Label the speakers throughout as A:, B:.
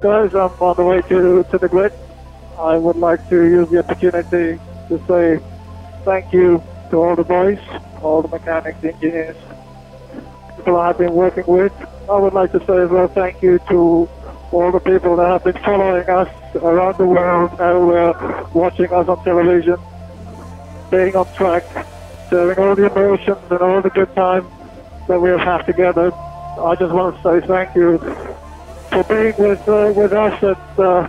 A: guys, I'm on the way to, to the grid. I would like to use the opportunity to say thank you to all the boys, all the mechanics, engineers, people I've been working with. I would like to say as well thank you to all the people that have been following us around the world, everywhere, watching us on television, staying on track, sharing all the emotions and all the good times that we have had together. I just want to say thank you for being with uh, with us and uh,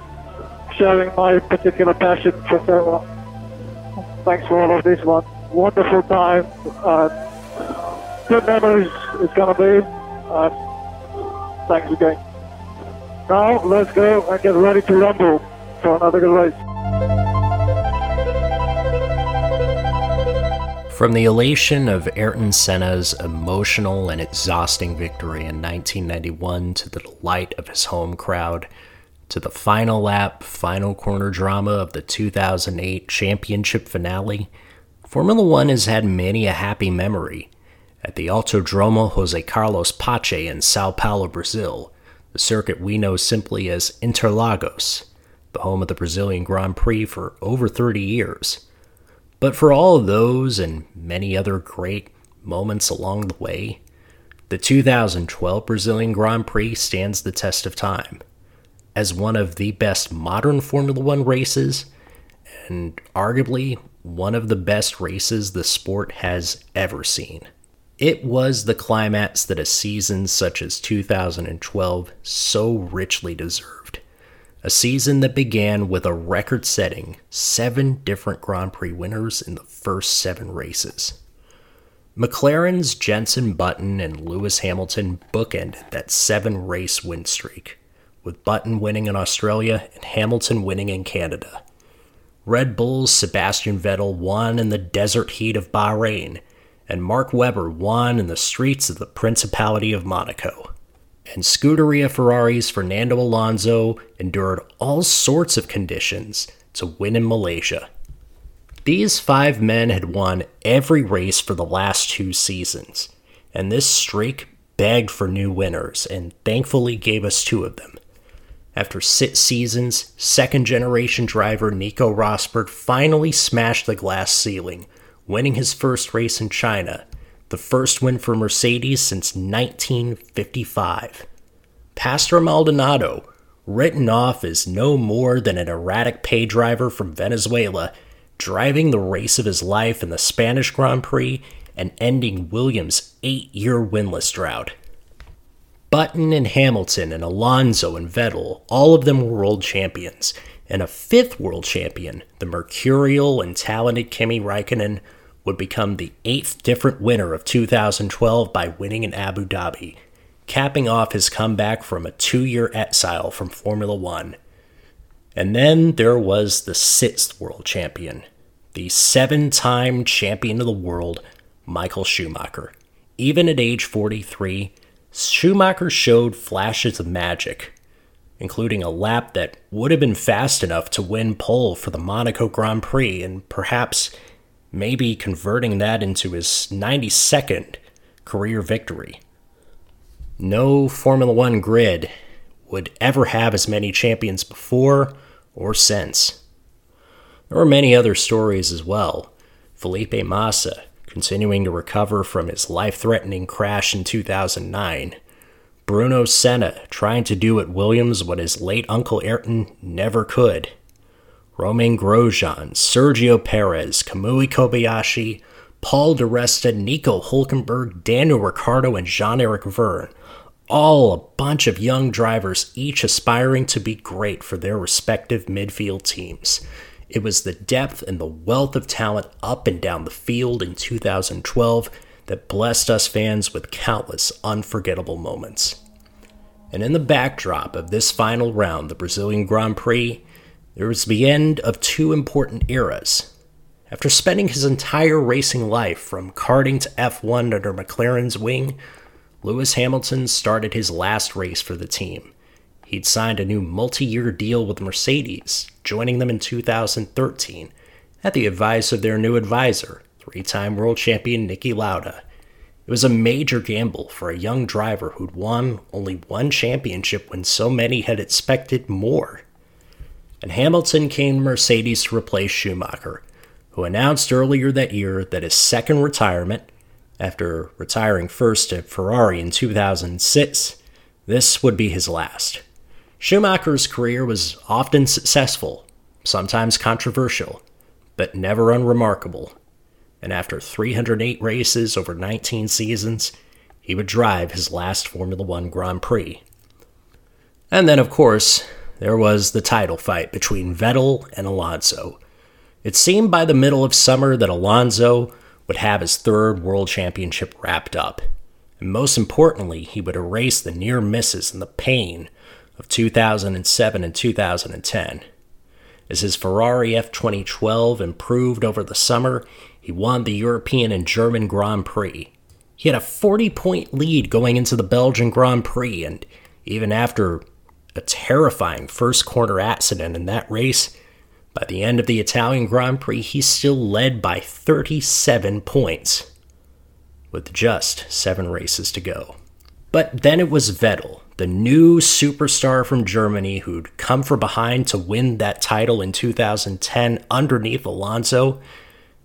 A: sharing my particular passion for so long. Thanks for all of this one. Wonderful time. Uh, good memories it's going to be. Uh, thanks again. Now, let's go and get ready to rumble for another good race.
B: From the elation of Ayrton Senna's emotional and exhausting victory in 1991 to the delight of his home crowd, to the final lap, final corner drama of the 2008 championship finale, Formula One has had many a happy memory. At the Autodromo Jose Carlos Pace in Sao Paulo, Brazil, the circuit we know simply as Interlagos, the home of the Brazilian Grand Prix for over 30 years. But for all of those and many other great moments along the way, the 2012 Brazilian Grand Prix stands the test of time as one of the best modern Formula One races and arguably one of the best races the sport has ever seen. It was the climax that a season such as 2012 so richly deserved a season that began with a record setting seven different Grand Prix winners in the first seven races. McLaren's Jenson Button and Lewis Hamilton bookended that seven race win streak, with Button winning in Australia and Hamilton winning in Canada. Red Bull's Sebastian Vettel won in the desert heat of Bahrain, and Mark Webber won in the streets of the Principality of Monaco and Scuderia Ferrari's Fernando Alonso endured all sorts of conditions to win in Malaysia. These five men had won every race for the last two seasons, and this streak begged for new winners and thankfully gave us two of them. After six seasons, second generation driver Nico Rosberg finally smashed the glass ceiling, winning his first race in China the first win for Mercedes since 1955. Pastor Maldonado, written off as no more than an erratic pay driver from Venezuela, driving the race of his life in the Spanish Grand Prix and ending Williams' eight year winless drought. Button and Hamilton and Alonso and Vettel, all of them were world champions, and a fifth world champion, the mercurial and talented Kimi Raikkonen, would become the eighth different winner of 2012 by winning in Abu Dhabi, capping off his comeback from a two year exile from Formula One. And then there was the sixth world champion, the seven time champion of the world, Michael Schumacher. Even at age 43, Schumacher showed flashes of magic, including a lap that would have been fast enough to win pole for the Monaco Grand Prix and perhaps maybe converting that into his 92nd career victory. No Formula One grid would ever have as many champions before or since. There were many other stories as well. Felipe Massa continuing to recover from his life threatening crash in 2009. Bruno Senna trying to do at Williams what his late uncle Ayrton never could. Romain Grosjean, Sergio Perez, Kamui Kobayashi, Paul DeResta, Nico Hulkenberg, Daniel Ricciardo, and Jean Eric Verne. All a bunch of young drivers, each aspiring to be great for their respective midfield teams. It was the depth and the wealth of talent up and down the field in 2012 that blessed us fans with countless unforgettable moments. And in the backdrop of this final round, the Brazilian Grand Prix, there was the end of two important eras. After spending his entire racing life from karting to F1 under McLaren's wing, Lewis Hamilton started his last race for the team. He'd signed a new multi year deal with Mercedes, joining them in 2013 at the advice of their new advisor, three time world champion Niki Lauda. It was a major gamble for a young driver who'd won only one championship when so many had expected more. And Hamilton came to Mercedes to replace Schumacher, who announced earlier that year that his second retirement, after retiring first at Ferrari in 2006, this would be his last. Schumacher's career was often successful, sometimes controversial, but never unremarkable. And after 308 races over 19 seasons, he would drive his last Formula One Grand Prix. And then, of course, there was the title fight between Vettel and Alonso. It seemed by the middle of summer that Alonso would have his third world championship wrapped up. And most importantly, he would erase the near misses and the pain of 2007 and 2010. As his Ferrari F2012 improved over the summer, he won the European and German Grand Prix. He had a 40 point lead going into the Belgian Grand Prix, and even after a terrifying first corner accident in that race, by the end of the Italian Grand Prix, he still led by 37 points, with just seven races to go. But then it was Vettel, the new superstar from Germany who'd come from behind to win that title in 2010 underneath Alonso,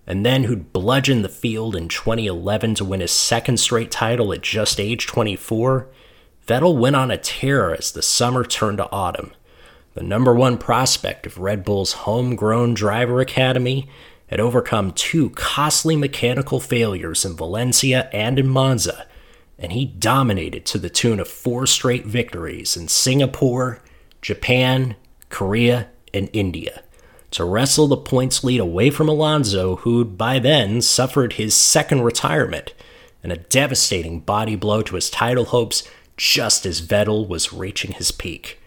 B: and then who'd bludgeon the field in 2011 to win his second straight title at just age 24. Vettel went on a tear as the summer turned to autumn. The number one prospect of Red Bull's homegrown driver academy had overcome two costly mechanical failures in Valencia and in Monza and he dominated to the tune of four straight victories in Singapore, Japan, Korea, and India to wrestle the points lead away from Alonso, who'd by then suffered his second retirement and a devastating body blow to his title hopes just as Vettel was reaching his peak.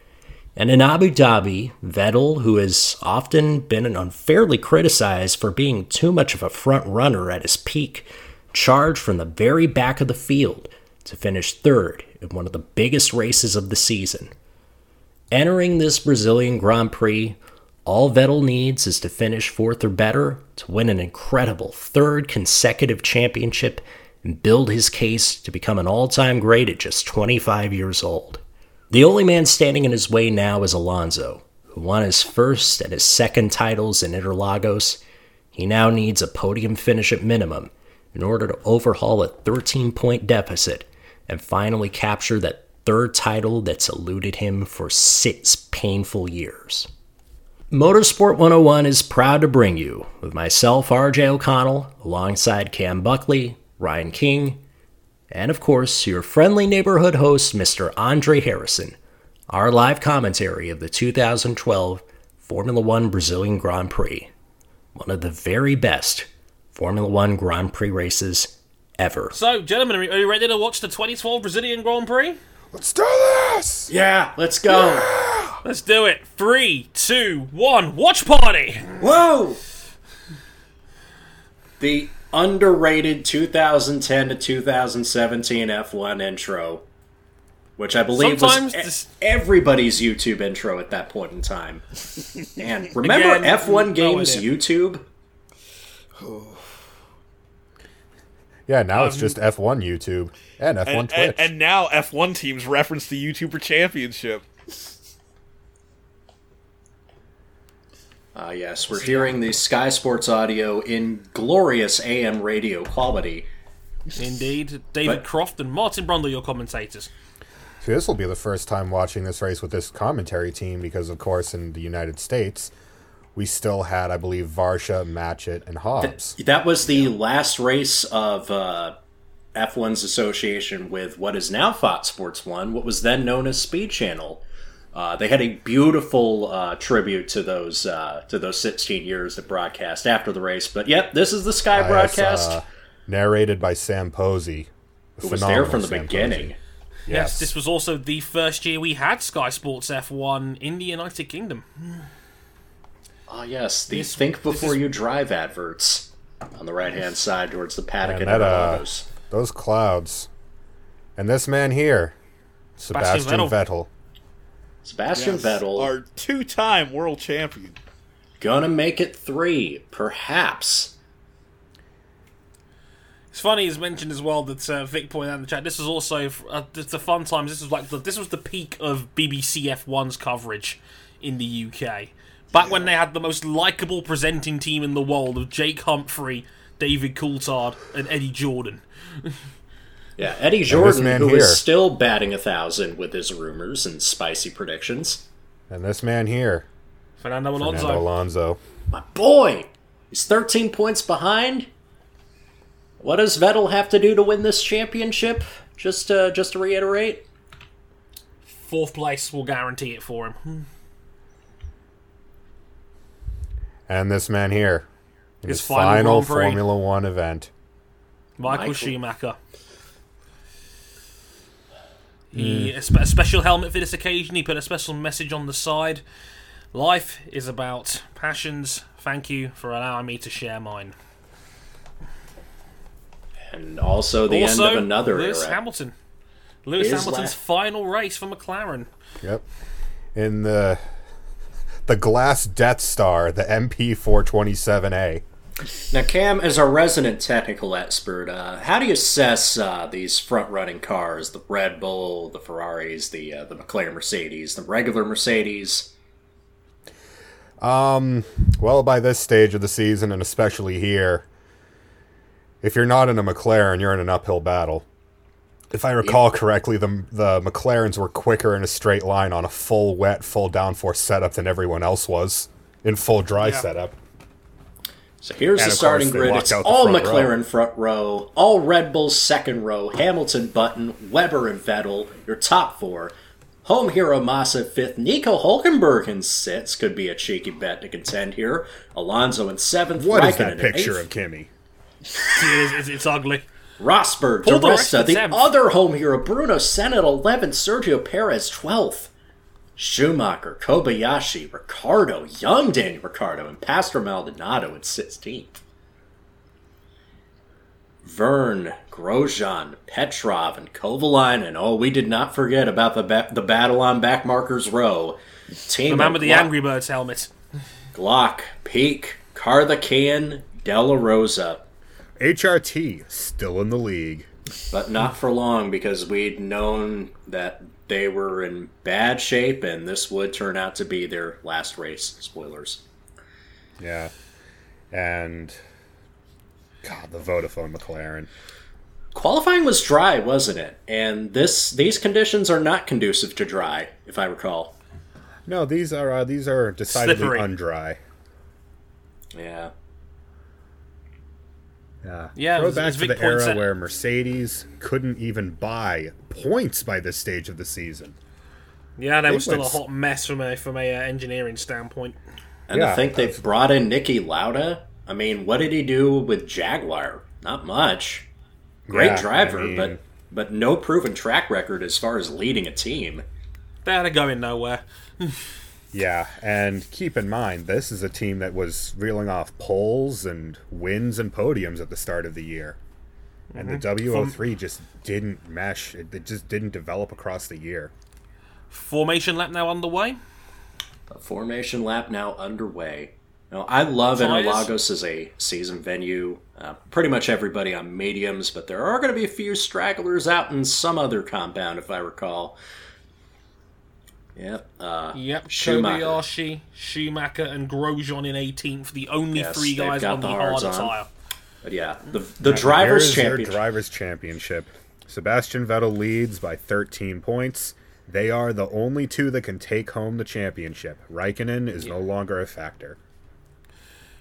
B: And in Abu Dhabi, Vettel, who has often been unfairly criticized for being too much of a front runner at his peak, charged from the very back of the field to finish third in one of the biggest races of the season. Entering this Brazilian Grand Prix, all Vettel needs is to finish fourth or better to win an incredible third consecutive championship and build his case to become an all time great at just 25 years old. The only man standing in his way now is Alonso, who won his first and his second titles in Interlagos. He now needs a podium finish at minimum in order to overhaul a 13 point deficit and finally capture that third title that's eluded him for six painful years. Motorsport 101 is proud to bring you, with myself, RJ O'Connell, alongside Cam Buckley, Ryan King, and of course, your friendly neighborhood host, Mr. Andre Harrison, our live commentary of the 2012 Formula One Brazilian Grand Prix, one of the very best Formula One Grand Prix races ever.
C: So, gentlemen, are you ready to watch the 2012 Brazilian Grand Prix?
D: Let's do this!
C: Yeah, let's go. Yeah. Let's do it. Three, two, one. Watch party.
B: Whoa! The underrated 2010 to 2017 F1 intro, which I believe Sometimes was this... everybody's YouTube intro at that point in time. and remember Again, F1 Games no YouTube?
E: Yeah, now um, it's just F1 YouTube and F1
F: and,
E: Twitch.
F: And, and, now F1 teams reference the YouTuber Championship.
B: Ah, uh, yes, we're hearing the Sky Sports audio in glorious AM radio quality.
C: Indeed. David but, Croft and Martin Brundle, your commentators.
E: So, this will be the first time watching this race with this commentary team because, of course, in the United States, we still had, I believe, Varsha, Matchett, and Hobbs.
B: Th- that was the yeah. last race of uh, F1's association with what is now Fox Sports 1, what was then known as Speed Channel. Uh, they had a beautiful uh, tribute to those uh, to those 16 years that broadcast after the race. But yep, this is the Sky yes, uh, broadcast,
E: narrated by Sam Posey,
B: who was there from the Sam beginning. Posey.
C: Yes. yes, this was also the first year we had Sky Sports F1 in the United Kingdom.
B: Ah, oh, yes, the this, think before is... you drive adverts on the right hand side towards the paddock
E: man,
B: and
E: that, uh, those clouds, and this man here, Sebastian Vettel. Vettel.
B: Sebastian yes, Vettel,
F: our two-time world champion,
B: gonna make it three, perhaps.
C: It's funny he's mentioned as well that uh, Vic pointed out in the chat. This was also uh, it's the fun times. This was like the, this was the peak of BBC F1's coverage in the UK. Back when they had the most likable presenting team in the world of Jake Humphrey, David Coulthard, and Eddie Jordan.
B: Yeah, Eddie Jordan,
E: man
B: who is
E: here.
B: still batting a thousand with his rumors and spicy predictions.
E: And this man here,
C: Fernando Alonso.
E: Fernando Alonso.
B: My boy, he's 13 points behind. What does Vettel have to do to win this championship? Just, uh, just to reiterate,
C: Fourth place will guarantee it for him.
E: And this man here. in
C: His
E: his
C: final
E: final,
C: Grand Prix.
E: Formula One event.
C: Michael,
B: Michael.
C: Schumacher. He a, spe- a special helmet for this occasion. He put a special message on the side. Life is about passions. Thank you for allowing me to share mine.
B: and also the
C: also,
B: end of another
C: Lewis
B: era.
C: Hamilton. Lewis
B: His
C: Hamilton's
B: la-
C: final race for McLaren.
E: Yep. In the the glass Death Star, the MP four twenty seven A.
B: Now, Cam, as our resident technical expert, uh, how do you assess uh, these front-running cars? The Red Bull, the Ferraris, the uh, the McLaren Mercedes, the regular Mercedes.
E: Well, by this stage of the season, and especially here, if you're not in a McLaren, you're in an uphill battle. If I recall correctly, the the McLarens were quicker in a straight line on a full wet, full downforce setup than everyone else was in full dry setup.
B: So here's
E: And
B: the
E: of course,
B: starting
E: they
B: grid.
E: walked
B: It's
E: out the
B: all
E: front
B: McLaren front row, all Red Bull second row, Hamilton, Button, Weber, and Vettel. Your top four. Home hero Massa fifth, Nico Hulkenberg in sixth could be a cheeky bet to contend here. Alonso in seventh.
E: What
B: Raikkonen
E: is that
B: in
E: picture
B: eighth.
E: of Kimmy?
C: It is, it's, it's ugly.
B: Rosberg,
C: Pull the rest
B: DeResta,
C: of
B: the
C: them.
B: other home hero, Bruno Senna at 11, Sergio Perez 12th, Schumacher, Kobayashi, Ricardo, young Daniel Ricardo, and Pastor Maldonado at 16th. Vern, Grosjean, Petrov, and Kovalainen. and oh, we did not forget about the ba- the battle on backmarkers row. Team
C: The man
B: of
C: with the
B: Glo-
C: Angry Birds helmet.
B: Glock, Peak, Carthacan, De La Rosa,
E: HRT still in the league.
B: but not for long because we'd known that they were in bad shape and this would turn out to be their last race spoilers
E: Yeah. And God, the Vodafone McLaren.
B: qualifying was dry wasn't it and this these conditions are not conducive to dry if i recall
E: No, these are uh, these are decidedly
C: Slippery.
E: undry.
B: yeah
E: Yeah.
C: Yeah,
E: Throw
C: as-
E: back
C: as
E: to
C: Vic
E: the
C: points
E: era
C: out-
E: where Mercedes couldn't even buy points by this stage of the season.
C: Yeah, they were
E: It
C: still a
E: was-
C: hot mess from a from a uh, engineering standpoint.
B: and
E: Yeah,
B: i think they brought in nicky lauda i mean what did he do with jaguar not much great
E: Yeah, I
B: driver
E: mean-
B: but but no proven track record as far as leading a team
C: They're going nowhere.
E: Yeah, and keep in mind this is a team that was reeling off poles and wins and podiums at the start of the year. And
C: Mm-hmm.
E: the W03 just didn't mesh. It, it just didn't develop across the year.
C: Formation lap now underway.
B: A formation lap now underway. Now, I love
C: Tyres?
B: Interlagos as a season venue. Uh, pretty much everybody on mediums, but there are going to be a few stragglers out in some other compound, if I recall. Yep. Uh,
C: Yep,
B: Schumacher.
C: Kobayashi, Schumacher, and Grosjean in 18th, the only
B: Yes,
C: three
B: they've
C: guys
B: got
C: on the,
B: the
C: hard
B: hards on.
C: tire.
B: But yeah, the the drivers'
E: Here's their
B: championship.
E: Drivers' Championship. Sebastian Vettel leads by 13 points. They are the only two that can take home the championship. Raikkonen is no longer a factor.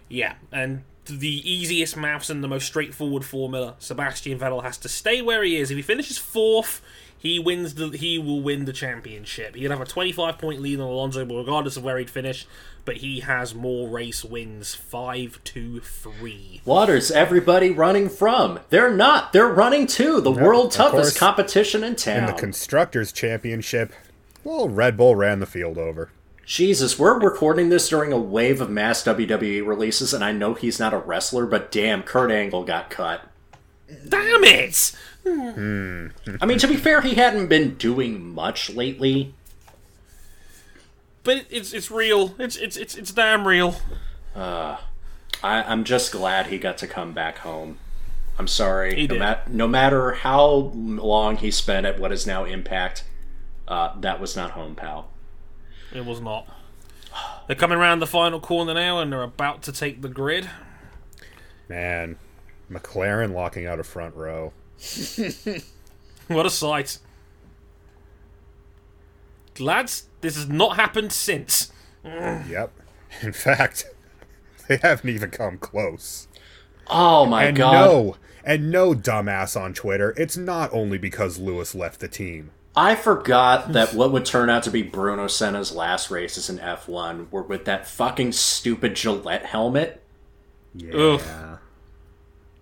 C: Yeah, and the easiest maths and the most straightforward formula. Sebastian Vettel has to stay where he is. If he finishes fourth, he wins the he will win the championship. He'll have a 25 point lead on Alonso, but regardless of where he'd finish, but he has more race wins. Five, two, three.
B: What is everybody running from? They're not. They're running to the world
E: of
B: toughest
E: course.
B: competition in town.
E: In the Constructors' Championship, well, Red Bull ran the field over.
B: Jesus, we're recording this during a wave of mass WWE releases, and I know he's not a wrestler, but damn, Kurt Angle got cut.
C: Damn it!
B: I mean, to be fair, he hadn't been doing much lately.
C: But it- it's it's real. It's it's it's it's damn real.
B: I, I'm just glad he got to come back home. I'm sorry.
C: He did.
B: No, mat- no matter how long he spent at what is now Impact, uh, that was not home, pal.
C: It was not. They're coming around the final corner now, and they're about to take the grid.
E: Man, McLaren locking out a front row.
C: What a sight. Lads, this has not happened since.
E: Yep. In fact, they haven't even come close.
B: Oh my
E: and
B: god.
E: no, and no dumbass on Twitter. It's not only because Lewis left the team.
B: I forgot that what would turn out to be Bruno Senna's last races in F1 were with that fucking stupid Gillette helmet.
E: Yeah.
C: Ugh.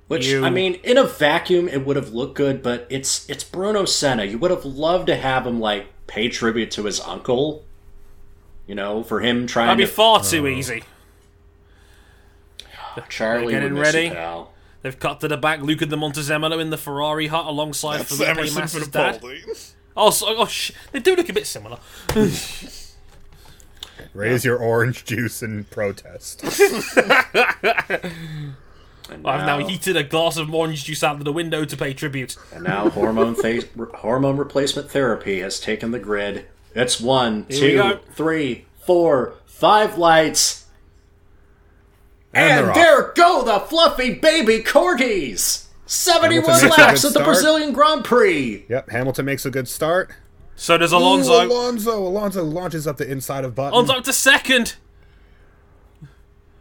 B: Which
C: You-
B: I mean, in a vacuum, it would have looked good, but it's it's Bruno Senna. You would have loved to have him like pay tribute to his uncle. You know, for him trying
C: That'd be
B: to
C: far too easy.
B: Charlie
C: They're
B: would
C: getting
B: miss you,
C: ready.
B: pal.
C: They've cut to the back Luca de Montezemolo in the Ferrari hut alongside
F: That's
C: Felipe
F: Emerson
C: Massa's dad.
F: Fittipaldi.
C: Oh, so, oh sh- they do look a bit similar.
E: Raise your orange juice in protest.
B: And
C: I've now heated a glass of orange juice out of the window to pay tribute.
B: and now hormone fa- re- hormone replacement therapy has taken the grid. It's one,
C: we
B: two,
C: go.
B: three, four, five lights,
E: And
B: and,
E: they're off.
B: there go the fluffy baby corgis. Seventy-one
E: Hamilton makes a
B: laps
E: good
B: at the
E: start.
B: Brazilian Grand Prix.
E: Yep, Hamilton makes a good start.
C: So does
E: Ooh,
C: Alonso.
E: Alonso. Alonso launches up the inside of Button.
C: Alonso up to second.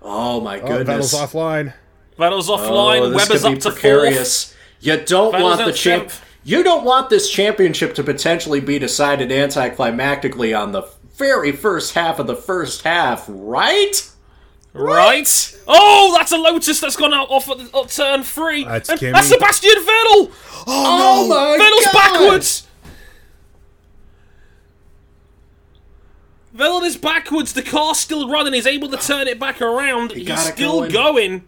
B: Oh my
E: oh, Vettel's
B: goodness!
E: offline.
C: Vettel's
B: Oh,
C: offline.
B: this
C: Webber's
B: could
C: up
B: be
C: to fourth.
B: precarious. You don't
C: Vettel's
B: want the
C: up
B: champ.
C: seventh.
B: You don't want this championship to potentially be decided anticlimactically on the very first half of the first half, right?
C: Right. Oh, that's a Lotus that's gone out off at the- at turn three.
E: That's
C: and
E: Kimi.
C: that's Sebastian Vettel.
B: Oh, my
C: Vettel's
B: God.
C: backwards. Vettel is backwards. The car's still running. He's able to turn it back around. He's
B: got it
C: still
B: going.
C: going.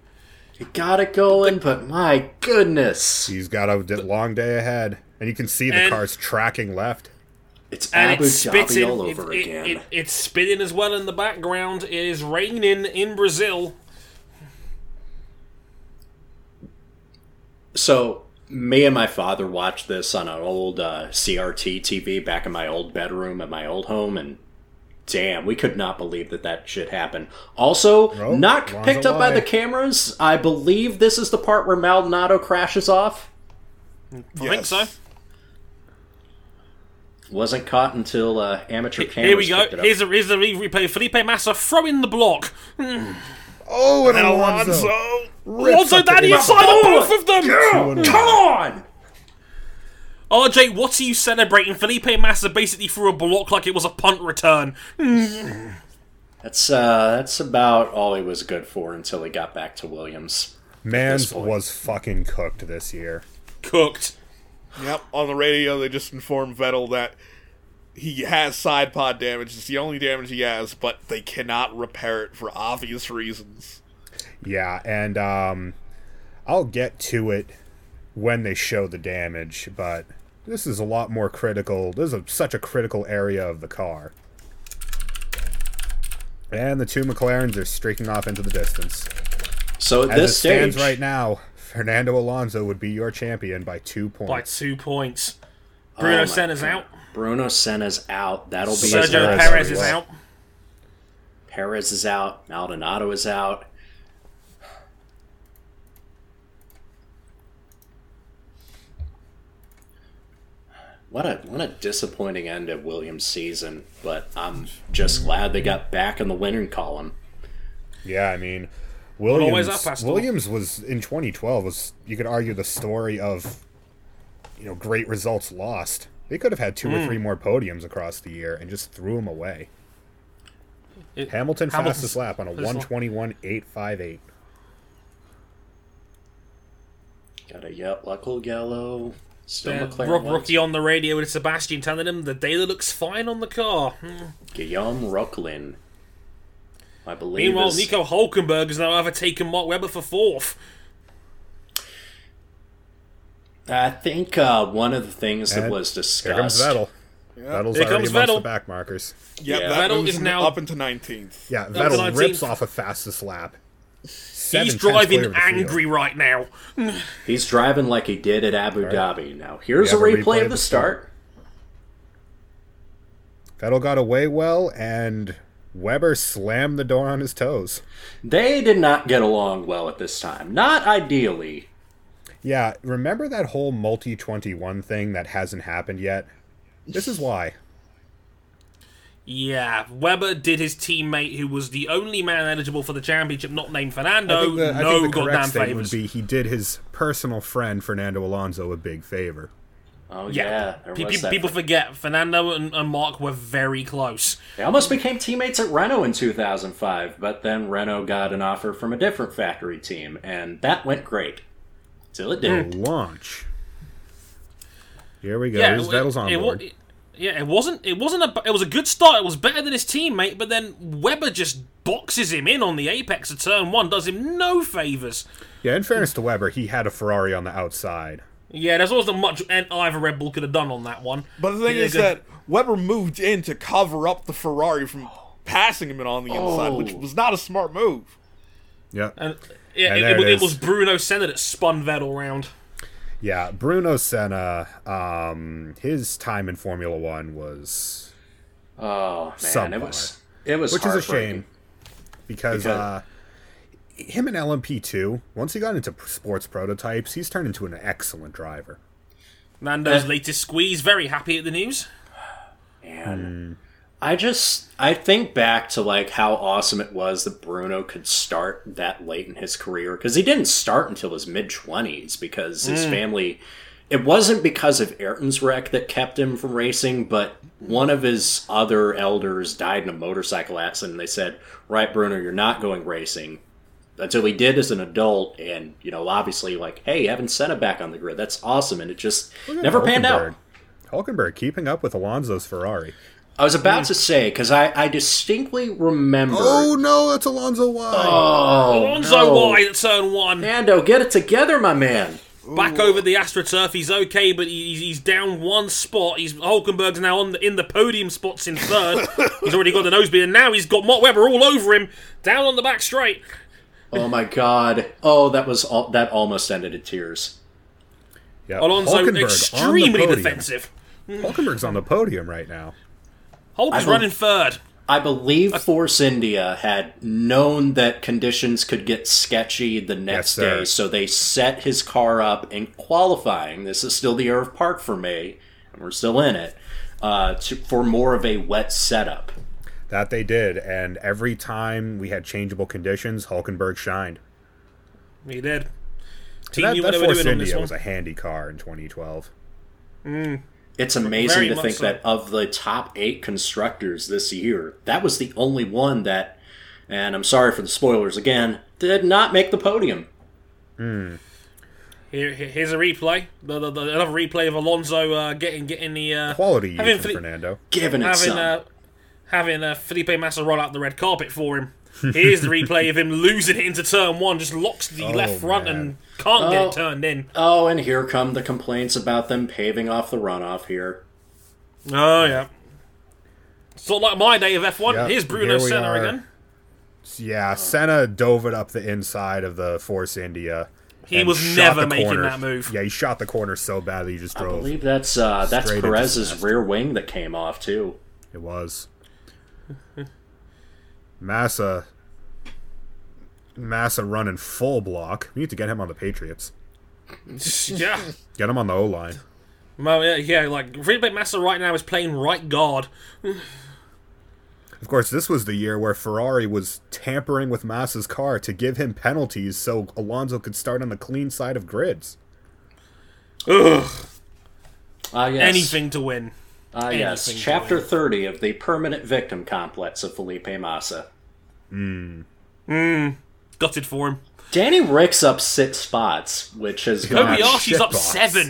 B: You got it going, but my goodness,
E: He's got a d- long day ahead, and you can see the
C: And-
E: car's tracking left.
B: it's
C: and
B: Abu
C: it's
B: Dhabi
C: spitting.
B: all over
C: it, it-
B: again.
C: it- it's spitting as well in the background. It is raining in Brazil.
B: So me and my father watched this on an old uh, CRT TV back in my old bedroom at my old home, and damn, we could not believe that that shit happened. Also,
E: Oh,
B: not
E: Lonzo
B: picked up by
E: Lai.
B: the cameras. I believe this is the part where Maldonado crashes off.
C: I think so.
B: Wasn't caught until uh, amateur cameras
C: Here we go.
B: picked it up.
C: Here's a, here's a re- replay. Felipe Massa throwing the block.
E: Oh, and,
F: Alonso.
E: Alonso.
C: Also,
E: up the
C: Daddy
E: inside.
C: inside of
B: Oh,
C: both of them.
E: and
B: Come on!
C: RJ, what are you celebrating? Felipe Massa basically threw a block like it was a punt return.
B: That's uh, that's about all he was good for until he got back to Williams.
E: Mans
B: point.
E: was fucking cooked this year.
C: Cooked.
F: Yep. On the radio, they just informed Vettel that he has side pod damage. It's the only damage he has, but they cannot repair it for obvious reasons.
E: Yeah, and um, I'll get to it when they show the damage, but this is a lot more critical. This is a, such a critical area of the car. And the two McLarens are streaking off into the distance.
B: So at
E: As
B: this
E: it stands
B: stage,
E: right now, Fernando Alonso would be your champion by two
C: By
E: points.
C: two points. Bruno
E: Oh
B: my
C: Senna's out.
B: Bruno Senna's out. That'll be his
C: Sergio
B: last
E: Perez
C: Perez
E: as
C: is
E: well.
C: out.
B: Perez is out. Maldonado is out. What a what a disappointing end of Williams' season. But I'm just glad they got back in the winning column.
E: Yeah, I mean, Williams.
C: up, Pastor.
E: Williams was in 2012 was you could argue the story of, you know, great results lost. They could have had two or three
C: Hmm.
E: more podiums across the year and just threw them away.
C: It-
E: Hamilton
C: Hamilton's-
E: fastest lap on a
C: first one.
E: 121.858.
B: Got a yep, Luckle Gallo. Still
C: Uh,
B: McLaren.
C: Rob
B: wins.
C: Rookie on the radio with Sebastian telling him the data looks fine on the car.
B: Guillaume Rocklin. I believe.
C: Meanwhile,
B: is-
C: Nico Hulkenberg has now overtaken Mark Webber for fourth.
B: I think uh, one of the things that
E: And
B: was discussed.
E: Here comes Vettel. Vettel's
C: Here
E: already
C: comes
E: amongst the
C: Vettel.
E: back markers.
F: Yep,
B: Yeah.
F: that
C: Vettel
F: moves
C: is
F: him
C: now-
F: up into 19th.
E: Yeah,
C: That was
E: Vettel
C: 19th.
E: rips off a fastest lap.
C: He's
E: Seven-tenths clear
C: driving
E: of the field.
C: angry right now.
B: He's driving like he did at Abu Dhabi. Now, here's
E: We
B: a
E: have
B: replay of the start.
E: Vettel got away well, and Weber slammed the door on his toes.
B: They did not get along well at this time. Not ideally.
E: Yeah, remember that whole multi 21 thing that hasn't happened yet? This is why.
C: Yeah, Weber did his teammate, who was the only man eligible for the championship, not named Fernando,
E: I think the, I
C: no
E: think the correct
C: goddamn
E: statement would
C: favors.
E: be he did his personal friend Fernando Alonso a big favor.
B: Oh
C: yeah,
B: yeah, there
C: Pe-
B: was
C: pe-
B: that.
C: people forget Fernando and, and Mark were very close.
B: They almost became teammates at Renault in 2005, but then Renault got an offer from a different factory team, and that went great. Till it didn't.
E: Launch. Here we go.
C: Yeah,
E: Here's
C: it-
E: Vettel's on
C: it wa-
E: board.
C: it- yeah, it wasn't. It wasn't a. It was a good start. It was better than his teammate, but then Weber just boxes him in on the apex of turn one, does him no favors.
E: yeah, in fairness to Weber, he had a Ferrari on the outside.
C: Yeah, there's wasn't much en- either Red Bull could have done on that one.
F: But the thing
C: Yeah,
F: is
C: good.
F: that Weber moved in to cover up the Ferrari from passing him in on the inside, which
B: Oh.
F: was not a smart move.
E: Yep.
C: And, yeah,
E: And
C: it,
E: there
C: it, wa-
E: it
C: it
E: is.
C: was Bruno Senna that spun Vettel round.
E: Yeah, Bruno Senna, um, his time in Formula One was
C: Hmm.
B: Oh man,
E: Subpar.
B: it was it was
E: which is a
B: heartbreaking.
E: shame because, uh,
B: Because-
E: him and LMP2 once he got into p- sports prototypes he's turned into an excellent driver
C: Nando's
B: Uh,
C: latest squeeze, very happy at the news.
B: Man, I just I think back to like how awesome it was that Bruno could start that late in his career because he didn't start until his mid twenties because his family. It wasn't because of Ayrton's wreck that kept him from racing, but one of his other elders died in a motorcycle accident. And they said, "Right, Bruno, you're not going racing." Until he did as an adult, and you know, obviously, like, hey, having Senna back on the grid, that's awesome, and it just never panned out.
E: Hulkenberg keeping up with Alonso's Ferrari
B: I was about to say because I, I distinctly remember.
E: Hmm. oh no that's Alonso wide
B: Oh,
C: Alonso
B: no.
C: wide at turn one.
B: Nando, get it together, my man.
C: Back over the AstroTurf, he's okay, but he, he's- he's down one spot. He's Hulkenberg's now on the, in the podium spots in third. he's already got the nosebleed, and now he's got Mott Webber all over him, down on the back straight.
B: Oh my God. Oh, that was all, that almost ended in tears.
E: yeah,
C: Alonso
E: Hulkenberg on the
C: extremely
E: podium.
C: defensive.
E: Hulkenberg's on the podium right now
C: Hulk is
B: don't-
C: running third.
B: I believe Force India had known that conditions could get sketchy the next
E: sir.
B: day, so they set his car up in qualifying. This is still the year of park for me, and we're still in it uh, to, for more of a wet setup.
E: that they did and every time we had changeable conditions Hulkenberg shined
C: He did. Team
E: that,
C: knew what
E: that
C: they were
E: Force
C: doing on this
E: India
C: one.
E: was a handy car in 2012
B: It's
C: Very
B: amazing to
C: much
B: think
C: so.
B: that of the top eight constructors this year, that was the only one that, and I'm sorry for the spoilers again, did not make the podium.
C: Here, here- here's a replay. The, the, the, another replay of Alonso uh, getting getting the uh,
E: quality use
C: Having
E: from
C: Fili-
E: Fernando
B: Giving it
C: having
B: some.
C: uh, having uh, Felipe Massa roll out the red carpet for him. Here's the replay of him losing it into turn one, just locks the left front
E: Oh, man.
C: and can't get
B: Oh.
C: it turned in.
B: oh, and here come the complaints about them paving off the runoff here.
C: Oh yeah, sort of like my day of F1.
E: Yep,
C: Here's Bruno
E: here we
C: Senna
E: are.
C: again.
E: Yeah, Senna dove it up the inside of the Force India.
C: He
E: and
C: was
E: shot
C: never
E: the
C: making
E: corner.
C: that move.
E: Yeah, he shot the corner so bad that he just
B: I
E: drove.
B: believe that's uh, that's
E: Straight into
B: Perez's
E: disaster.
B: rear wing that came off too.
E: It was. Massa. Massa running full block. We need to get him on the Patriots.
C: Yeah,
E: Get him on the O line.
C: Mo- yeah, yeah. Like Felipe Massa right now is playing right guard.
E: Of course, this was the year where Ferrari was tampering with Massa's car to give him penalties so Alonso could start on the clean side of grids.
C: Ugh,
B: Ah, yes.
C: anything to win.
B: Ah, yes.
C: anything
B: Chapter
C: going.
B: 30 of the permanent victim complex of Felipe Massa.
C: Gutted for him.
B: Danny Rick's up six spots, which has gone
C: Kobayashi's up
E: shitbox.
C: seven.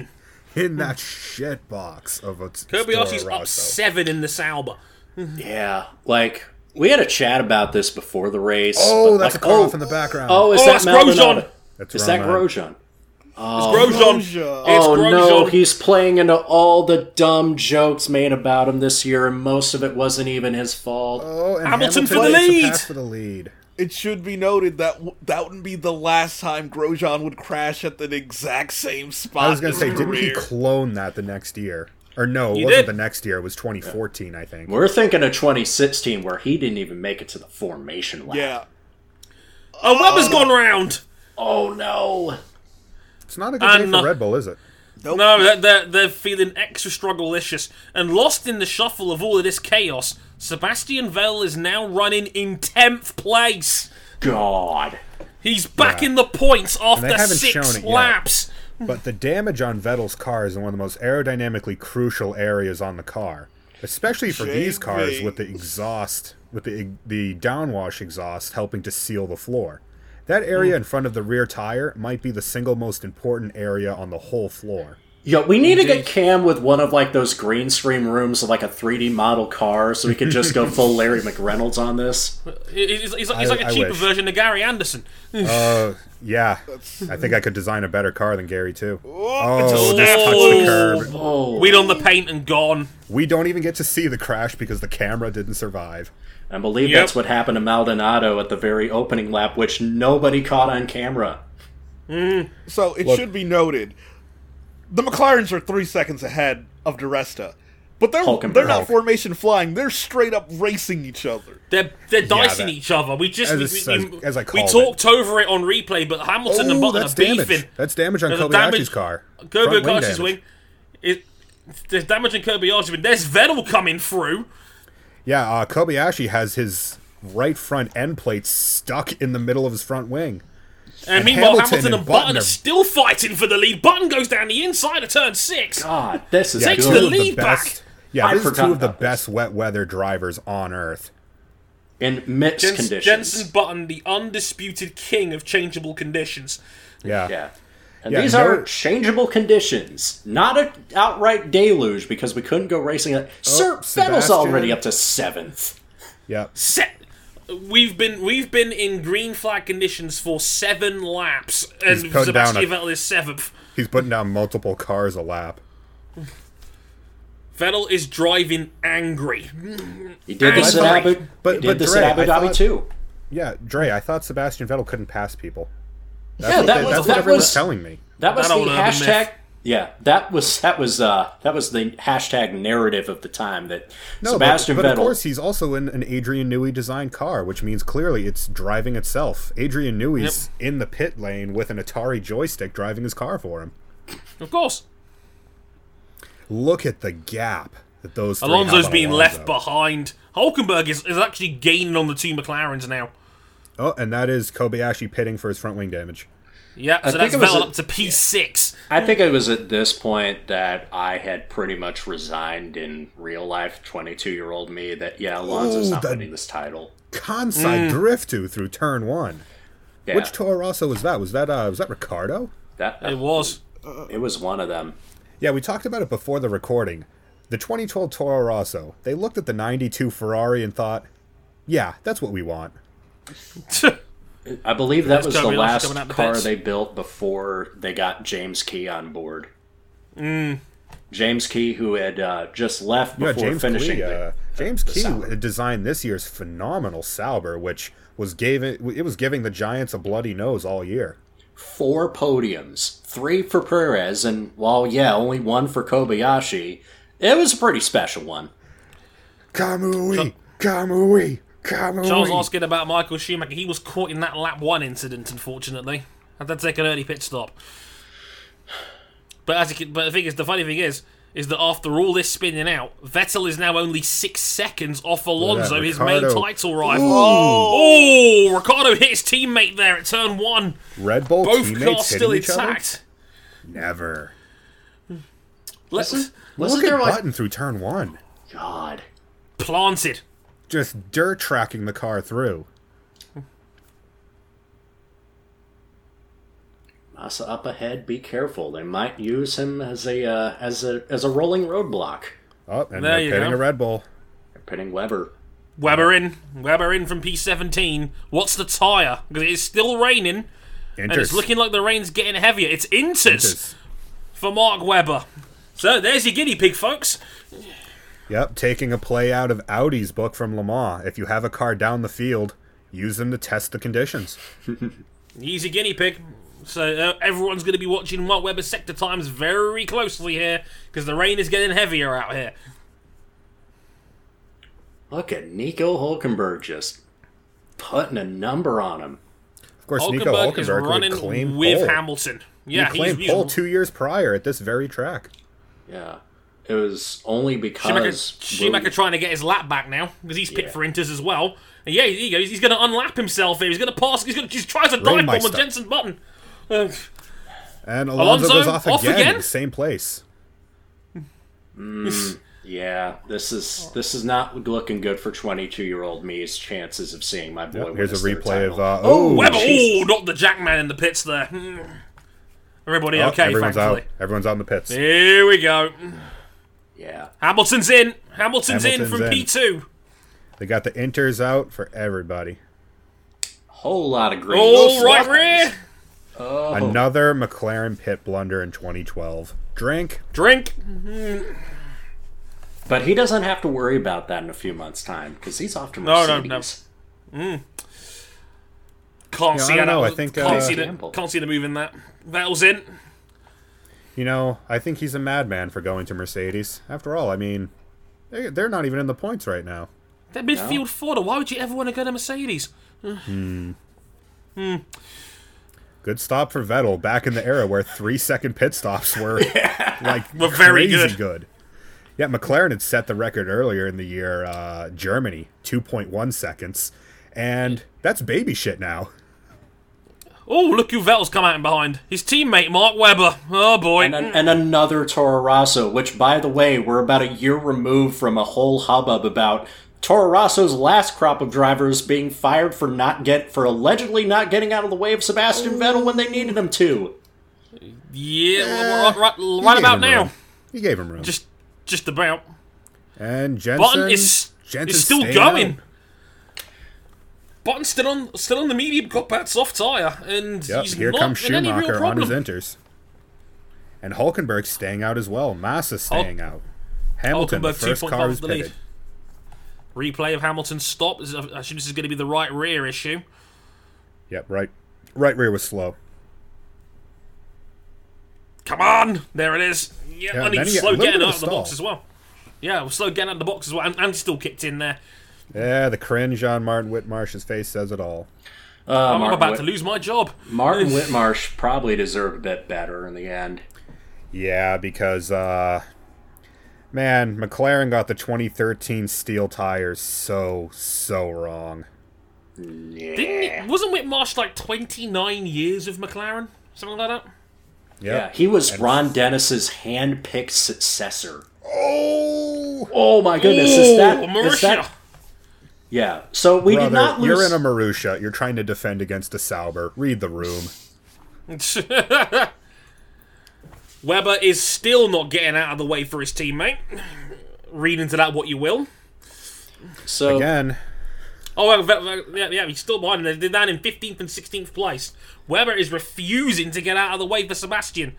B: Hmm.
E: In that shit box of a
C: Kobayashi's
E: Toro
C: up
E: Rosso.
C: seven in the Sauber.
B: Yeah, like we had a chat about this before the race.
E: Oh,
B: but,
E: that's
B: like,
E: a car
B: oh,
E: off in the background.
B: Oh, is
C: Oh,
B: that
C: that's Grosjean.
B: Maldonado?
E: That's
B: Is that
E: Roman.
B: Grosjean?
C: Grosjean. It's
F: Grosjean.
B: Oh
C: Grosjean.
B: no, he's playing into all the dumb jokes made about him this year, and most of it wasn't even his fault.
E: Oh, and
C: Hamilton for the
E: gets a
C: lead.
E: pass for the lead.
F: It should be noted that w- that wouldn't be the last time Grosjean would crash at the exact same spot.
E: I was going
F: Uh, in
E: to say,
F: his
E: didn't he
F: career.
E: clone that the next year? Or no,
C: He
E: it wasn't
C: did.
E: the next year. It was 2014, I think.
B: We're thinking of 2016 where he didn't even make it to the formation lap.
F: yeah,
C: A web has gone round.
B: Oh no.
E: It's not a good day
C: And, uh,
E: for Red Bull, is it?
C: No, they're, they're, they're feeling extra strugglelicious and lost in the shuffle of all of this chaos. Sebastian Vettel is now running in tenth place.
B: God.
C: He's back in the points after
E: they haven't shown
C: six
E: it yet.
C: laps.
E: But the damage on Vettel's car is in one of the most aerodynamically crucial areas on the car, especially for these cars
F: JV.
E: with the exhaust, with the the downwash exhaust helping to seal the floor. That
C: Hmm.
E: area in front of the rear tire might be the single most important area on the whole floor.
B: Yo, we need to get Cam with one of like those green screen rooms of like a 3D model car so we could just go full Larry McReynolds on this.
C: He's, he's, he's like
E: I- I
C: a cheaper
E: wish.
C: version of Gary Anderson.
E: Uh, yeah, I think I could design a better car than Gary too.
C: it's
E: Oh,
C: a
E: just touched the curb.
B: Oh.
C: Weed on the paint and gone.
E: We don't even get to see the crash because the camera didn't survive.
B: I believe
C: Yep.
B: that's what happened to Maldonado at the very opening lap, which nobody caught on camera.
F: So it should be noted, the McLarens are three seconds ahead of Duresta, but they're
B: Hulkenberg.
F: they're not
B: Hulk.
F: formation flying. They're straight up racing each other.
C: They're they're dicing
E: that-
C: each other. We just
E: as
C: we,
E: it
C: we-
E: says-
C: we-
E: as I
C: we
E: called it.
C: talked over it on replay, but Hamilton and
E: Oh,
C: Button
E: that's
C: are beefing.
E: damage. That's damage on
C: There's a
E: Kobayashi's car. Front wing
C: Kobayashi's
E: damage.
C: wing. It, there's damage in Kobayashi's wing. There's Vettel coming through.
E: Yeah, uh, Kobayashi has his right front end plate stuck in the middle of his front wing.
C: And, meanwhile,
E: Hamilton
C: Hamilton,
E: and
C: and,
E: Button
C: Button,
E: are-
C: are still fighting for the lead. Button goes down the inside of turn six.
B: God, Ah, this is
E: Yeah,
C: Takes
E: two
C: the
E: of
B: good.
C: lead back.
E: best. Yeah,
B: I
E: this is
B: forgot
E: two of the
B: about this.
E: best wet weather drivers on earth.
B: in mixed
C: Jens-
B: conditions.
C: Jensen Button, the undisputed king of changeable conditions.
E: Yeah.
B: Yeah. And
E: Yeah,
B: these
E: no-
B: are changeable conditions, not an outright deluge because we couldn't go racing. At- Sir, Vettel's
E: Oh, Sebastian.
B: already up to seventh.
E: yeah.
C: Set. We've been we've been in green flag conditions for seven laps, and
E: He's putting down
C: Sebastian
E: a-
C: Vettel is seventh.
E: He's putting down multiple cars a lap.
C: Vettel is driving angry.
B: He did this at
E: thought-
B: Abu.
E: but-
B: he
E: but
B: did this
E: Dre,
B: at Abu
E: I
B: Dhabi
E: thought-
B: too.
E: Yeah, Dre, I thought Sebastian Vettel couldn't pass people.
B: yeah,
E: That's
B: that,
E: what-
B: was,
E: that's what
B: that,
E: everyone
B: was,
E: was telling me.
B: that was
C: That old
B: the
C: urban
B: hashtag.
C: myth.
B: Yeah, that was that was uh, that was the hashtag narrative of the time that
E: No,
B: Sebastian
E: but, but of
B: Vettel.
E: course he's also in an Adrian Newey designed car, which means clearly it's driving itself. Adrian Newey's in the pit lane with an Atari joystick driving his car for him.
C: Of course,
E: Look at the gap that those three
C: Alonso's
E: have on
C: being
E: Alonso.
C: left behind. Hulkenberg is, is actually gaining on the two McLarens now.
E: Oh, and that is Kobayashi pitting for his front wing damage.
C: Yeah, so
B: think
C: that's
B: it was
C: Vettel
B: a-
C: up to P6.
B: I think it was at this point that I had pretty much resigned in real life, twenty-two-year-old me. That yeah, Alonso's
E: Ooh,
B: not
E: the-
B: winning this title.
E: Kansai drift to through turn one.
B: Mm. Yeah,
E: Which Toro Rosso was that? Was that uh, was that Ricardo?
B: that,
C: It was.
B: it was one of them.
E: Yeah, we talked about it before the recording. The 2012 Toro Rosso. They looked at the 92 Ferrari and thought, "Yeah, that's what we want."
B: I believe that
C: It's
B: was the
C: gotta be lots
B: last
C: coming out the
B: car
C: pits.
B: they built before they got James Key on board.
C: Mm.
B: James Key, who had uh, just left
E: Yeah,
B: before
E: James
B: finishing.
E: Key.
B: the-
E: Uh, James Key
B: Sauber.
E: designed this year's phenomenal Sauber, which was gave it, it was giving the Giants a bloody nose all year.
B: four podiums, three for Perez, and while yeah, only one for Kobayashi. It was a pretty special one.
E: Kamui, Kamui, Kamui.
C: Charles asking about Michael Schumacher. He was caught in that lap one incident, unfortunately. Had to take an early pit stop. But as you can, but the thing is, the funny thing is, is that after all this spinning out, Vettel is now only six seconds off Alonso, his main
E: Ricciardo.
C: title rival. Oh, Ricardo hit his teammate there at turn one.
E: Red Bull
C: Both
E: teammates
C: cars still
E: hitting each other?
C: intact.
E: Never.
C: Let's
B: Wasn't
E: Look at
B: there like
E: Button through turn one,
B: God?
C: planted.
E: just dirt tracking the car through.
B: Massa up ahead. Be careful. They might use him as a uh, as a as a rolling roadblock.
E: Oh, and
C: There
E: they're
C: you
E: pitting
C: go.
E: a Red Bull.
B: They're pitting Weber.
C: Weber in. Weber in from P17. What's the tyre? Because it is still raining, and
E: Enters.
C: it's looking like the rain's getting heavier. It's Inters
E: Enters.
C: for Mark Weber. So there's your guinea pig, folks.
E: Yep, taking a play out of Audi's book from Le Mans. If you have a car down the field, Use them to test the conditions.
C: He's a guinea pig. So uh, everyone's going to be watching Mark Webber's sector times very closely here because the rain is getting heavier out here.
B: Look at Nico Hulkenberg just putting a number on him.
E: Of course, Nico
C: Hulkenberg is
E: Hulkenberg would
C: running
E: claim
C: with
E: pole.
C: Hamilton.
E: He
C: Yeah,
E: claimed
C: he's,
E: pole
C: he's
E: two years prior at this very track.
B: Yeah. It was only
C: Schumacher,
B: because
C: Schumacher
B: Williams-
C: trying to get his lap back now because he's pit
B: Yeah.
C: for Inters as well. And yeah, he goes. He's going to unlap himself here. He's going to pass. He's going to just try to dive bomb on
E: Rainmeister.
C: Jensen Button. Uh,
E: And Alonso,
C: Alonso,
E: goes off,
C: off
E: again,
C: again?
E: same place.
B: Yeah, this is this is not looking good for 22-year-old me's chances of seeing my boy. win
E: Here's
B: his
E: a
B: third
E: replay of
B: title.
E: uh, oh,
C: Webber,
B: Jesus.
C: oh, not the Jackman in the pits there. Hmm. Everybody
E: Oh,
C: okay?
E: everyone's
C: thankfully.
E: out. Everyone's out in the pits.
C: Here we go.
B: yeah.
C: Hamilton's in. Hamilton's, in
E: Hamilton's
C: from
E: in.
C: P2.
E: They got the inters out for everybody.
B: Whole lot of green.
C: All right,
B: Those
C: rear.
E: Another McLaren pit blunder in 2012. Drink.
C: Drink.
B: But he doesn't have to worry about that in a few months' time because he's off to
C: No, no,
B: Mercedes.
C: no. Can't
E: Yeah,
C: see
E: I don't
C: that.
E: know. I think,
C: can't
E: uh,
C: see the
B: Campbell.
C: can't see the move in that. Vettel's in.
E: You know, I think he's a madman for going to Mercedes. After all, I mean, they- they're not even in the points right now.
C: That midfield fodder. Why would you ever want to go to Mercedes?
E: Good stop for Vettel back in the era where three second pit stops were like
C: Were very
E: crazy
C: good.
E: Yeah, McLaren had set the record earlier in the year, uh, Germany, 2.1 seconds. And that's baby shit now.
C: Oh, look who Vettel's come out in behind. His teammate Mark Webber. Oh boy.
B: And, uh, an, and another Toro Rosso, which, by the way, we're about a year removed from a whole hubbub about Toro Rosso's last crop of drivers being fired for not get for allegedly not getting out of the way of Sebastian Vettel when they needed him to.
C: yeah, right, right,
E: He
C: right
E: gave
C: about
E: him
C: now.
E: room. He gave him room.
C: Just, just about.
E: and Jensen,
C: Button is
E: Jensen
C: is still
E: stayed
C: going.
E: out.
C: Button's still on, still on the medium cut bad soft tire, and
E: Yep,
C: he's
E: here
C: not
E: comes
C: in any real
E: Schumacher on his
C: problem.
E: enters. And Hulkenberg staying out as well. Massa staying out. Hamilton, the
C: Hulkenberg two
E: first
C: point
E: car
C: five
E: is
C: the lead.
E: pitted.
C: Replay of Hamilton's stop. This is- I assume this is going to be the right rear issue.
E: Yep, right. Right rear was slow.
C: Come on, there it is. Yeah,
E: Yeah,
C: and
E: and then
C: he's
E: he-
C: slow
E: a little
C: getting
E: bit
C: out
E: of
C: of the
E: stall.
C: box as well. Yeah, slow getting out of the box as well, and, and still kicked in there.
E: Yeah, the cringe on Martin Whitmarsh's face says it all.
B: Uh,
C: I'm
B: Martin,
C: about
B: Whit-
C: to lose my job.
B: Martin Whitmarsh probably deserved a bit better in the end.
E: Yeah, because uh man, McLaren got the 2013 steel tires so so wrong.
C: Didn't it, wasn't Whitmarsh like 29 years of McLaren, something like that?
B: Yeah, he was Ron Dennis's hand-picked successor.
E: Oh,
B: Oh my goodness, is that, is that
C: Mauricio.
B: Yeah, so we
E: brother,
B: did not lose.
E: you're in a Marusha. You're trying to defend against a Sauber. Read the room.
C: Weber is still not getting out of the way for his teammate. Read into that what you will.
B: so
E: Again,
C: Oh, well, Ve- Ve- yeah, yeah, he's still behind. They're down in 15th and 16th place. Weber is refusing to get out of the way for Sebastian.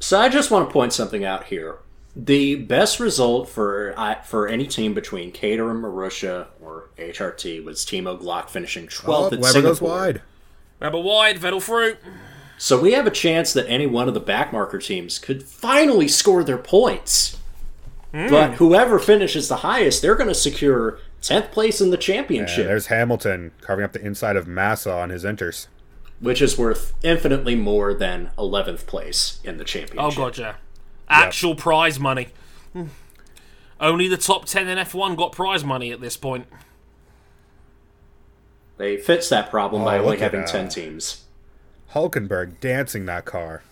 B: So I just want to point something out here. The best result for I for any team between Cater and Marussia or HRT was Timo Glock finishing 12th
E: oh,
B: at
E: Weber
B: Singapore.
E: goes wide.
C: Weber wide, Vettel through.
B: So we have a chance that any one of the backmarker teams could finally score their points.
C: Hmm.
B: But whoever finishes the highest, they're going to secure 10th place in the
E: Yeah,
B: championship,
E: there's Hamilton carving up the inside of Massa on his enters.
B: which is worth infinitely more than 11th place in the championship.
C: Oh, God, yeah. Actual prize money. Hmm. Only the top 10 in F1 got prize money at this point.
B: They fix that problem by
E: Oh,
B: only
E: look at
B: having
E: that.
B: 10 teams.
E: Hulkenberg dancing that car.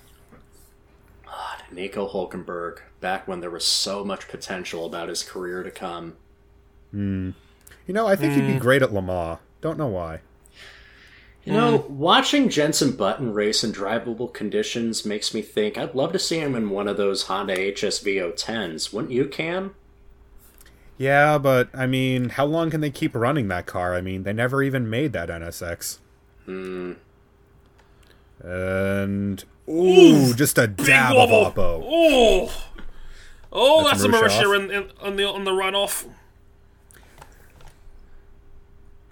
B: Nico Hulkenberg, back when there was so much potential about his career to come.
E: You know, I think he'd be
B: Mm.
E: great at Lamar. Don't know why.
C: Mm.
B: You know, watching Jensen Button race in drivable conditions makes me think I'd love to see him in one of those Honda HSV 010s, wouldn't you, Cam?
E: Yeah, but I mean, how long can they keep running that car? I mean, they never even made that NSX. And ooh, just a dab of Oppo.
C: Oh, oh, that's,
E: That's
C: a
E: Marussia
C: Marisha in,
E: off.
C: in, on the on the run off.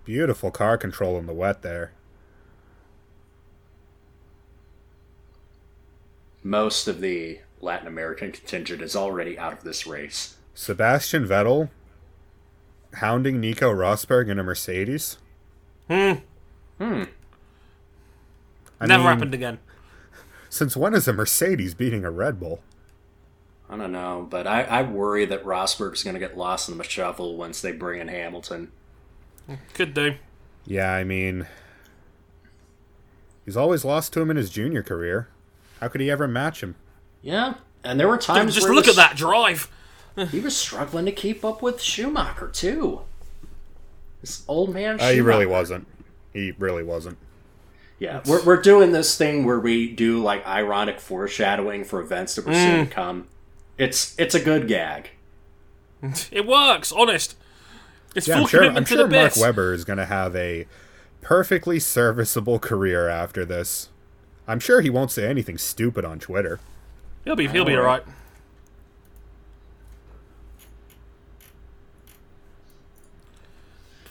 E: Beautiful car control in the wet there.
B: Most of the Latin American contingent is already out of this race.
E: Sebastian Vettel hounding Nico Rosberg in a Mercedes. Hmm. Hmm.
C: Never happened again.
E: Since when is a Mercedes beating a Red Bull?
B: I don't know, but I, I worry that Rosberg's going to get lost in the shuffle once they bring in Hamilton.
C: Could do.
E: Yeah, I mean, he's always lost to him in his junior career. How could he ever match him?
B: Yeah, and there were times
C: Just
B: where
C: look
B: he
C: at
B: was-
C: that drive.
B: He was struggling to keep up with Schumacher too. This old man.
E: Uh, he really
B: Schumacher.
E: wasn't. He really wasn't.
B: Yeah, we're, we're doing this thing where we do like ironic foreshadowing for events that were soon
E: Mm.
B: to come. It's it's a good gag.
C: It works, honest. It's
E: Yeah,
C: full
E: I'm sure. I'm
C: commitment to
E: sure
C: the
E: Mark
C: bits.
E: Webber is going to have a perfectly serviceable career after this. I'm sure he won't say anything stupid on Twitter.
C: He'll be he'll be all right.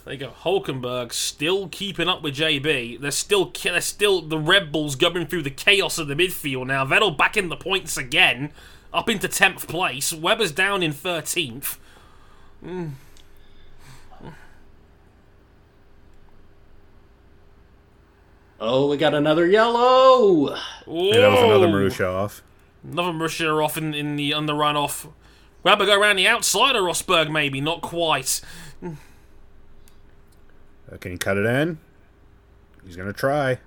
C: There you go. Hulkenberg still keeping up with JB. They're still ki- they're still the Red Bulls going through the chaos of the midfield now. Vettel back in the points again, up into tenth place. Webber's down in thirteenth.
B: Oh, we got another yellow.
E: Yeah, that was another Marusha off.
C: Another Marussia off in, in the on the runoff. Webber go around the outside of Rosberg maybe, not quite.
E: Uh, can he cut it in? He's going to try.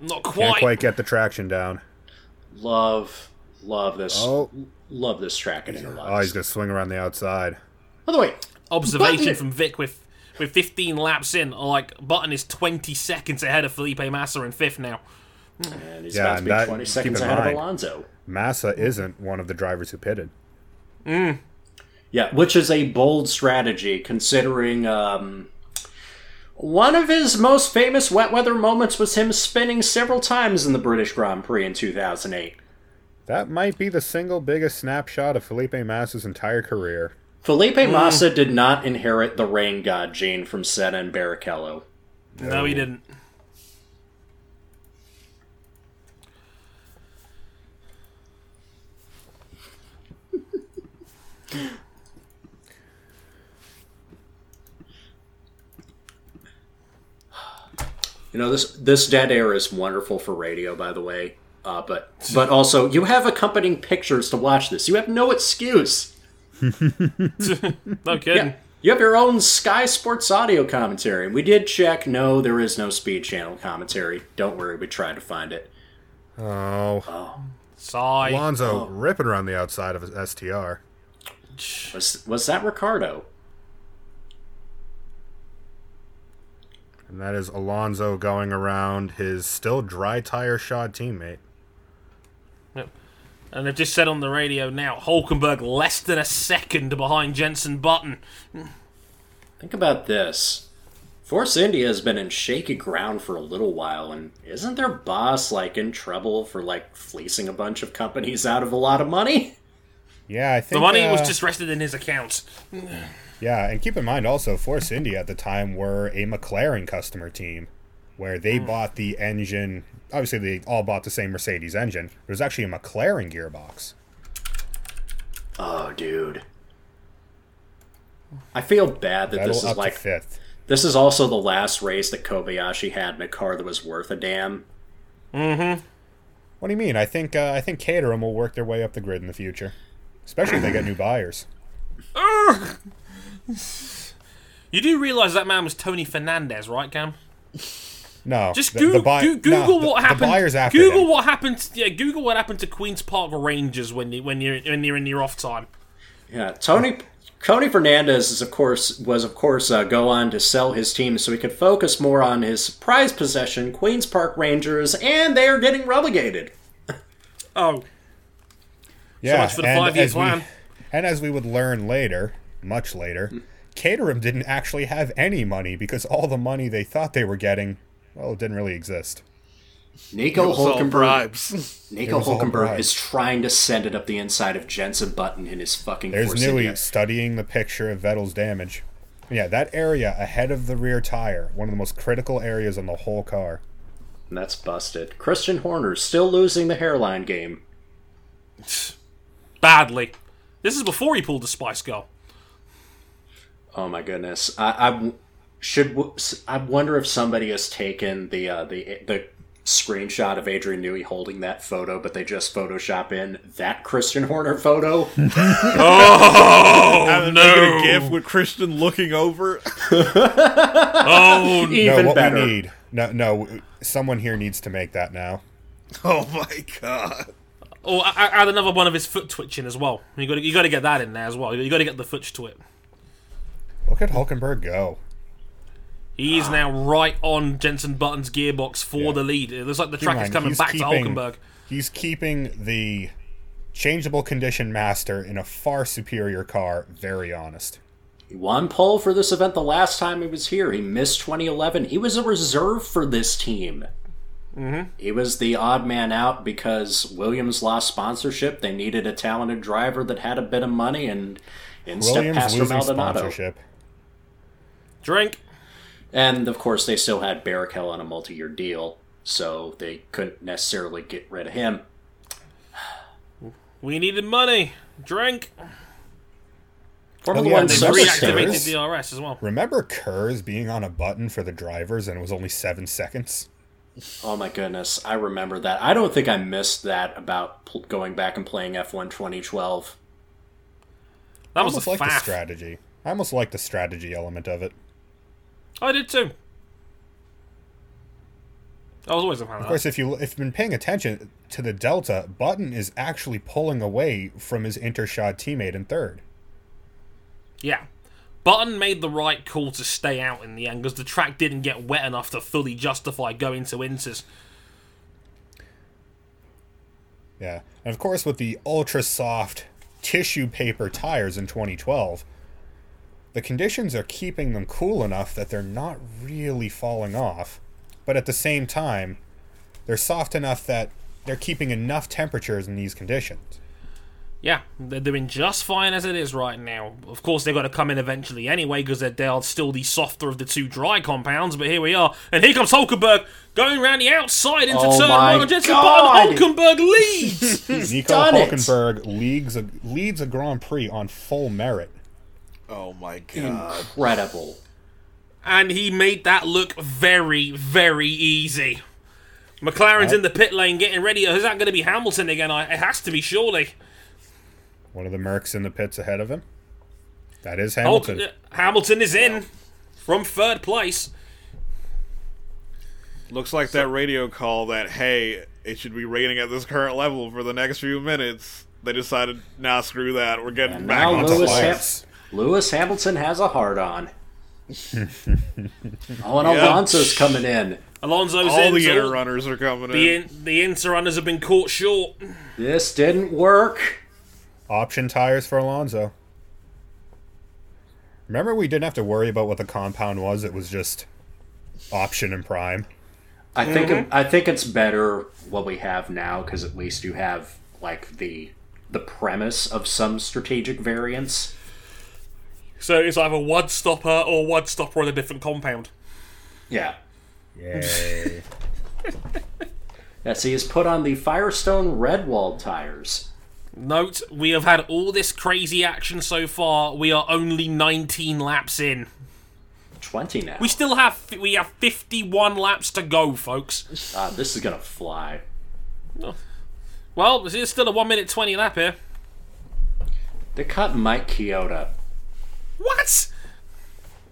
C: Not
E: Can't
C: quite.
E: quite get the traction down.
B: Love, love this.
E: Oh,
B: Love this track in our
E: oh
B: lives.
E: he's going to swing around the outside.
B: By the way,
C: observation
B: Button-
C: from Vic with with 15 laps in. Like Button is 20 seconds ahead of Felipe Massa in fifth now.
B: and he's
E: Yeah,
B: about to
E: and
B: be
E: that-
B: 20
E: keep
B: seconds
E: in
B: ahead of
E: mind.
B: Alonso.
E: Massa isn't one of the drivers who pitted.
B: Yeah, which is a bold strategy considering um, one of his most famous wet weather moments was him spinning several times in the British Grand Prix in 2008.
E: That might be the single biggest snapshot of Felipe Massa's entire career.
B: Felipe Massa did not inherit the rain god gene from Senna and Barrichello.
C: No, he didn't.
B: You know this this dead air is wonderful for radio, by the way. Uh, but but also you have accompanying pictures to watch this. You have no excuse.
C: No kidding.
B: Yeah. You have your own Sky Sports audio commentary. We did check. No, there is no Speed Channel commentary. Don't worry, we tried to find it.
E: Oh,
C: Sigh.
E: Alonso ripping around the outside of his STR.
B: Was was that Ricardo?
E: And that is Alonso going around his still dry tire shod teammate.
C: And they've just said on the radio now, Hulkenberg less than a second behind Jensen Button.
B: Think about this. Force India has been in shaky ground for a little while, and isn't their boss like in trouble for like fleecing a bunch of companies out of a lot of money?
E: Yeah, I think
C: The money was
E: uh,
C: just rested in his account.
E: Yeah, and keep in mind also, Force India at the time were a McLaren customer team, where
C: Mm.
E: they bought the engine. Obviously, they all bought the same Mercedes engine. It was actually a McLaren gearbox.
B: Oh, dude. I feel bad that
E: Vettel
B: this is
E: up
B: like
E: to fifth.
B: This is also the last race that Kobayashi had in a car that was worth a damn.
E: What do you mean? I think uh, I think Caterham will work their way up the grid in the future, especially if they get new buyers.
C: You do realise that man was Tony Fernandez, right, Cam?
E: No,
C: Just
E: the-
C: Google,
E: the buy-
C: Goo-
E: no,
C: Google
E: the-
C: what
E: the
C: happened.
E: buyers after
C: Google
E: them.
C: what happened. To, yeah, Google what happened to Queens Park Rangers when you when you're when you're in your off time.
B: Yeah, Tony Tony Fernandez is of course was of course uh, go on to sell his team so he could focus more on his prize possession, Queens Park Rangers, and they are getting relegated.
C: Oh,
E: Yeah,
C: much for the
E: and
C: five-year
E: as we-
C: plan. Hmm.
E: and as we would learn later, much later, Caterham didn't actually have any money because all the money they thought they were getting, well, it didn't really exist.
B: Nico
F: It's all
B: Hulkenberg,
F: bribes.
B: Nico
E: was all
B: Hulkenberg
E: bribes.
B: is trying to send it up the inside of Jensen Button in his fucking
E: There's
B: Force
E: Nui
B: India.
E: studying the picture of Vettel's damage. Yeah, that area ahead of the rear tire, one of the most critical areas on the whole car.
B: And that's busted. Christian Horner's still losing the hairline game.
C: Badly. This is before he pulled the Spice Girl.
B: Oh my goodness. I, I w- should. W- s- I wonder if somebody has taken the uh, the the screenshot of Adrian Newey holding that photo, but they just Photoshop in that Christian Horner photo.
C: Oh
F: And then making a gif with Christian looking over.
C: Oh no.
E: No,
B: Even
E: what
B: better.
E: we need. No, no, someone here needs to make that now.
F: Oh my god.
C: Oh, I, I add another one of his foot twitching as well. You got to you got to get that in there as well. You got to get the foot twit.
E: Look at Hulkenberg go.
C: He is now right on Jensen Button's gearbox for the lead. It looks like the
E: Keep in
C: track is
E: mind,
C: coming
E: he's
C: back
E: keeping-
C: to Hulkenberg.
E: He's keeping the changeable condition master in a far superior car. Very honest.
B: One pole for this event the last time he was here. He missed 2011. He was a reserve for this team. Mm-hmm. He was the odd man out because Williams lost sponsorship. They needed a talented driver that had a bit of money, and in stepped
E: Williams
B: Pastor
E: losing
B: Maldonado.
E: sponsorship.
C: Drink.
B: And of course, they still had Barrichello on a multi year deal, so they couldn't necessarily get rid of him.
C: We needed money. Drink.
B: Formula
E: Oh, yeah,
B: One
E: they
C: They've
B: service
C: reactivated
B: standards.
C: DRS as well.
E: Remember Kurz being on a button for the drivers and it was only seven seconds?
B: Oh my goodness, I remember that. I don't think I missed that about pl- going back and playing F1 2012.
C: That
E: I
C: was a
E: almost like the
C: faff.
E: strategy. I almost like the strategy element of it.
C: I did too. I was always a fan of
E: Of
C: that.
E: course, if you if you've been paying attention to the delta, Button is actually pulling away from his intershot teammate in third.
C: Yeah. Button made the right call to stay out in the end because the track didn't get wet enough to fully justify going to Inters.
E: Yeah, and of course, with the ultra soft tissue paper tires in 2012, the conditions are keeping them cool enough that they're not really falling off, but at the same time, they're soft enough that they're keeping enough temperatures in these conditions.
C: Yeah, they're doing just fine as it is right now. Of course, they've got to come in eventually anyway because they're, they are still the softer of the two dry compounds, but here we are. And here comes Hulkenberg going round the outside into
B: Oh
C: turn
B: my
C: one. on Jensen
B: God!
C: Button. Hulkenberg leads!
E: Nico
B: done it!
E: Hulkenberg leads a, leads a Grand Prix on full merit.
F: Oh my god.
B: Incredible.
C: and he made that look very, very easy. McLaren's in the pit lane getting ready. Is that going to be Hamilton again? I, it has to be, surely.
E: One of the Mercs in the pits ahead of him. That
B: Oh,
E: is
C: Hulk-
E: Hamilton.
C: uh, Hamilton is in from third place.
F: Looks like that radio call that hey, it should be raining at this current level for the next few minutes. They decided, nah, screw that. We're getting
B: And
F: back
B: now
F: on
B: Lewis,
F: track.
E: lights.
B: Ham- Lewis Hamilton has a hard on. oh, and
F: Yeah.
B: Alonso's coming in.
C: Alonso's
F: All
C: in.
F: the
C: so
F: inner runners are coming
C: the,
F: in.
C: in, the Inter runners have been caught short.
B: This didn't work.
E: Option tires for Alonso. Remember, we didn't have to worry about what the compound was. It was just option and prime.
B: I think it- I think it's better what we have now because at least you have like the the premise of some strategic variance.
C: So it's either one stopper or one stopper on a different compound.
B: Yeah.
E: Yay.
B: Yes, he has put on the Firestone Redwall tires.
C: Note, we have had all this crazy action so far. We are only 19 laps in.
B: Twenty now.
C: We still have fi- we have 51 laps to go, folks.
B: Ah, this is gonna fly.
C: Well, there's still a 1 minute 20 lap here.
B: They cut Mike Kyoto.
C: What?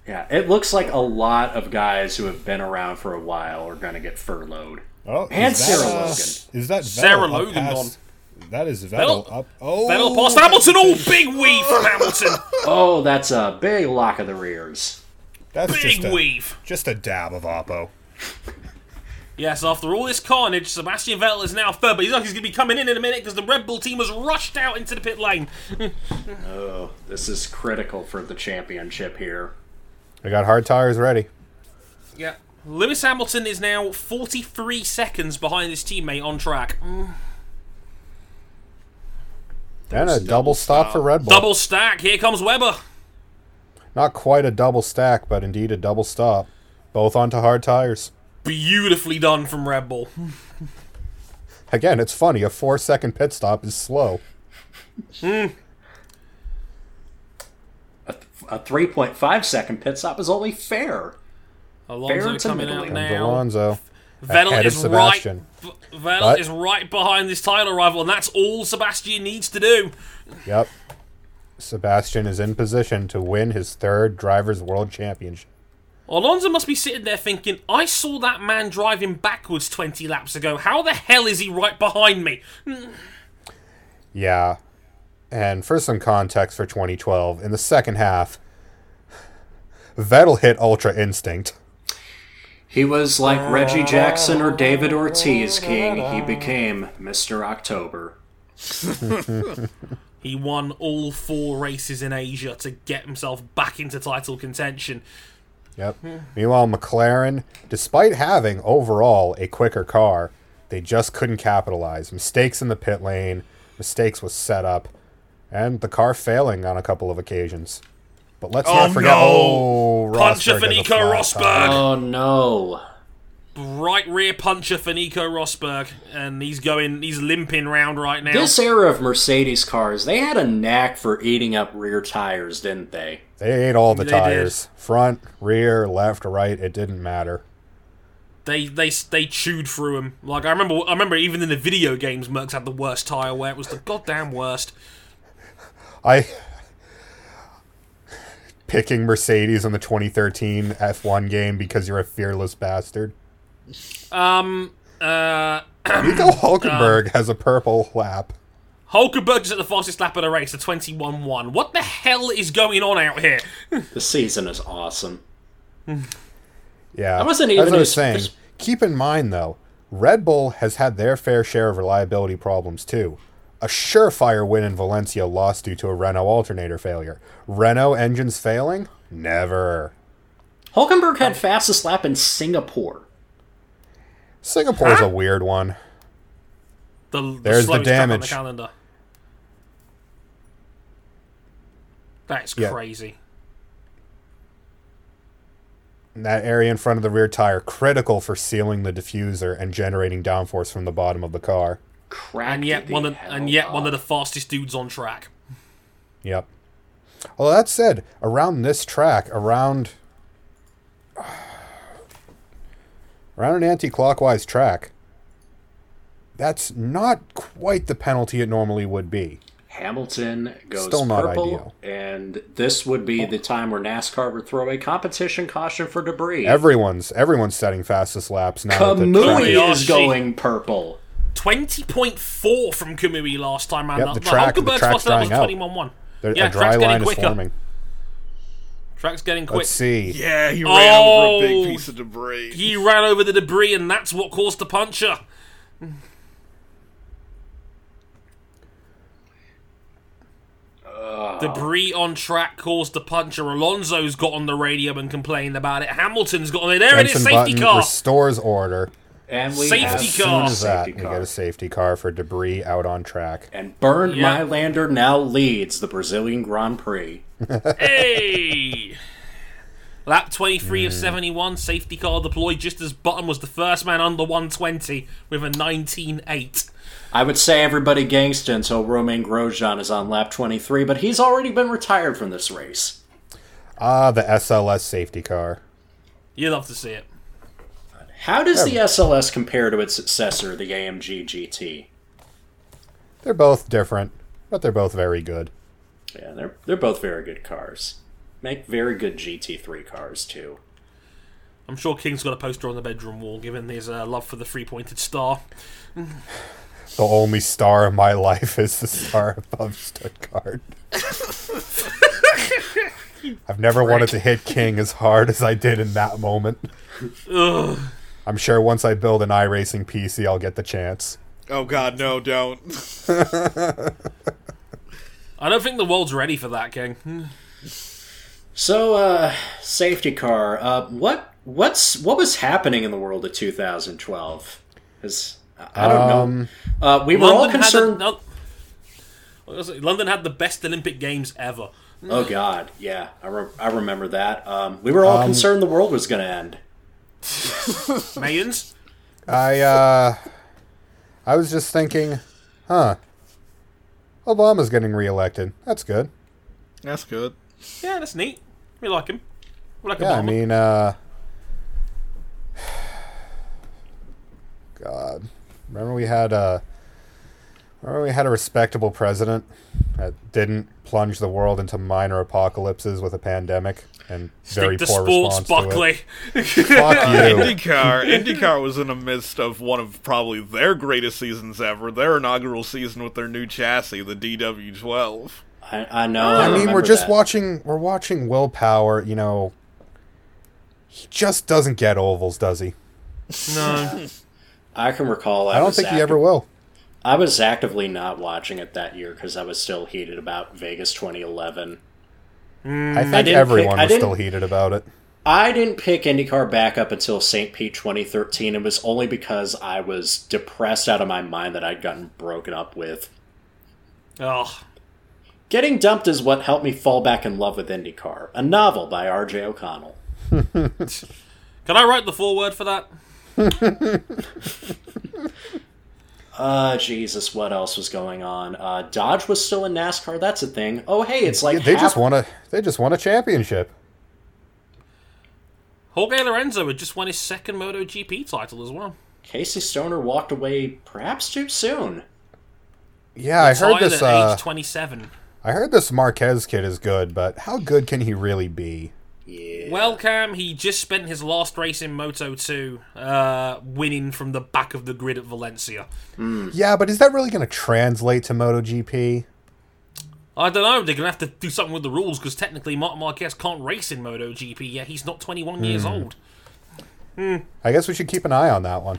B: Yeah, it looks like a lot of guys who have been around for a while are gonna get furloughed.
E: Oh,
B: And
E: is that,
B: Sarah
E: uh,
B: Logan.
E: Is that Vettel
C: Sarah
E: up
C: Logan
E: past- That is Vettel,
C: Vettel-
E: up. Oh,
C: Battle past Hamilton, Oh, all big weave from Hamilton.
B: Oh, that's a big lock of the rears.
E: That's
C: Big
E: just a,
C: weave.
E: just a dab of Oppo.
C: Yes, after all this carnage, Sebastian Vettel is now third, but he's like he's going to be coming in in a minute because the Red Bull team has rushed out into the pit lane.
B: Oh, this is critical for the championship here.
E: I got hard tires ready.
C: Yeah. Lewis Hamilton is now 43 seconds behind his teammate on track.
E: And a double stop for Red Bull.
C: Double stack. Here comes Webber.
E: Not quite a double stack, but indeed a double stop. Both onto hard tires.
C: Beautifully done from Red Bull.
E: Again, it's funny. A four second pit stop is slow.
B: A 3.5 second pit stop is only fair.
C: Alonso
B: Fair to
C: coming out
B: middling.
E: And
C: now.
E: Alonso.
C: Vettel
E: ahead of
C: is right.
E: Sebastian.
C: V- Vettel
E: But-
C: is right behind this title rival, and that's all Sebastian needs to do.
E: Yep. Sebastian is in position to win his third Drivers' World Championship.
C: Alonso must be sitting there thinking, "I saw that man driving backwards 20 laps ago. How the hell is he right behind me?"
E: Yeah. And for some context for 2012, in the second half, Vettel hit Ultra Instinct.
B: He was like Reggie
C: Ah.
B: Jackson or David Ortiz King. He became Mr. October.
C: He won all four races in Asia to get himself back into title contention.
E: Yep.
F: Hmm.
E: Meanwhile, McLaren, despite having overall a quicker car, they just couldn't capitalize. Mistakes in the pit lane, mistakes with setup, and the car failing on a couple of occasions. But let's not
F: Oh,
E: forget.
F: no.
E: Oh,
C: Puncher for
E: Rosberg has a
C: Nico
E: flat
C: Rosberg.
E: tire.
B: Oh no.
C: Right rear puncher for Nico Rosberg, and he's going, he's limping round right now.
B: This era of Mercedes cars, they had a knack for eating up rear tires, didn't they?
E: They ate all the
C: They did.
E: tires front, rear, left, right. It didn't matter.
C: they they they chewed through him. Like I remember, I remember even in the video games, Mercs had the worst tire wear. It was the goddamn worst.
E: I picking Mercedes in the 2013 F1 game because you're a fearless bastard. Um. Uh. Nico Hulkenberg has a purple lap.
C: Hulkenberg is at the fastest lap of the race, a twenty-one-one. What the hell is going on out here?
B: The season is awesome.
E: Yeah, I
B: wasn't
E: That's
B: even
E: what I was
B: as-
E: saying.
B: as-
E: Keep in mind though, Red Bull has had their fair share of reliability problems too. A surefire win in Valencia lost due to a Renault alternator failure. Renault engines failing? Never.
B: Hulkenberg had fastest lap in Singapore.
E: Singapore's a weird one.
C: The, the
E: There's the
C: slowest track on
E: damage.
C: the calendar. That's
E: Yeah.
C: crazy.
E: That area in front of the rear tire critical for sealing the diffuser and generating downforce from the bottom of the car.
B: Crack
C: And yet one, of, and yet one of the fastest dudes on track.
E: Yep. Well, that said, around this track, around around an anti-clockwise track, that's not quite the penalty it normally would be.
B: Hamilton goes
E: Still not
B: purple, and this would be the time where NASCAR would throw a competition caution for debris.
E: Everyone's everyone's setting fastest laps now. at the track.
B: Kamui is
C: Kobayashi.
B: going purple.
C: Twenty point four from Kumui last time round.
E: Yep,
C: That-
E: the
C: that
E: track- the
C: Hulkenberg's
E: track's
C: fastest lap was
E: drying out.
C: twenty-one-one.
E: There-
C: Yeah,
E: a dry
C: track's
E: line
C: getting
E: is
C: quicker.
E: forming.
C: Track's getting quick.
E: Let's see.
F: Yeah, he ran over a
C: Oh.
F: big piece of debris.
C: He ran over the debris, and that's what caused the puncture. Debris on track caused the puncture. Alonso's got on the radio and complained about it. Hamilton's got on it. There it is,
E: Jensen
C: safety
E: Button
C: car.
E: restores order.
B: And we
C: Safety
B: have
E: As
C: car.
E: soon as that, we
B: Safety car.
E: get a safety car for debris out on track.
B: And Bernd
C: Yeah.
B: Mylander now leads the Brazilian Grand Prix.
C: hey! Lap 23 of 71, safety car deployed just as Button was the first man under 120 with a 19.8.
B: I would say everybody gangsta until Romain Grosjean is on lap 23, but he's already been retired from this race.
E: Ah, the SLS safety car.
C: You'd love to see it.
B: How does the SLS compare to its successor, the AMG GT?
E: They're both different, but they're both very good.
B: Yeah, they're they're both very good cars. Make very good GT3 cars too.
C: I'm sure King's got a poster on the bedroom wall given his uh, love for the three pointed star.
E: The only star of my life is the star above Stuttgart. I've never wanted to hit King as hard as I did in that moment. I'm sure once I build an iRacing PC, I'll get the chance.
F: Oh god, no, don't.
C: I don't think the world's ready for that, King.
B: So, uh, safety car. Uh, what what's what was happening in the world of 2012? Because I don't
E: Um,
B: know. Uh, we were all
C: had
B: concerned.
C: the, no- What was it? London had the best Olympic Games ever.
B: Oh God, yeah, I, re- I remember that. Um, we were all concerned the world was going to end.
C: Mayans?
E: I uh I was just thinking, huh. Obama's getting reelected. That's good.
F: That's good.
C: Yeah, that's neat. We like him. We like
E: Yeah,
C: Obama.
E: I mean uh God. Remember we had a remember we had a respectable president that didn't plunge the world into minor apocalypses with a pandemic and very
C: Stick to
E: poor
C: sports,
E: response to it.
C: Buckley.
E: Fuck you.
F: IndyCar. IndyCar was in the midst of one of probably their greatest seasons ever. Their inaugural season with their new chassis, the DW12.
B: I, I know.
E: I mean, we're
B: remember
E: just
B: that.
E: watching. We're watching willpower. You know, he just doesn't get ovals, does he?
C: No.
B: I can recall. I,
E: I don't
B: was
E: think he
B: active-
E: ever will.
B: I was actively not watching it that year because I was still heated about Vegas 2011.
E: I think
B: didn't pick-
E: everyone
B: Mm, I
E: was still
B: didn't-
E: heated about it.
B: I didn't pick IndyCar back up until St. Pete 2013. It was only because I was depressed out of my mind that I'd gotten broken up with.
C: Oh.
B: Getting dumped is what helped me fall back in love with IndyCar, a novel by R.J. O'Connell.
C: Can I write the foreword for that?
B: Uh, Jesus, what else was going on? Uh, Dodge was still in NASCAR. That's a thing. Oh, hey, it's like
E: They
B: half-
E: just won a. They just won a championship.
C: Jorge Lorenzo had just won his second MotoGP title as well.
B: Casey Stoner walked away perhaps too soon.
E: Yeah, I heard
C: Retired at
E: this. Uh,
C: age 27.
E: I heard this Marquez kid is good, but how good can he really be?
B: Yeah.
C: Well, Cam, he just spent his last race in Moto 2 uh, winning from the back of the grid at Valencia.
E: Yeah, but is that really going to translate to MotoGP?
C: I don't know, they're going to have to do something with the rules because technically Martin Marquez can't race in MotoGP yet. He's not
E: Hmm.
C: 21 years old.
E: I guess we should keep an eye on that one.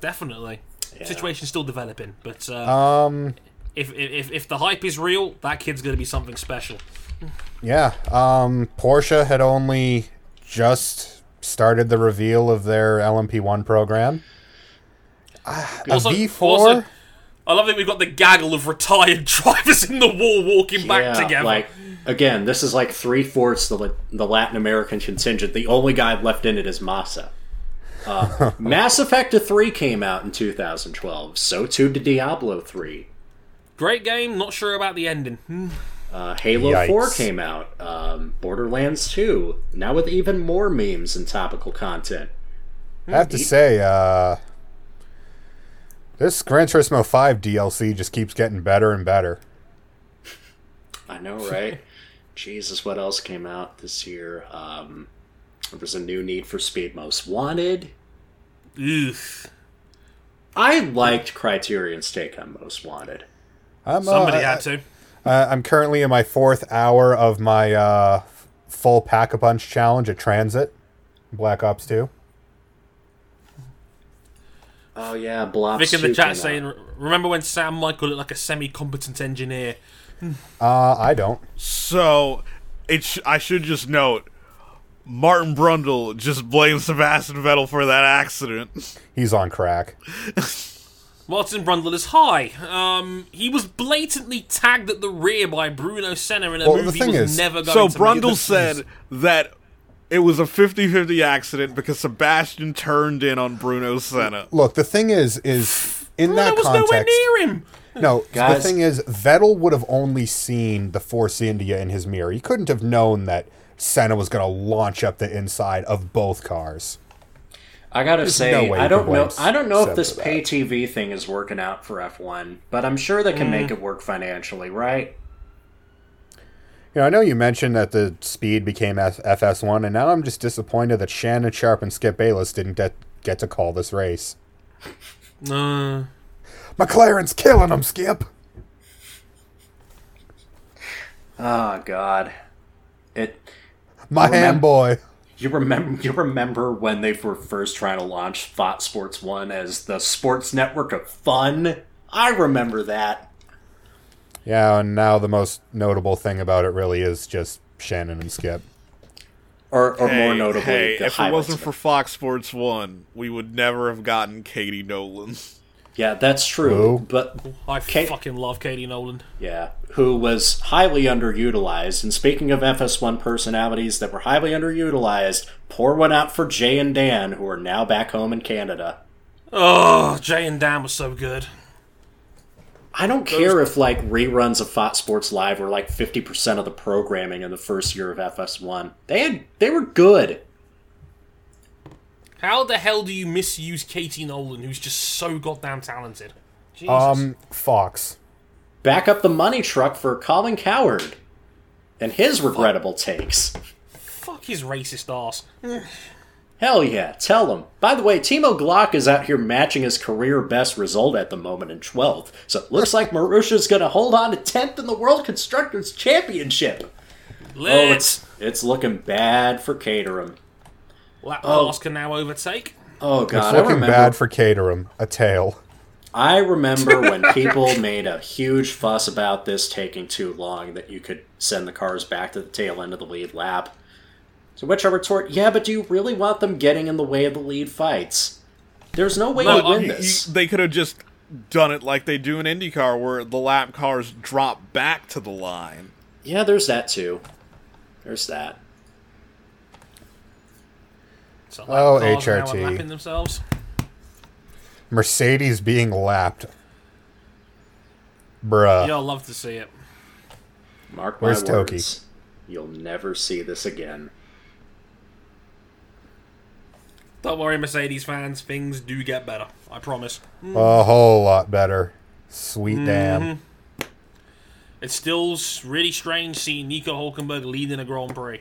C: Definitely.
B: Yeah.
C: Situation's still developing, but uh,
E: Um,
C: if, if, if the hype is real, that kid's going to be something special.
E: Yeah. Um, Porsche had only just started the reveal of their LMP1 program. Ah, a
C: Also-
E: V4?
C: also- hmm, I love that we've got the gaggle of retired drivers in the wall walking back
B: Yeah,
C: together.
B: Like again, this is like three fourths the La- the Latin American contingent. The only guy left in it is Massa. Uh, Mass Effect 3 came out in 2012. So too did Diablo 3.
C: Great game, not sure about the ending. Hmm.
B: Uh, Halo
E: Yikes.
B: 4 came out. Um, Borderlands 2. Now with even more memes and topical content.
E: I have to say, uh, this Gran Turismo 5 DLC just keeps getting better and better.
B: I know, right? Jesus, what else came out this year? Um, there was a new Need for Speed Most Wanted.
C: Oof.
B: I liked Criterion's take on Most Wanted.
E: I'm, uh,
C: Somebody
E: I-
C: had to.
E: I- Uh, I'm currently in my fourth hour of my uh, f- full pack a punch challenge at Transit, Black Ops 2.
B: Oh yeah, Blob.
C: Vic in the
B: Soup
C: chat
B: and, uh,
C: saying, "Remember when Sam Michael looked like a semi-competent engineer?"
E: Uh, I don't.
F: So, it sh- I should just note, Martin Brundle just blames Sebastian Vettel for that accident.
E: He's on crack.
C: Martin Brundle is high. Um, he was blatantly tagged at the rear by Bruno Senna in a
E: Well, the
C: movie he
E: thing
C: was
E: is-
C: never going
F: So
C: to
F: Brundle
C: make.
F: said that it was a 50-50 accident because Sebastian turned in on Bruno Senna.
E: Look, the thing is, is in
C: Bruno
E: that
C: Oh, was
E: context.
C: nowhere near him.
E: No,
B: Guys-
E: the thing is, Vettel would have only seen the Force India in his mirror. He couldn't have known that Senna was going to launch up the inside of both cars.
B: I gotta say,
E: no way
B: I
E: you
B: don't
E: can
B: know.
E: blame
B: I don't know
E: Seb
B: if this
E: for that.
B: pay TV thing is working out for F one, but I'm sure they can make it work financially, right?
E: You know, I know you mentioned that the speed became F- FS1, and now I'm just disappointed that Shannon Sharp and Skip Bayless didn't get, get to call this race.
C: No.
E: McLaren's killing them, Skip.
B: Oh God, it.
E: My ham boy.
B: You remember? You remember when they were first trying to launch Fox Sports One as the sports network of fun? I remember that.
E: Yeah, and now the most notable thing about it really is just Shannon and Skip.
B: Or, or more
F: Hey,
B: notably,
F: hey,
B: the
F: if it
B: highlights
F: wasn't
B: of
F: for Fox Sports One, we would never have gotten Katie Nolan.
B: Yeah, that's true.
E: Who?
B: But
C: I
B: Kate-
C: fucking love Katie Nolan.
B: yeah, who was highly underutilized. And speaking of FS1 personalities that were highly underutilized, pour one out for Jay and Dan, who are now back home in Canada.
C: Oh, Jay and Dan was so good.
B: I don't care if like reruns of Fox Sports Live were like fifty percent of the programming in the first year of FS1. They had they were good.
C: How the hell do you misuse Katie Nolan, who's just so goddamn talented? Jesus.
E: Um, Fox.
B: Back up the money truck for Colin Coward and his regrettable takes.
C: Fuck his racist ass.
B: Hell yeah, tell him. By the way, Timo Glock is out here matching his career best result at the moment in 12th, so it looks like Marusha's gonna hold on to 10th in the World Constructors Championship. Oh,
C: Let's
B: it's it's looking bad for Caterham.
C: let
B: oh.
C: Lars can now overtake.
B: Oh god,
E: It's
B: I
E: looking
B: remember
E: bad for Caterham. A tail.
B: I remember when people made a huge fuss about this taking too long that you could send the cars back to the tail end of the lead lap. To which I retort, yeah, but do you really want them getting in the way of the lead fights? There's no um, way
C: No,
B: to win
C: you-
B: this.
F: They could have just done it like they do in IndyCar, where the lap cars drop back to the line.
B: Yeah, there's that too. There's that.
C: So
E: Oh,
C: Lars now are
E: HRT.
C: lapping themselves.
E: Mercedes being lapped. Bruh.
C: Yeah, I love to see it.
B: Mark
E: Where's
B: my
E: Toki?
B: words. You'll never see this again.
C: Don't worry, Mercedes fans. Things do get better. I promise.
E: A whole lot better. Sweet
B: Mm-hmm.
E: damn.
C: It's still s- really strange seeing Nico Hulkenberg leading a Grand Prix.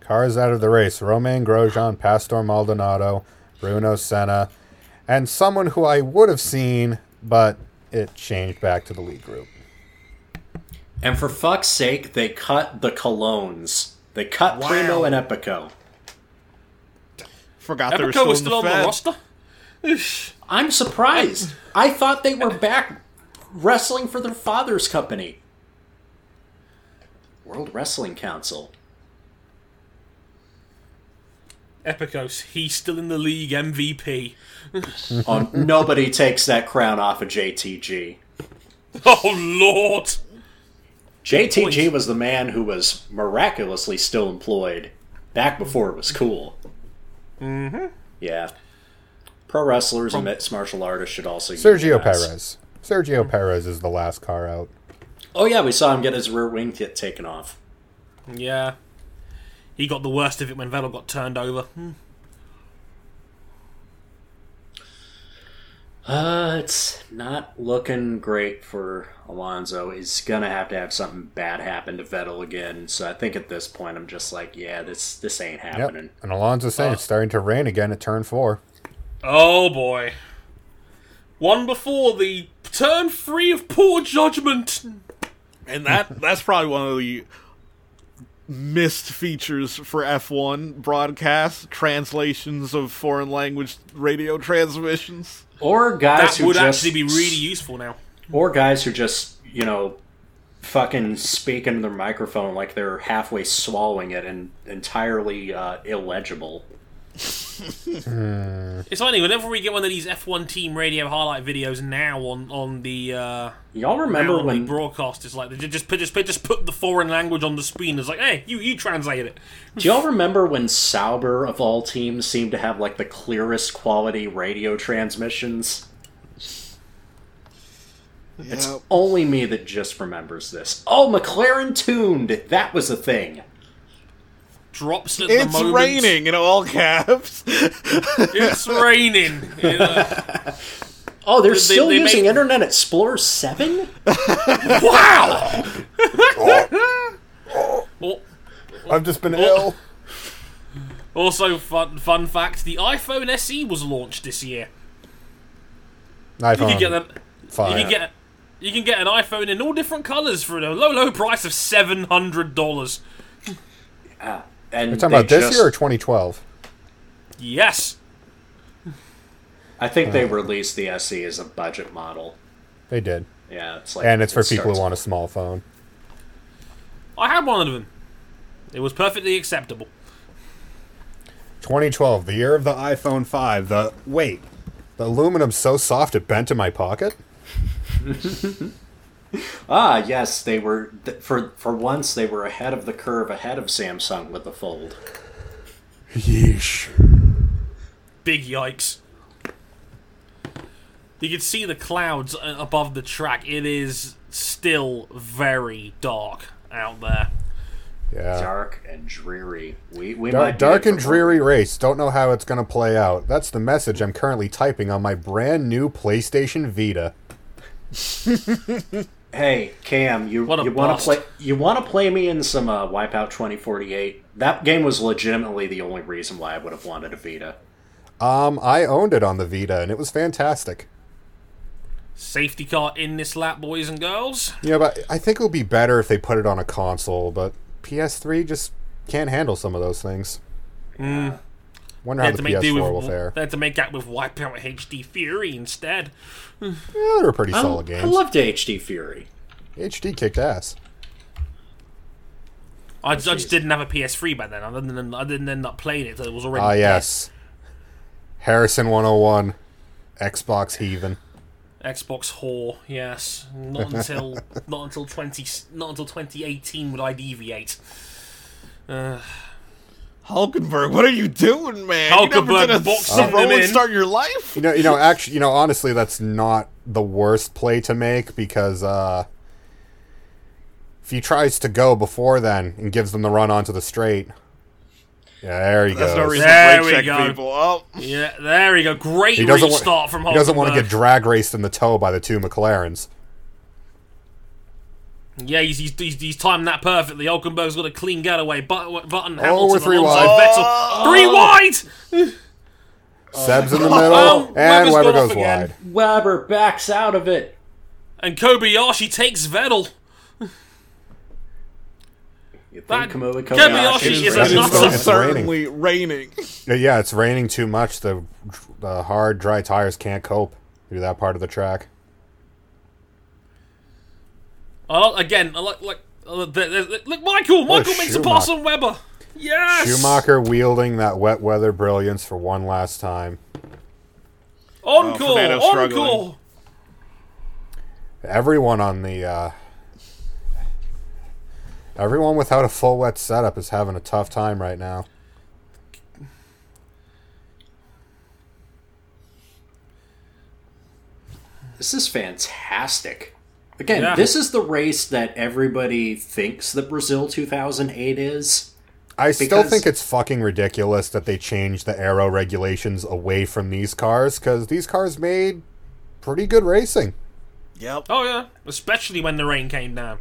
E: Cars out of the race. Romain Grosjean, Pastor Maldonado, Bruno Senna, and someone who I would have seen, but it changed back to the lead group.
B: And for fuck's sake, they cut the colognes. They cut
C: Wow.
B: Primo and Epico.
F: Forgot they were
C: Epico
F: still,
C: was
F: in
C: still on
F: the,
C: the
F: Fed.
C: roster.
B: I'm surprised. I thought they were back wrestling for their father's company. World Wrestling Council.
C: Epicos, he's still in the league MVP.
B: Oh, nobody takes that crown off of JTG.
C: Oh lord!
B: JTG was the man who was miraculously still employed back before it was cool. Mm-hmm. Yeah. Pro wrestlers and mixed martial artists should also use
E: Sergio
B: masks.
E: Perez. Sergio
B: Mm-hmm.
E: Perez is the last car out.
B: Oh yeah, we saw him get his rear wing kit taken off.
C: Yeah, he got the worst of it when Vettel got turned over. Hmm.
B: Uh, it's not looking great for Alonso. He's gonna have to have something bad happen to Vettel again. So I think at this point, I'm just like, yeah, this this ain't
E: Yep.
B: happening.
E: And Alonso saying it's starting to rain again at turn four.
C: Oh boy! One before the turn three of poor judgment.
F: And that that's probably one of the missed features for F1 broadcasts, translations of foreign language radio transmissions.
B: Or guys
C: That
B: who
C: would
B: just
C: actually be really useful now.
B: or guys who just you know fucking speak into their microphone like they're halfway swallowing it and entirely uh, illegible.
C: It's funny whenever we get one of these F1 team radio highlight videos now on on the. Uh,
B: Y'all remember
C: Now
B: when
C: the broadcast is like they ju- just put just put just put the foreign language on the screen. It's like, hey, you you translate it.
B: Do y'all remember when Sauber, of all teams, seemed to have like the clearest quality radio transmissions? It's only me that just remembers this. Oh, McLaren tuned! That was a thing.
C: Drops it at the
F: It's
C: moment.
F: raining in all caps.
C: It's raining. You know?
B: Oh, they're still
C: they
B: using
C: make-
B: Internet Explorer 7?
C: wow. Al-
E: I've just been ill.
C: also, fun fun fact: the iPhone SE was launched this year. You
E: iPhone.
C: can
B: Um,
C: get an, you
E: Fine.
C: can get you can get an iPhone in all different colors for a low low price of seven hundred dollars.
B: And
E: You're talking about
B: they
E: this
B: just-
E: year or 2012?
C: Yes.
B: I think
E: Oh.
B: they released the SE as a budget model.
E: They did.
B: Yeah, it's like.
E: And it's for
B: it
E: people
B: starts-
E: who want a small phone.
C: I had one of them. It was perfectly acceptable.
E: 2012, the year of the iPhone 5. The wait, the aluminum's so soft it bent in my pocket.
B: Ah, yes, they were th- for for once they were ahead of the curve, ahead of Samsung with the fold.
E: Yeesh.
C: Big yikes. You can see the clouds uh, above the track. It is still very dark out there.
E: Yeah.
B: Dark and dreary. We we
E: Dark,
B: might be
E: dark
B: in
E: and
B: for-
E: dreary race. Don't know how it's gonna play out. That's the message I'm currently typing on my brand new PlayStation Vita.
B: Hey Cam, you
C: What a
B: you want to
C: bust.
B: play you want to play me in some uh, Wipeout 2048? That game was legitimately the only reason why I would have wanted a Vita.
E: Um, I owned it on the Vita and it was fantastic.
C: Safety car in this lap, boys and girls.
E: Yeah, but I think it would be better if they put it on a console, but PS3 just can't handle some of those things. Wonder
C: They
E: how
C: had
E: the
C: Mm. to make do
E: PS4 will
C: with.
E: fare.
C: They had to make out with Wipeout HD Fury instead.
E: Yeah, they were pretty solid
B: I
E: games.
B: loved HD Fury.
E: HD kicked ass.
C: I, just- I just didn't have a PS3 by then. I didn't. I didn't end up playing it. till It was already.
E: Ah,
C: dead.
E: yes. Harrison 101, Xbox heathen.
C: Xbox whore. Yes. Not until not until twenty not until twenty eighteen would I deviate.
F: Hulkenberg, what are you doing, man? you
C: Hulkenberg
F: never did a
C: boxing
F: slow roll
C: them
F: and
C: in.
F: start your life.
E: You know, you know, actually, you know, honestly, that's not the worst play to make because uh, if he tries to go before then and gives them the run onto the straight, yeah, there he
F: That's
E: goes.
F: no reason
C: There
F: to
C: we
F: brake check
C: go.
F: people. Oh,
C: Yeah. There we go. Great
E: He doesn't
C: restart
E: want,
C: from
E: He doesn't want to
C: Hulkenberg.
E: get drag raced in the toe by the two McLarens.
C: Yeah, he's, he's, he's, he's timed that perfectly. Hulkenberg's got a clean getaway. But, button Hamilton,
E: we're Oh, three
C: Alonso,
E: wide. Oh!
C: Vettel. Three wide!
E: Seb's in the middle,
C: Oh, Weber's
E: and Weber
C: Uh, gone off
E: goes
C: again.
E: wide.
B: Weber backs out of it.
C: And Kobayashi takes Vettel.
B: You think
C: That-
B: Kamui
C: Kobayashi
B: Kobayashi was-
C: is a
E: It's raining.
F: it's
C: nutter.
E: It's
F: certainly raining.
E: Yeah, Yeah, it's raining too much. The, the hard, dry tires can't cope through that part of the track.
C: Oh, again, I like, like, uh, there- there- look, Michael! Michael makes a pass
E: Oh, Schumacher.
C: on Weber! Yes!
E: Schumacher wielding that wet weather brilliance for one last time.
C: Encore!
F: Fernando's
C: encore!
E: Everyone on the. Uh, everyone without a full wet setup is having a tough time right now.
B: This is fantastic. Again,
C: Yeah.
B: this is the race that everybody thinks that Brazil 2008 is.
E: I still
B: Because-
E: think it's fucking ridiculous that they changed the aero regulations away from these cars because these cars made pretty good racing.
F: Yep.
C: Oh, yeah. Especially when the rain came down.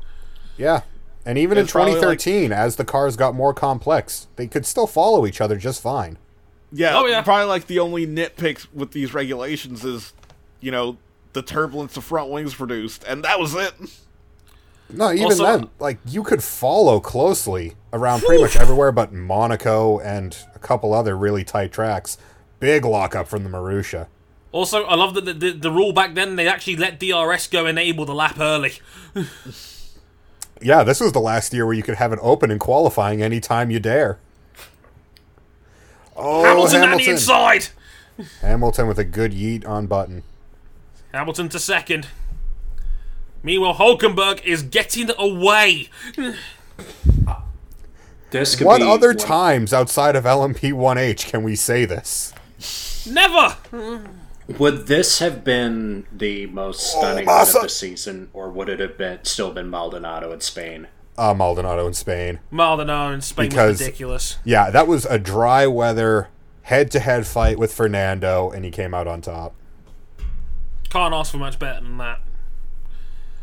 E: Yeah. And even in
F: It's probably like-
E: 2013, as the cars got more complex, they could still follow each other just fine.
F: Yeah,
C: Oh, yeah.
F: Probably like the only nitpick with these regulations is, you know, the turbulence the front wings produced, and that was it.
E: No, even
C: Also-
E: then, like you could follow closely around pretty much everywhere but Monaco and a couple other really tight tracks. Big lockup from the Marussia.
C: Also, I love that the, the, the rule back then, they actually let DRS go enable the lap early.
E: Yeah, this was the last year where you could have it open in qualifying anytime you dare. Oh,
C: Hamilton, at the
E: Hamilton.
C: inside!
E: Hamilton with a good yeet on button.
C: Hamilton to second. Meanwhile, Hulkenberg is getting away.
B: This could
E: What
B: be
E: other
B: one-
E: times outside of LMP1H can we say this?
C: Never!
B: Would this have been the most stunning win of
E: Oh, Massa.
B: the season, or would it have been still been Maldonado in Spain?
E: Uh, Maldonado in Spain.
C: Maldonado in Spain was
E: Because-
C: ridiculous.
E: Yeah, that was a dry weather head to head fight with Fernando, and he came out on top.
C: Can't ask for much better than that.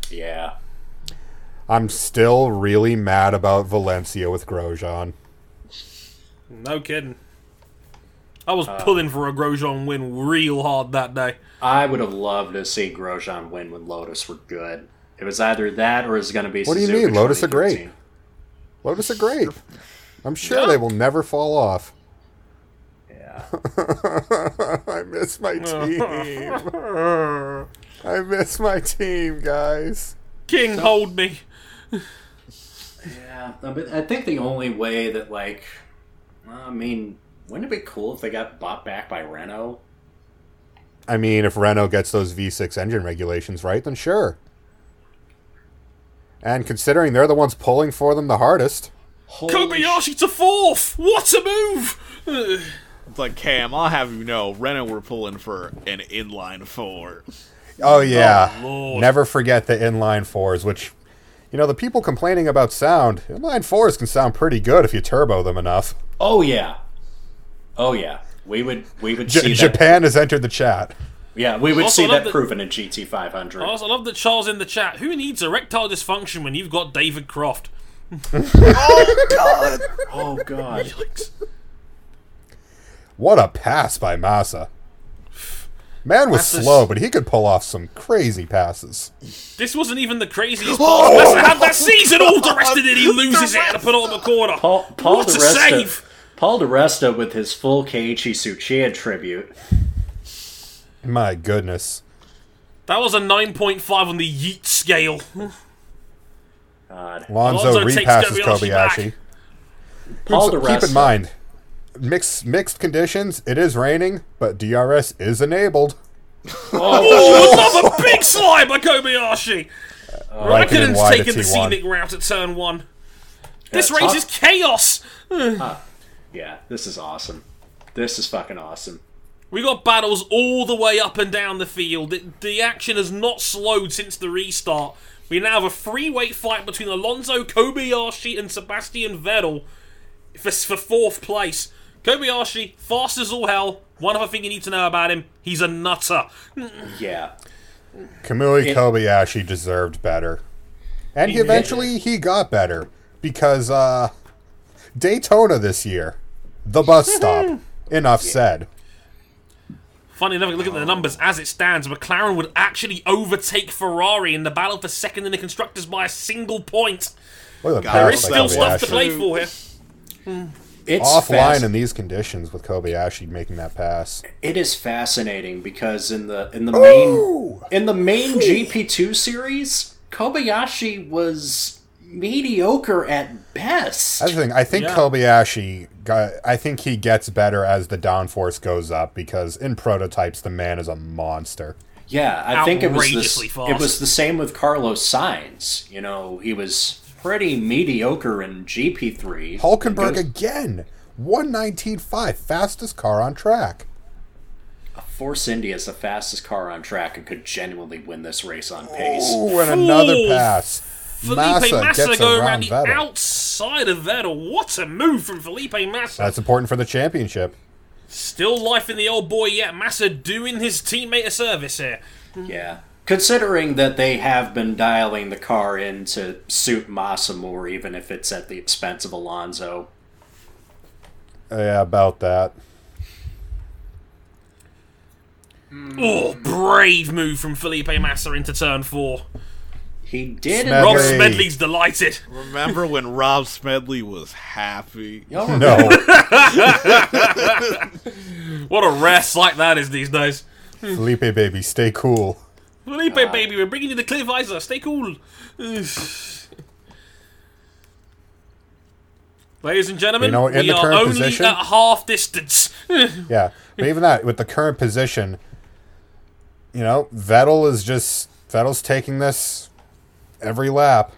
B: Yeah.
E: I'm still really mad about Valencia with Grosjean.
C: No kidding. I was pulling for a Grosjean win real hard that day.
B: I would have loved to see Grosjean win when Lotus were good. It was either that or it's going to be.
E: What do you
B: Suzuka
E: mean? Lotus are great.
B: 2013.
E: Lotus are great. I'm sure they will never fall off.
B: Yeah.
E: I miss my team. I miss my team, guys.
C: King, hold me.
B: Yeah, I mean, I think the only way that like, I mean, Wouldn't it be cool if they got bought back by Renault?
E: I mean, if Renault gets those V6 engine regulations right, then sure. And considering they're the ones pulling for them the hardest,
B: Holy sh-
C: Kobayashi to fourth. What a move! Ugh.
F: It's like Cam, I'll have you know, Renault were pulling for an inline four.
E: oh yeah,
C: Lord.
E: never forget the inline fours. Which, you know, the people complaining about sound, inline fours can sound pretty good if you turbo them enough.
B: oh yeah, oh yeah. We would we would
E: J-
B: see that.
E: Japan has entered the chat.
B: Yeah, we would
C: Also
B: see
C: love
B: that
C: that-
B: proven in GT 500.
C: I also love that Charles in the chat. Who needs erectile dysfunction when you've got David Croft?
B: Oh god.
E: What a pass by Massa. Man was
C: Massa's-
E: slow, but he could pull off some crazy passes.
C: This wasn't even the craziest part. Massa had that season all the rest of it. He loses it to put on the corner.
B: Paul, Paul
C: What a
B: DeResta,
C: save!
B: Paul DeResta with his full E Keiichi Tsuchiya tribute.
E: My goodness.
C: That was a 9.5 on the yeet scale.
B: God.
E: Lonzo,
C: Lonzo takes
E: repasses
C: Kobayashi back.
E: Kobayashi.
B: Paul
E: So
B: DeResta.
E: keep in mind, mixed mixed conditions. It is raining, but DRS is enabled.
C: Oh, another big slide by Kobayashi!
E: Raikkonen
C: Raikkonen's
E: wide at
C: taken the
E: T1.
C: scenic route at turn one. This
B: Yeah,
C: race
B: top-
C: is chaos!
B: Yeah, this is awesome. This is fucking awesome.
C: We got battles all the way up and down the field. The, the action has not slowed since the restart. We now have a three-way fight between Alonso Kobayashi and Sebastian Vettel for, for fourth place. Kobayashi, fast as all hell. One other thing you need to know about him: he's a nutter.
B: Yeah.
E: Kamui Kobayashi deserved better, and he eventually he got better because uh, Daytona this year, the bus stop. Enough said.
C: Funny enough, look at the numbers as it stands. McLaren would actually overtake Ferrari in the battle for second in the constructors by a single point.
E: Look at the
F: God, there
C: There
E: pass
C: is
E: by
C: still stuff to
E: Kobayashi.
C: play for here.
B: It's
E: Offline
B: fasc-
E: in these conditions with Kobayashi making that pass.
B: it is fascinating because in the in the main in the main GP2 series, Kobayashi was mediocre at best.
E: That's the thing. I think
C: Yeah.
E: Kobayashi got. I think he gets better as the downforce goes up because in prototypes the man is a monster.
B: Yeah, I think it was this,
C: Outrageously fast.
B: it was the same with Carlos Sainz. You know, he was pretty mediocre in GP3.
E: Hulkenberg
B: Goes-
E: again, one nineteen five, fastest car on track.
B: Force India is the fastest car on track and could genuinely win this race on pace.
E: Ooh, and another
C: Fool.
E: pass.
C: Felipe
E: Massa
C: Massa,
E: gets
C: going
E: around
C: around the
E: Vettel.
C: outside of Vettel. What a move from Felipe Massa.
E: That's important for the championship.
C: Still life in the old boy yet. Massa doing his teammate a service here.
B: Yeah. Considering that they have been dialing the car in to suit Massa more, even if it's at the expense of Alonso.
E: Yeah, about that.
C: Oh, brave move from Felipe Massa into turn four.
B: He did.
E: Smell-
C: Rob
E: Hey.
C: Smedley's delighted.
F: Remember when Rob Smedley was happy?
B: Y'all
E: No,
C: What a rare sight that is these days.
E: Felipe, baby, stay cool.
C: Felipe,
E: Ah.
C: baby, we're bringing you the clear visor. Stay cool. Ladies and gentlemen,
E: You know, in
C: we
E: the
C: are
E: current
C: only
E: position-
C: at half distance.
E: Yeah, but even that with the current position, you know, Vettel is just Vettel's taking this every lap.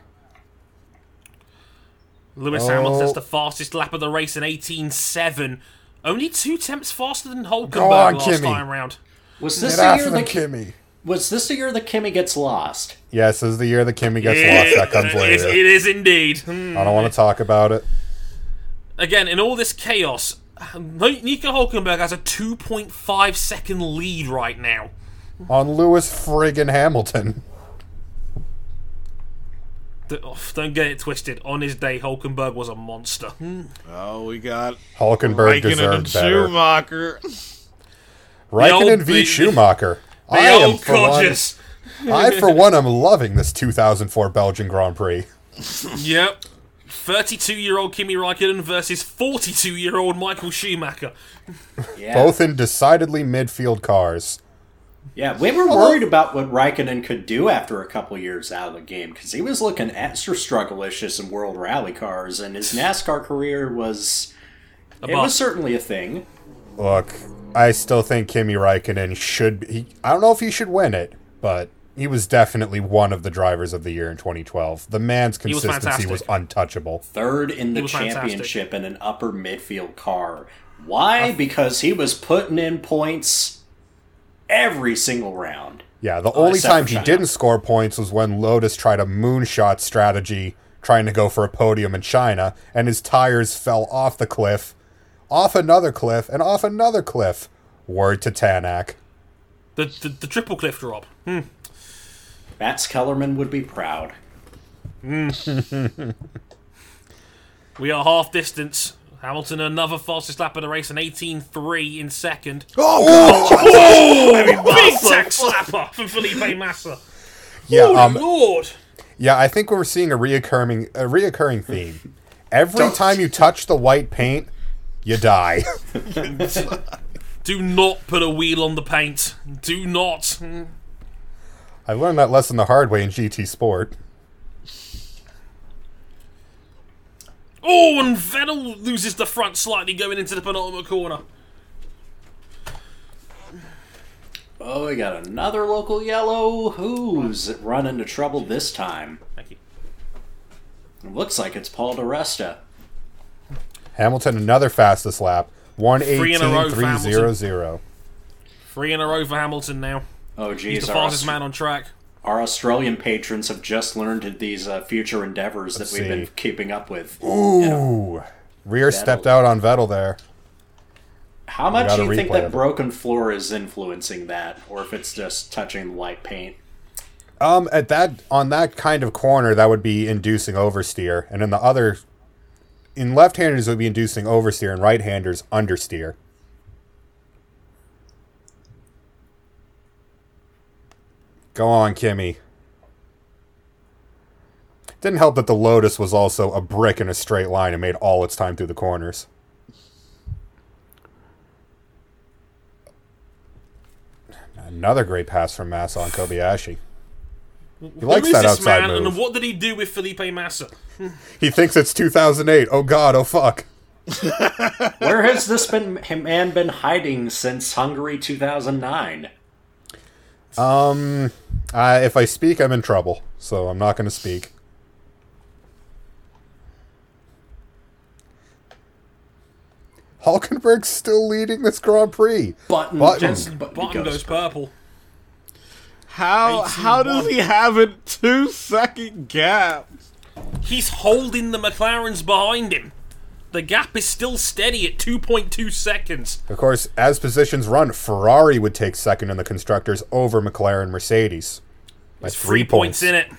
C: Lewis
E: Oh.
C: Hamilton's the fastest lap of the race in 18.7. Only two temps faster than Hulkenberg
E: on,
C: last
E: Kimi.
C: time round.
B: Was this
E: Get
B: the
E: off
B: year
E: of him,
B: that
E: Kimmy.
B: was this the year that Kimmy gets lost?
E: Yes, this is the year that Kimmy gets lost. That comes
C: It is-
E: later.
C: it is indeed. Hmm.
E: I don't want to talk about it.
C: Again, in all this chaos, Nico Hulkenberg has a 2.5 second lead right now.
E: On Lewis friggin' Hamilton.
C: D- oh, don't get it twisted. On his day, Hulkenberg was a monster. Hmm.
F: Oh, we got
E: Hulkenberg
F: Raikkonen and
E: deserved better.
F: Schumacher.
E: Raikkonen
C: old-
E: v
C: the-
E: Schumacher. I
C: The
E: am
C: old
E: for one.
C: gorgeous.
E: I for one am loving this 2004 Belgian Grand Prix.
C: Yep. 32 year old Kimi Raikkonen versus 42 year old Michael Schumacher.
B: Yeah.
E: Both in decidedly midfield cars.
B: Yeah, we were worried about what Raikkonen could do after a couple years out of the game because he was looking extra struggle-ish in some World Rally cars, and his NASCAR career was It was certainly a thing.
E: Look, I still think Kimi Raikkonen should. Be, he, I don't know if he should win it, but he was definitely one of the drivers of the year in 2012. The man's
C: was
E: consistency was,
C: fantastic.
E: untouchable.
B: Third in the
C: was
B: championship in an upper midfield car. Why? Because he was putting in points every single round.
E: Yeah, the only
B: Oh, except
E: time
B: for
E: he
B: China.
E: didn't score points was when Lotus tried a moonshot strategy, trying to go for a podium in China, and his tires fell off the cliff, off another cliff, and off another cliff. Word to Tanak.
C: The, the, the triple cliff drop.
B: Max Kellerman would be proud.
C: We are half distance. Hamilton another fastest lap of the race, an 18.3 in second.
E: Oh, God!
C: Big tax slapper from Felipe Massa.
E: Yeah,
C: oh,
E: um,
C: Lord.
E: Yeah, I think we're seeing a reoccurring a reoccurring theme. Every time you touch the white paint, you die.
C: Do not put a wheel on the paint. Do not.
E: I learned that lesson the hard way in GT Sport.
C: Oh, and Vettel loses the front slightly going into the penultimate corner.
B: Oh, we got another local yellow. Who's run into trouble this time?
C: Thank you.
B: It looks like it's Paul DeResta.
E: Hamilton another fastest lap, one
C: Three in a row
E: eighteen
C: for
E: three zero zero.
C: Three in a row for Hamilton now.
B: Oh,
C: He's
B: geez,
C: the
B: our,
C: fastest man on track.
B: our Australian patrons have just learned of these uh, future endeavors that we've been
E: see.
B: keeping up with.
E: Ooh, rear stepped out on Vettel there.
B: How much
E: got
B: do
E: a
B: you think
E: replay
B: that
E: of it.
B: broken floor is influencing that, or if it's just touching the light paint?
E: Um, at that on that kind of corner, that would be inducing oversteer, and in the other, in left-handers it would be inducing oversteer, and right-handers understeer. Go on, Kimmy. Didn't help that the Lotus was also a brick in a straight line and made all its time through the corners. Another great pass from Mass on Kobayashi. He
C: Who
E: likes
C: is
E: that
C: this
E: outside
C: man,
E: move.
C: and what did he do with Felipe Massa?
E: He thinks it's 2008. Oh god, oh fuck.
B: Where has this been him man been hiding since Hungary 2009?
E: Um, I, if I speak, I'm in trouble, so I'm not going to speak. Hulkenberg's still leading this Grand Prix.
B: Button,
E: Button.
B: button
C: Button goes purple.
F: How how does he have a two second gap?
C: He's holding the McLarens behind him. The gap is still steady at 2.2 seconds.
E: Of course, as positions run, Ferrari would take second in the constructors over McLaren Mercedes. That's
C: Three points in it.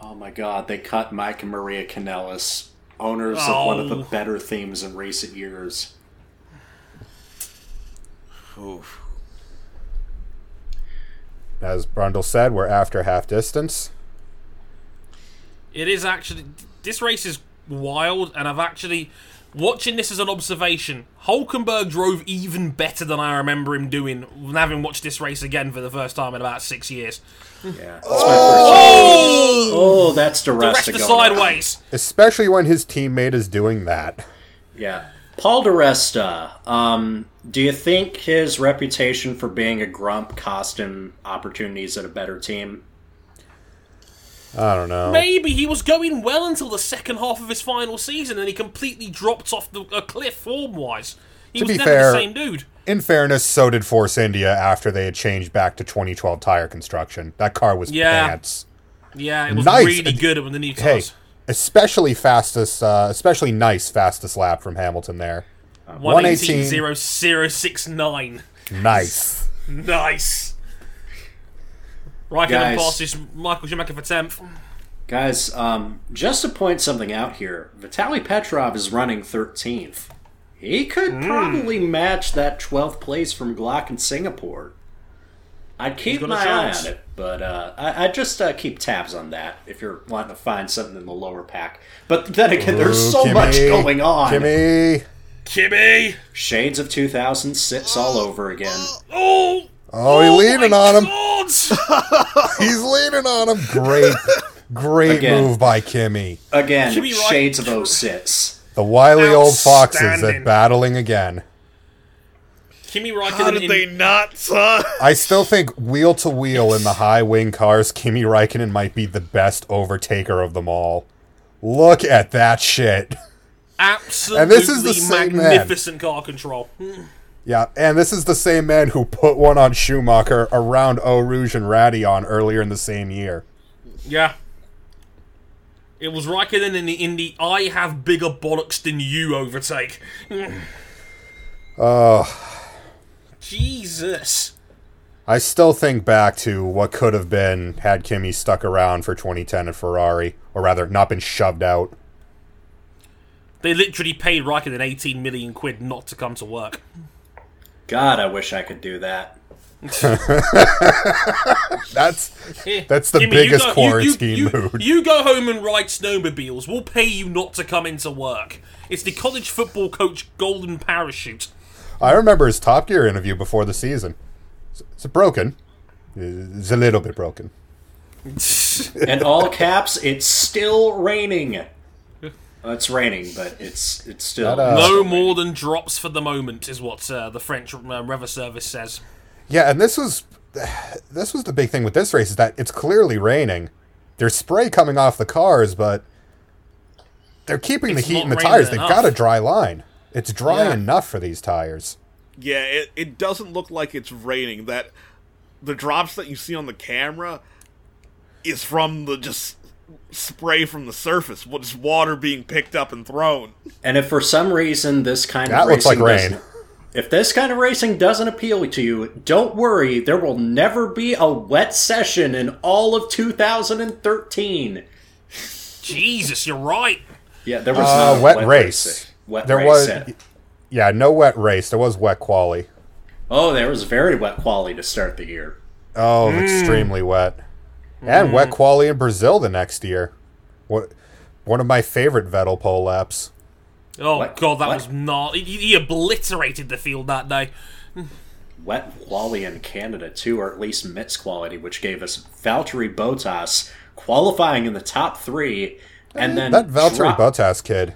B: Oh my god, they cut Mike and Maria Canellis, owners
C: Oh.
B: of one of the better themes in recent years.
E: As Brundle said, we're after half distance.
C: It is actually this race is wild, and I've actually watching this as an observation. Hulkenberg drove even better than I remember him doing, having watched this race again for the first time in about six years.
B: Yeah. That's my first. Oh, that's DeResta
C: Rest the
B: going on.
C: sideways.
E: Especially when his teammate is doing that.
B: Yeah. Paul DeResta, um, do you think his reputation for being a grump cost him opportunities at a better team?
E: I don't know.
C: Maybe he was going well until the second half of his final season, and he completely dropped off the, a cliff form-wise. He
E: To
C: was
E: be
C: never
E: fair-
C: the same dude.
E: In fairness, so did Force India after they had changed back to 2012 tire construction. That car was
C: Yeah.
E: pants.
C: Yeah, it was
E: Nice.
C: really good when the new
E: Hey,
C: cars.
E: especially fastest, uh, especially nice fastest lap from Hamilton there.
C: 118.0069.
E: Nice.
C: Nice. Right,
B: Guys.
C: and passes Michael Schumacher for 10th.
B: Guys, um, just to point something out here, Vitaly Petrov is running 13th. He could
C: Hmm.
B: probably match that 12th place from Glock in Singapore. I'd keep
C: got a
B: my eye
C: chance.
B: on it, but uh, I, I just uh, keep tabs on that if you're wanting to find something in the lower pack. But then again, there's so
E: Kimmy,
B: much going on.
E: Kimmy.
C: Kimmy!
B: Shades of 2006 all over again.
C: Oh!
E: Oh, he leaning
C: my
E: on him.
C: God!
E: He's leaning on him. Great, great
B: Again.
E: move by Kimmy.
B: Again, oh
C: Kimmy Rock-
B: Shades of 06.
E: The wily old foxes
C: Outstanding.
E: at battling again.
C: Kimi Raikkonen.
F: How did
C: in-
F: they not suck?
E: I still think wheel to wheel in the high wing cars, Kimi Raikkonen might be the best overtaker of them all. Look at that shit.
C: Absolutely
E: this is the same man.
C: magnificent car control.
E: Yeah, and this is the same man who put one on Schumacher around Eau Rouge and Radion earlier in the same year.
C: Yeah. It was Raikkonen in the, in the I have bigger bollocks than you overtake.
E: Oh,
C: Jesus.
E: I still think back to what could have been had Kimi stuck around for 2010 at Ferrari, or rather, not been shoved out.
C: They literally paid Raikkonen 18 million quid not to come to work.
B: God, I wish I could do that.
E: That's
C: Eh,
E: That's the
C: Jimmy,
E: biggest
C: you go,
E: quarantine
C: you, you, you,
E: mood.
C: You go home and ride snowmobiles. We'll pay you not to come into work. It's the college football coach golden parachute.
E: I remember his Top Gear interview before the season. It's, it's broken. It's a little bit broken.
B: In all caps, it's still raining. Well, it's raining, but it's it's still
E: That, uh,
C: No more than drops for the moment is what uh, the French uh, Rever Service says.
E: Yeah, and this was this was the big thing with this race is that it's clearly raining. There's spray coming off the cars, but they're keeping
C: It's
E: the heat
C: not
E: in the
C: raining
E: tires. They've
C: enough.
E: got a dry line. It's dry
F: Yeah.
E: enough for these tires.
F: Yeah, it, it doesn't look like it's raining. That the drops that you see on the camera is from the just spray from the surface, what's water being picked up and thrown.
B: And if for some reason this kind
E: That
B: of
E: looks
B: racing
E: like
B: doesn't-
E: rain.
B: if this kind of racing doesn't appeal to you, don't worry. There will never be a wet session in all of 2013.
C: Jesus, you're right.
B: Yeah, there was
E: Uh,
B: no
E: wet race.
B: Wet
E: There
B: race.
E: was-
B: yeah.
E: Yeah, no wet race. There was wet quali.
B: Oh, there was very wet quality to start the year.
E: Oh, extremely wet. And wet quali in Brazil the next year. What one of my favorite Vettel pole laps.
C: Oh
B: What?
C: god, that
B: What?
C: was not. He, he obliterated the field that day.
B: Wet quality in Canada too, or at least mixed quality, which gave us Valtteri Bottas qualifying in the top three, and then
E: Eh, That Valtteri
B: drop-
E: Bottas kid.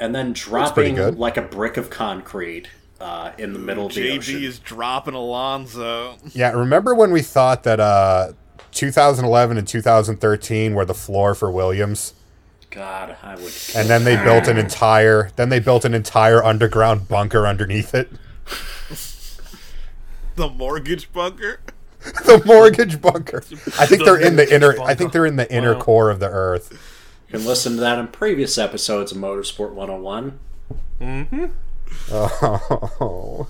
B: and then
E: pretty
B: dropping
E: good.
B: like a brick of concrete uh, in the middle of the
F: JB
B: ocean.
F: is dropping Alonzo.
E: Yeah, remember when we thought that uh 2011 and 2013 were the floor for Williams?
B: God, I would.
E: and then they built an entire then they built an entire underground bunker underneath it
F: The mortgage bunker.
E: the mortgage bunker i think
F: The
E: they're in the
F: mortgage
E: inner i
F: bunker.
E: think they're in the inner
C: Wow.
E: core of the earth
B: You can listen to that in previous episodes of Motorsport 101.
E: oh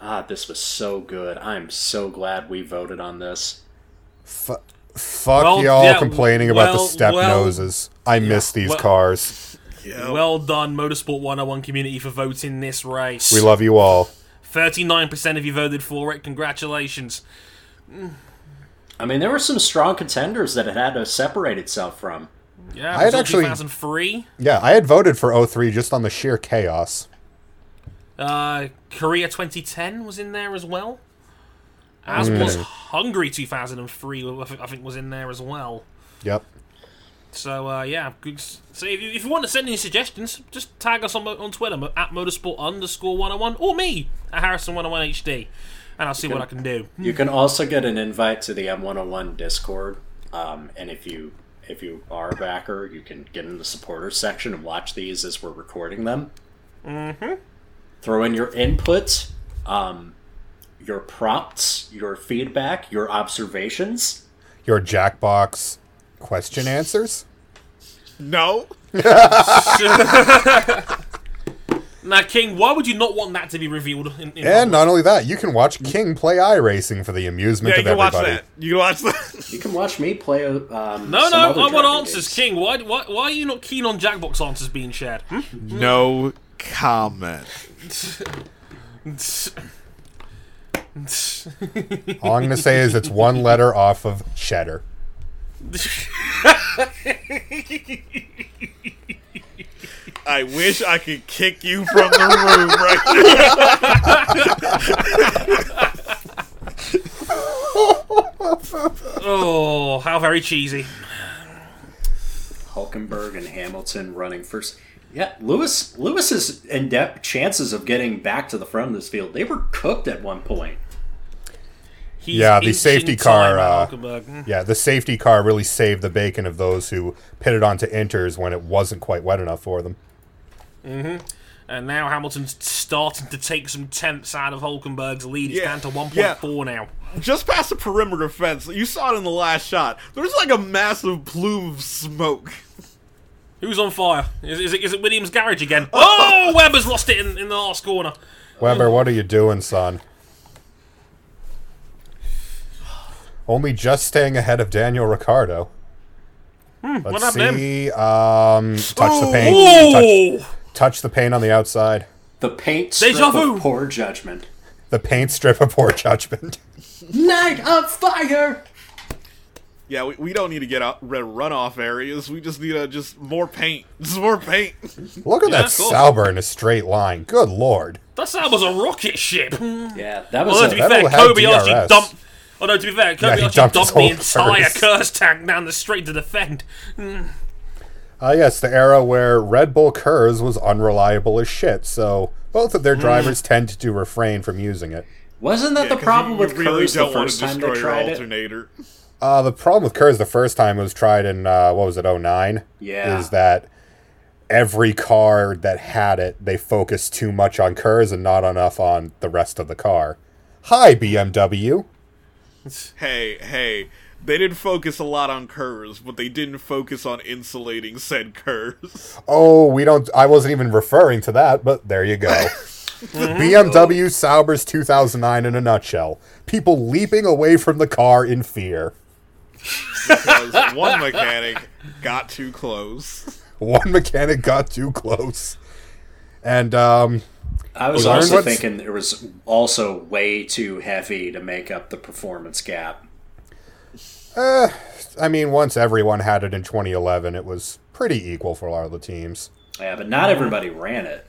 B: Ah, this was so good. I'm so glad we voted on this.
E: Fu fuck
C: Well,
E: y'all
C: yeah,
E: complaining about the
C: well,
E: step
C: well,
E: noses i miss these
C: well-
E: cars Oh.
F: Yeah.
C: Well done, Motorsport 101 community, for voting this race.
E: we love you all
C: 39% of you voted for it. Congratulations.
B: I mean, there were some strong contenders that it had to separate itself from.
C: Yeah,
E: I had
C: Brazil
E: actually-
C: 2003.
E: yeah i had voted for 03 just on the sheer chaos
C: Uh, Korea 2010 was in there as well. As
B: Hmm.
C: was Hungary 2003, I think- I think was in there as well.
E: yep
C: So uh, yeah, good. s- So if you, if you want to send any suggestions, just tag us on mo- on Twitter mo- at motorsport underscore one hundred one or me at Harrison one hundred one HD, and I'll see what I can do.
B: You can also get an invite to the M101 Discord, um, and if you if you are a backer, you can get in the supporters section and watch these as we're recording them. Mm-hmm. Throw in your input, um, your prompts, your feedback, your observations.
E: your jackbox question answers
F: no.
C: Now, King, why would you not want that to be revealed? In, in
E: and not only that you can watch king play iRacing for the amusement
F: Mm-hmm. Yeah, you
E: of
F: can watch
E: everybody
F: that. You can watch that.
B: You can watch me play. Um,
C: no,
B: some other
C: no, I want
B: driving games.
C: answers, King. Why, why, why are you not keen on Jackbox answers being shared? Hmm?
F: no comment.
E: all i'm gonna say is it's one letter off of cheddar
F: I wish I could kick you from the room right now.
C: now Oh, very cheesy.
B: Hulkenberg and Hamilton running first. Yeah, Lewis Lewis's in-depth chances of getting back to the front of this field, they were cooked at one point.
C: He's
E: Yeah, the safety
C: inching time
E: car,
C: at
E: uh,
C: Hulkenberg.
E: Yeah, the safety car really saved the bacon of those who pitted onto inters when it wasn't quite wet enough for them.
C: and now Hamilton's starting to take some tenths out of Hulkenberg's lead. It's
F: Yeah,
C: down to one
F: yeah.
C: point four now.
F: Just past the perimeter fence, you saw it in the last shot. There's like a massive plume of smoke.
C: Who's on fire? Is, is, it, is it Williams' garage again? Oh, Webber's lost it in, in the last corner.
E: Weber, what are you doing, son? Only just staying ahead of Daniel Ricardo.
F: Hmm,
C: what
E: Let's
C: happened to
E: see. Um, touch the paint.
C: Oh,
E: Touch, touch the paint on the outside.
B: The paint strip
C: Deja vu.
B: of poor judgment.
E: The paint strip of poor judgment.
B: Night of fire.
F: Yeah, we, we don't need to get out red runoff areas. We just need to just more paint. Just more paint.
E: Look at that
C: cool.
E: Sauber in a straight line. Good lord.
C: that sound was a rocket ship.
B: Yeah, that was
C: Although
B: a,
C: to be
E: That
C: fair,
E: all had
C: Kobayashi
E: DRS.
C: dumped. Oh no, to be fair,
E: Yeah, he
C: Kobayashi
E: dumped
C: dumped,
E: his
C: the
E: whole
C: entire
E: curse.
C: curse tank down the straight to defend.
E: Ah, yes, the era where Red Bull Curves was unreliable as shit, so both of their drivers tend to refrain from using it.
B: wasn't that
F: 'Cause
B: the problem
F: you,
B: with
F: you really
B: Curse the
F: don't want
B: first
F: to
B: time
F: destroy
B: they tried
F: your
B: it?
F: alternator.
E: Uh, the problem with Curves the first time it was tried in, uh, what was it, 09?
B: Yeah.
E: Is that every car that had it, they focused too much on Curves and not enough on the rest of the car. Hi, BMW.
F: Hey, hey. They didn't focus a lot on curves, but they didn't focus on insulating said curves.
E: Oh, we don't. I wasn't even referring to that, but there you go. BMW Sauber's 2009 in a nutshell. People leaping away from the car in fear.
F: Because one mechanic got too close.
E: One mechanic got too close. And, um,
B: I was
E: You learned
B: also
E: what's-
B: thinking it was also way too heavy to make up the performance gap.
E: I mean, once everyone had it in 2011, it was pretty equal for all the teams.
B: Yeah, but
F: Mm-hmm.
B: not everybody ran it.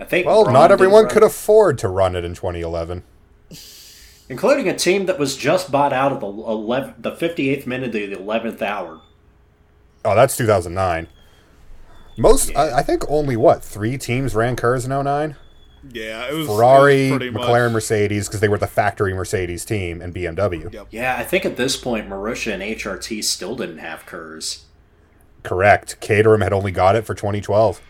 B: I think
E: Well,
B: Braun
E: not
B: did
E: everyone
B: run-
E: could afford to run it in 2011.
B: including a team that was just bought out of the 11, the 58th minute to the 11th hour.
E: Oh, that's 2009. Most, I, I think only what, three teams ran Curves in 09?
F: Yeah, it was it was
E: Ferrari,
F: pretty much-
E: McLaren, Mercedes, because they were the factory Mercedes team, and BMW.
F: Yep.
B: Yeah, I think at this point, Marussia and HRT still didn't have Kurs.
E: Correct. Caterham had only got it for 2012.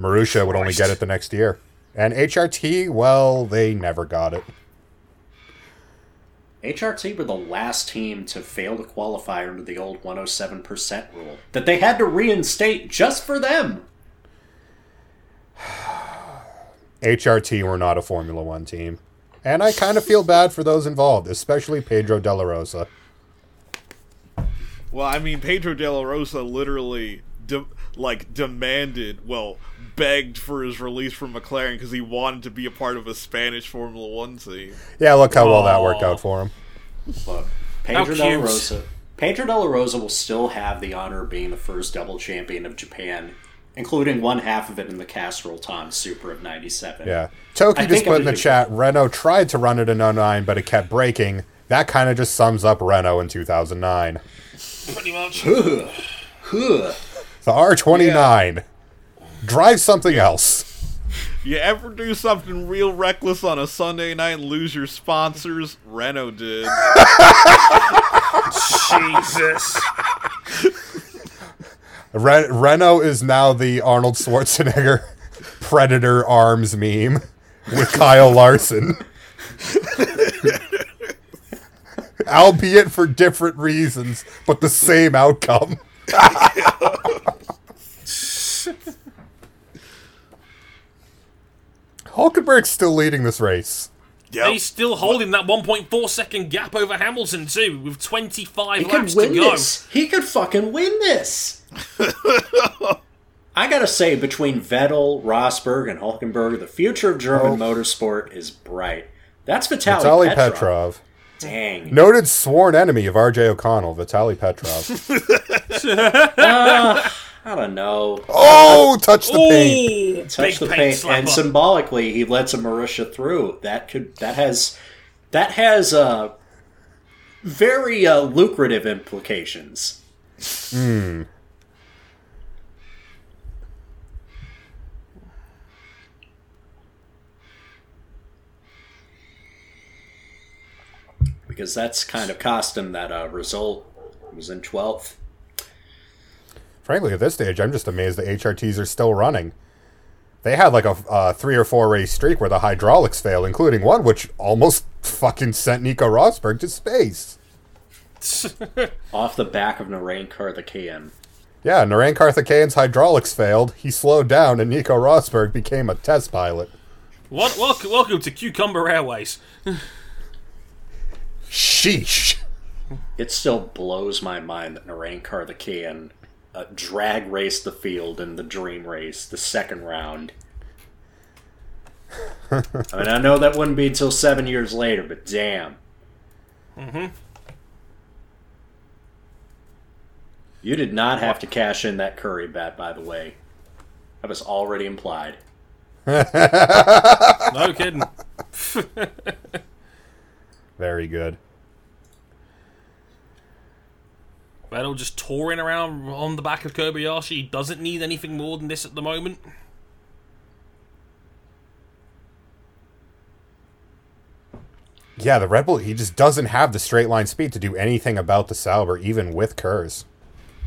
E: Marussia would only get it the next year. And HRT, well, they never got it.
B: HRT were the last team to fail to qualify under the old 107% rule that they had to reinstate just for them.
E: HRT were not a Formula One team. And I kind of feel bad for those involved, especially Pedro De La Rosa.
F: Well, I mean, Pedro De La Rosa literally, de- like, demanded, well, begged for his release from McLaren because he wanted to be a part of a Spanish Formula One team.
E: Yeah, look how well that worked out for him.
B: Look, Pedro de la
C: cute.
B: Rosa. Pedro de la Rosa will still have the honor of being the first double champion of Japan, including one half of it in the Castrol Tom Super of 97.
E: Yeah. Toki
B: I
E: just
B: think I
E: put in the
B: did.
E: chat Renault tried to run it in 09, but it kept breaking. That kind of just sums up Renault in 2009.
C: Pretty much.
B: Huh.
E: The R29. Drive something else.
F: You ever do something real reckless on a Sunday night and lose your sponsors? Renault did.
C: Jesus.
E: Re- Renault is now the Arnold Schwarzenegger Predator Arms meme with Kyle Larson. Albeit for different reasons, but the same outcome. Hulkenberg's still leading this race.
C: And He's still holding that 1.4 second gap over Hamilton too, with 25
B: He could
C: laps to
B: win
C: go.
B: this. He could fucking win this. I gotta say, between Vettel, Rosberg, and Hulkenberg, the future of German motorsport is bright. That's Vitaly,
E: Oh. Vitaly
B: Petrov.
E: Petrov.
B: Dang.
E: Noted sworn enemy of RJ O'Connell, Vitaly Petrov.
B: I don't know.
E: oh, touch the paint.
C: Ooh, big
B: Touch the
C: paint
B: paint, and
C: slapper.
B: symbolically, he lets a Marussia through. That could that has that has uh very uh, lucrative implications. Because that's the kind of costume that uh, result was in 12th.
E: Frankly, at this stage, I'm just amazed the HRTs are still running. They had like a uh, three or four race streak where the hydraulics failed, including one which almost fucking sent Nico Rosberg to space.
B: Off the back of Narankar the KM.
E: Yeah, Naran Karthikeyan's hydraulics failed. He slowed down, and Nico Rosberg became a test pilot.
C: What? Welcome, welcome to Cucumber Airways.
E: Sheesh.
B: It still blows my mind that Narankar the KM uh, drag raced the field in the dream race, the second round. I mean, I know that wouldn't be until seven years later, but damn. Mm-hmm. You did not have to cash in that curry bet, by the way. That was already implied.
C: No kidding.
E: Very good.
C: Vettel just touring around on the back of Kobayashi. He doesn't need anything more than this at the moment.
E: Yeah, the Red Bull, he just doesn't have the straight line speed to do anything about the Sauber, even with Kurz.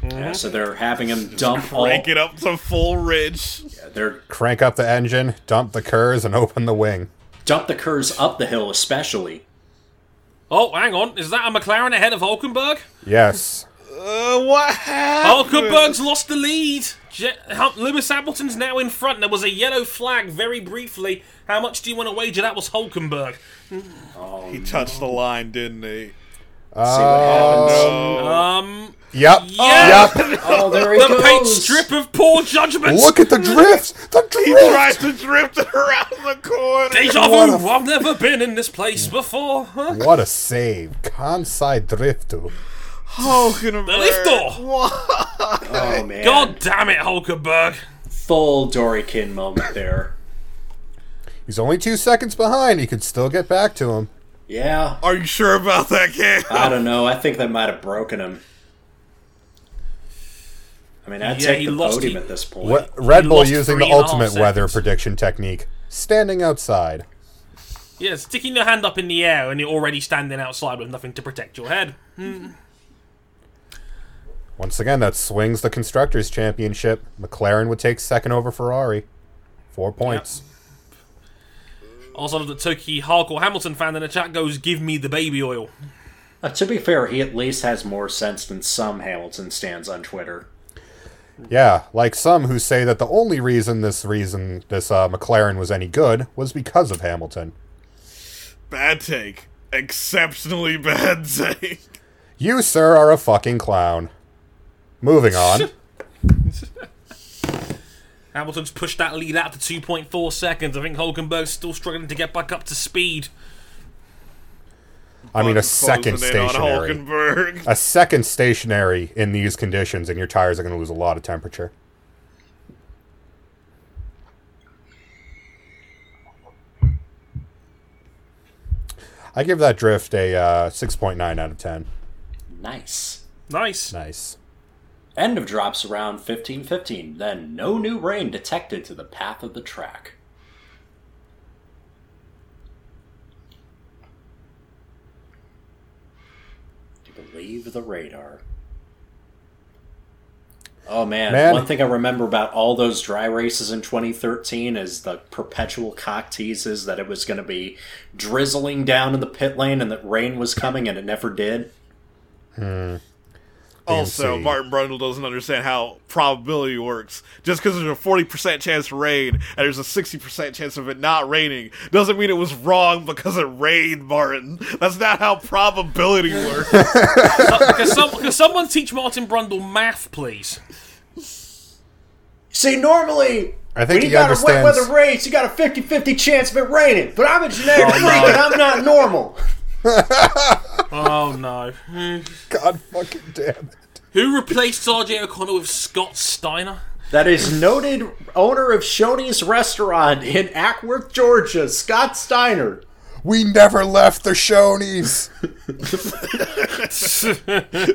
B: Yeah, so they're having him dump all.
F: Crank it up to full ridge.
B: They're
E: Crank up the engine, dump the Kurz, and open the wing.
B: dump the curves up the hill, especially.
C: Oh, hang on. Is that a McLaren ahead of Hulkenberg?
E: Yes.
F: Uh, what happened?
C: Hulkenberg's lost the lead. Je- Hum- Lewis Hamilton's now in front. There was a yellow flag very briefly. How much do you want to wager that was Hulkenberg?
F: He touched the line, didn't he? Oh.
B: See what happens.
C: Um,
E: Yep.
C: Yeah!
E: Yep.
B: Oh, there he
C: the
B: goes.
C: paint strip of poor judgment.
E: Look at the drifts. The
F: He
E: drifts.
F: tried to drift it around the corner.
C: Deja
E: What a
C: vu. I've never been in this place before. Huh?
E: What a save. Kansai Driftu.
F: Hulkenberg.
C: The lift door.
B: Oh man!
C: God damn it, Hulkenberg.
B: Full Dorykin moment there.
E: He's only two seconds behind. He could still get back to him.
B: Yeah,
F: Are you sure about that, Cam?
B: I don't know. I think that might have broken him. I mean, I'd
C: Yeah,
B: take
C: he
B: the
C: lost-
B: podium
C: he-
B: at this point.
E: What, Red
C: he
E: Bull
C: lost
E: using
C: three
E: the
C: and a half
E: ultimate weather
C: seconds.
E: prediction technique standing outside.
C: Yeah, sticking your hand up in the air and you're already standing outside with nothing to protect your head.
E: Once again, that swings the Constructors' Championship. McLaren would take second over Ferrari. Four points.
C: Also, the Toki hardcore Hamilton fan in the chat goes, "Give me the baby oil."
B: Uh, to be fair, he at least has more sense than some Hamilton stands on Twitter.
E: Yeah, like some who say that the only reason this reason this uh, McLaren was any good was because of Hamilton.
F: Bad take. Exceptionally bad take.
E: You, sir, are a fucking clown. Moving on.
C: Hamilton's pushed that lead out to 2.4 seconds. I think Hulkenberg's still struggling to get back up to speed.
E: I mean, a
F: Closing
E: second
F: in on
E: stationary.
F: Hulkenberg.
E: A second stationary in these conditions, and your tires are going to lose a lot of temperature. I give that drift a uh, 6.9 out of 10.
B: Nice.
C: Nice.
E: Nice.
B: End of drops around 1515. Then no new rain detected to the path of the track. To believe the radar. Oh man.
E: Man.
B: one thing I remember about all those dry races in 2013 is the perpetual cock teases that it was going to be drizzling down in the pit lane and that rain was coming and it never did.
F: Also,
E: DMC.
F: Martin Brundle doesn't understand how probability works. Just because there's a 40% chance to rain and there's a 60% chance of it not raining doesn't mean it was wrong because it rained, Martin. That's not how probability works.
C: Uh, Can, some, can someone teach Martin Brundle math, please?
B: See, normally,
E: I
B: when
E: think
B: you
E: he
B: got a wet
E: understands-
B: weather race, you got a 50 50 chance of it raining. But I'm a genetic freak and I'm not normal.
C: Oh no.
E: God fucking damn it.
C: Who replaced Sergio O'Connor with Scott Steiner?
B: That is noted owner of Shoney's restaurant in Ackworth, Georgia, Scott Steiner.
E: We never left the Shonies.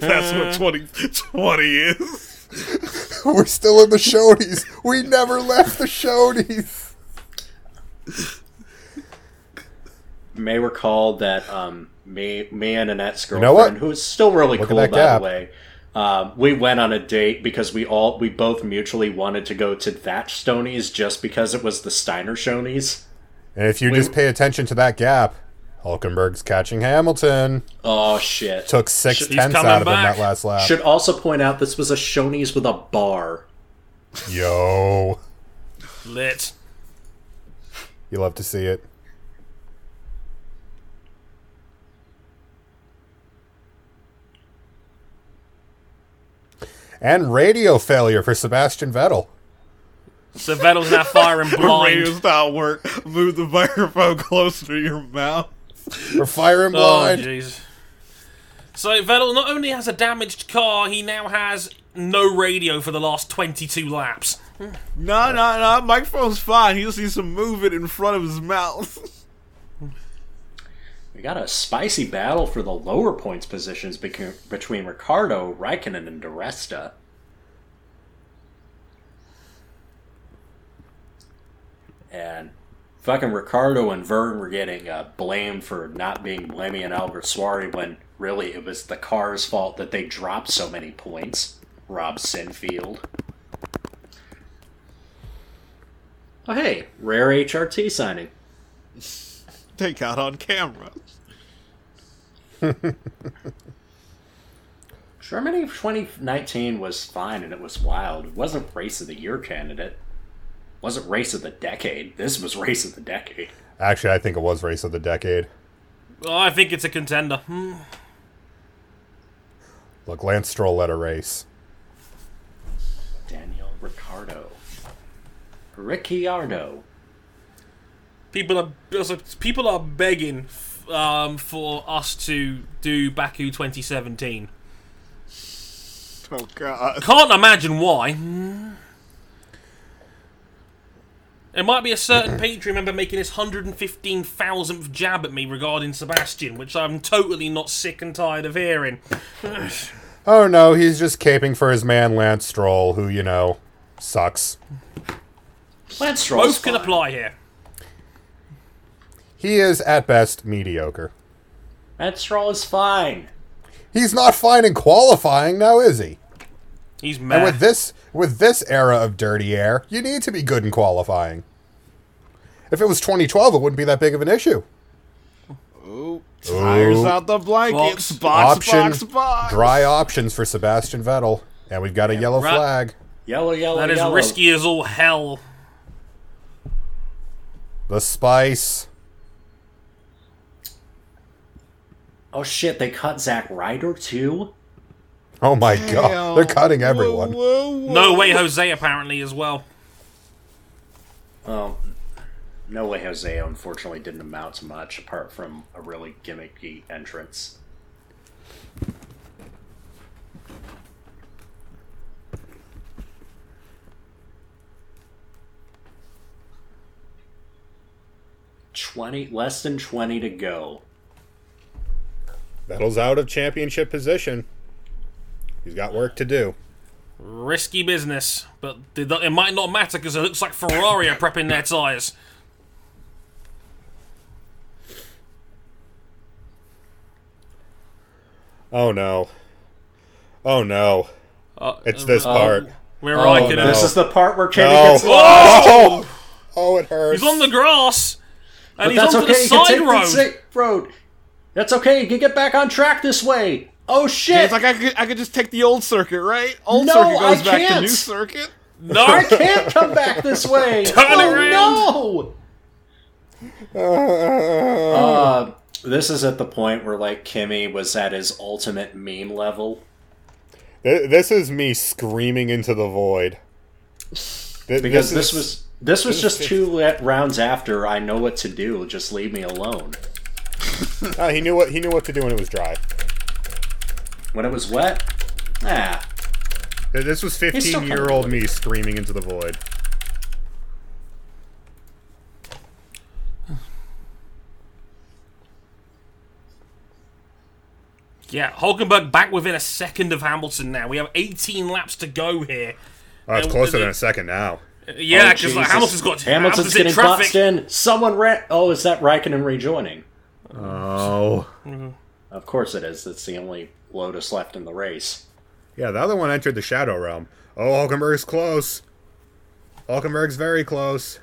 F: That's what 2020 is.
E: We're still in the Shonies. We never left the Shonies.
B: May recall that um, me, me and Annette's girlfriend,
E: know what?
B: who is still really
E: Look at
B: cool, by
E: that gap.
B: the way, um, we went on a date because we all we both mutually wanted to go to that Stonies just because it was the Steiner Shonies.
E: And if you just pay attention to that gap, Hulkenberg's catching Hamilton.
B: Oh shit!
E: Took six
C: He's
E: tenths
C: coming
E: out of
C: back.
E: him that last lap.
B: Should also point out this was a Shoney's with a bar.
E: Yo.
C: Lit.
E: You love to see it. And radio failure for Sebastian Vettel.
C: So Vettel's now firing
F: The
C: blind.
F: radio's not work. Move the microphone closer to your mouth.
E: For fire and
C: Oh
E: blind.
C: jeez. So Vettel not only has a damaged car, he now has no radio for the last 22 laps.
F: No, no, no. Microphone's fine. He just needs to move it in front of his mouth.
B: We got a spicy battle for the lower points positions becu- between Ricardo, Raikkonen, and Duresta. And fucking Ricardo and Vern were getting uh, blamed for not being Blamey and Albert Suari when really it was the car's fault that they dropped so many points. Rob Sinfield. Oh, hey, rare HRT signing.
F: Take out on camera.
B: Germany of 2019 was fine and it was wild. It wasn't race of the year candidate. Wasn't race of the decade. This was race of the decade.
E: Actually, I think it was race of the decade.
C: Oh, I think it's a contender. Hmm.
E: Look, Lance Stroll led a race.
B: Daniel Ricardo. Ricciardo.
C: People are also- people are begging f- um, for us to do Baku 2017.
F: Oh God.
C: Can't imagine why. Hmm. It might be a certain Patreon member making his 115,000th jab at me regarding Sebastian, which I'm totally not sick and tired of hearing.
E: Oh no, he's just caping for his man Lance Stroll, who, you know, sucks.
B: Lance Stroll's
C: Both can
B: fine.
C: apply here.
E: He is, at best, mediocre.
B: Lance Stroll is fine.
E: He's not fine in qualifying now, is he?
C: He's
E: And
C: mad.
E: with this with this era of dirty air, you need to be good in qualifying. If it was 2012, it wouldn't be that big of an issue.
F: Tires out the blankets. Box,
E: Option
F: box, box.
E: dry options for Sebastian Vettel, and we've got a yellow
C: Right.
E: flag.
B: Yellow, yellow,
C: that is
B: yellow.
C: risky as all hell.
E: The spice.
B: Oh shit, they cut Zack Ryder too?
E: Oh my
F: Damn.
E: god, they're cutting
F: Whoa,
E: everyone.
F: whoa, whoa.
C: No way, Jose apparently as well.
B: Well, Um, No Way Jose unfortunately didn't amount to much apart from a really gimmicky entrance. Twenty less than twenty to go.
E: Vettel's out of championship position. He's got work to do.
C: Risky business, but th- th- it might not matter because it looks like Ferrari are prepping their tyres.
E: Oh no. Oh no.
C: Uh,
E: it's this part.
C: Where are Oh, I could
B: Oh, This is the part where Kenny
E: No.
B: gets
E: Oh! Oh, it hurts.
C: He's on the grass, and he's
B: That's
C: onto
B: okay.
C: the
B: You can
C: side
B: take
C: road.
B: the side road. That's okay. You can get back on track this way. Oh shit!
F: It's like I could, I could just take the old circuit, right? Old
B: No,
F: circuit goes
B: I
F: back to
B: can't.
F: new circuit.
C: no,
B: I can't come back this way.
C: Turn
B: oh,
C: around.
B: No. Uh, this is at the point where like Kimmy was at his ultimate meme level.
E: Th- This is me screaming into the void. Th-
B: Because
E: is-
B: this, was this was just two la- rounds after I know what to do. Just leave me alone.
E: Ah, he knew what he knew what to do when it was dry.
B: When it was Ah. wet, nah.
E: Th- This was
B: still
E: fifteen year old me screaming into the void.
C: Yeah, Hulkenberg back within a second of Hamilton now. We have 18 laps to go here.
E: Oh, it's
C: Uh,
E: closer
C: uh,
E: than a second now.
C: Yeah,
B: Oh,
C: because like,
B: Jesus.
C: Hamilton's got
B: Hamilton's
C: in
B: getting
C: traffic.
B: boxed in. Someone ran. Oh, is that Raikkonen rejoining?
E: Oh.
B: Of course it is. It's the only Lotus left in the race.
E: Yeah, the other one entered the Shadow Realm. Oh, Hulkenberg's close. Hulkenberg's very close.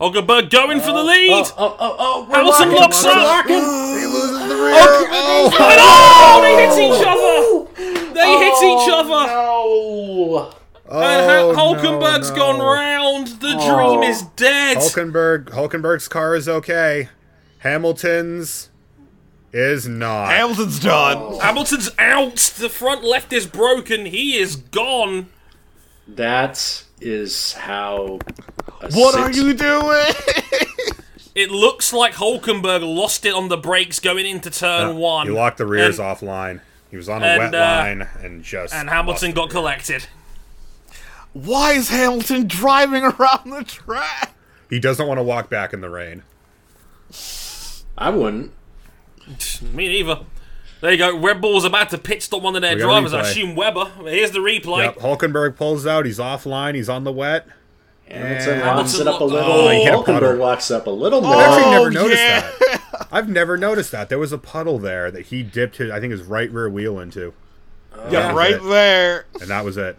C: Hulkenberg going for the lead.
B: Oh, oh, oh, oh! We're
C: Hamilton
B: locking,
C: locks
B: we're
C: up.
B: locking.
E: He loses the rear. Oh,
C: Oh, they hit each other. They hit each other.
B: Oh,
C: and
E: no,
C: ha- Uh, Hulkenberg's
E: no. Oh.
C: gone round. The dream is dead.
E: Hulkenberg, Hulkenberg's car is okay. Hamilton's is not.
F: Hamilton's done.
C: Oh, Hamilton's out. The front left is broken. He is gone.
B: that is how. a
F: What
B: six-
F: are you doing?
C: It looks like Hulkenberg lost it on the brakes going into turn one.
E: Uh, He locked the rears
C: and,
E: offline. He was on a
C: and,
E: wet
C: uh,
E: line and just.
C: And
E: lost
C: Hamilton
E: it.
C: got collected.
F: Why is Hamilton driving around the track?
E: He doesn't want to walk back in the rain.
B: I wouldn't.
C: Me neither. There you go. Red Bull's about to pit stop one of their
E: We got a
C: drivers. I
E: replay.
C: assume Weber. Here's the replay.
E: Yep, Hulkenberg pulls out. He's offline. He's on the wet.
B: Hamilton
E: And-
B: locks it up a
C: Hamilton
B: little.
C: locked-
E: Oh, he hit a puddle.
B: Hulkenberg locks up a little more.
E: I've actually never
F: Oh,
E: noticed
F: yeah.
E: that. I've never noticed that. There was a puddle there that he dipped his, I think, his right rear wheel into,
F: Yeah, right
E: Yeah.
F: there.
E: and that was it.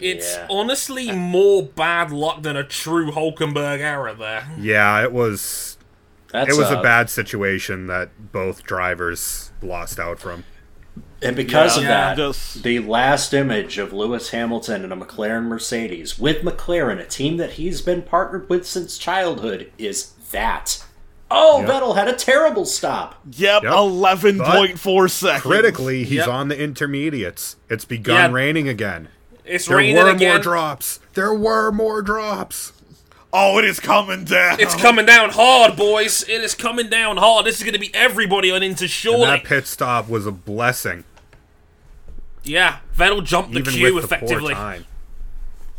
C: It's
B: Yeah.
C: honestly more bad luck than a true Hulkenberg error there.
E: Yeah, it was.
B: That's
E: It was
B: uh,
E: a bad situation that both drivers lost out from.
B: And because
F: Yeah.
B: of that,
F: Yeah, just-
B: the last image of Lewis Hamilton in a McLaren Mercedes with McLaren, a team that he's been partnered with since childhood, is that. Oh, Vettel had a terrible stop.
F: Yep,
E: Yep.
F: eleven point four seconds.
E: Critically, he's
C: Yep.
E: on the intermediates. It's begun
C: Yeah.
E: raining again.
C: It's
E: There
C: raining
E: were more
C: again.
E: drops. There were more drops.
F: Oh, it is coming down.
B: Oh.
C: It's coming down hard, boys. It is coming down hard. This is going to be everybody on into
E: And
C: surely.
E: that pit stop was a blessing,
C: Yeah, Vettel jumped the
E: even
C: queue
E: with the poor
C: effectively.
E: time.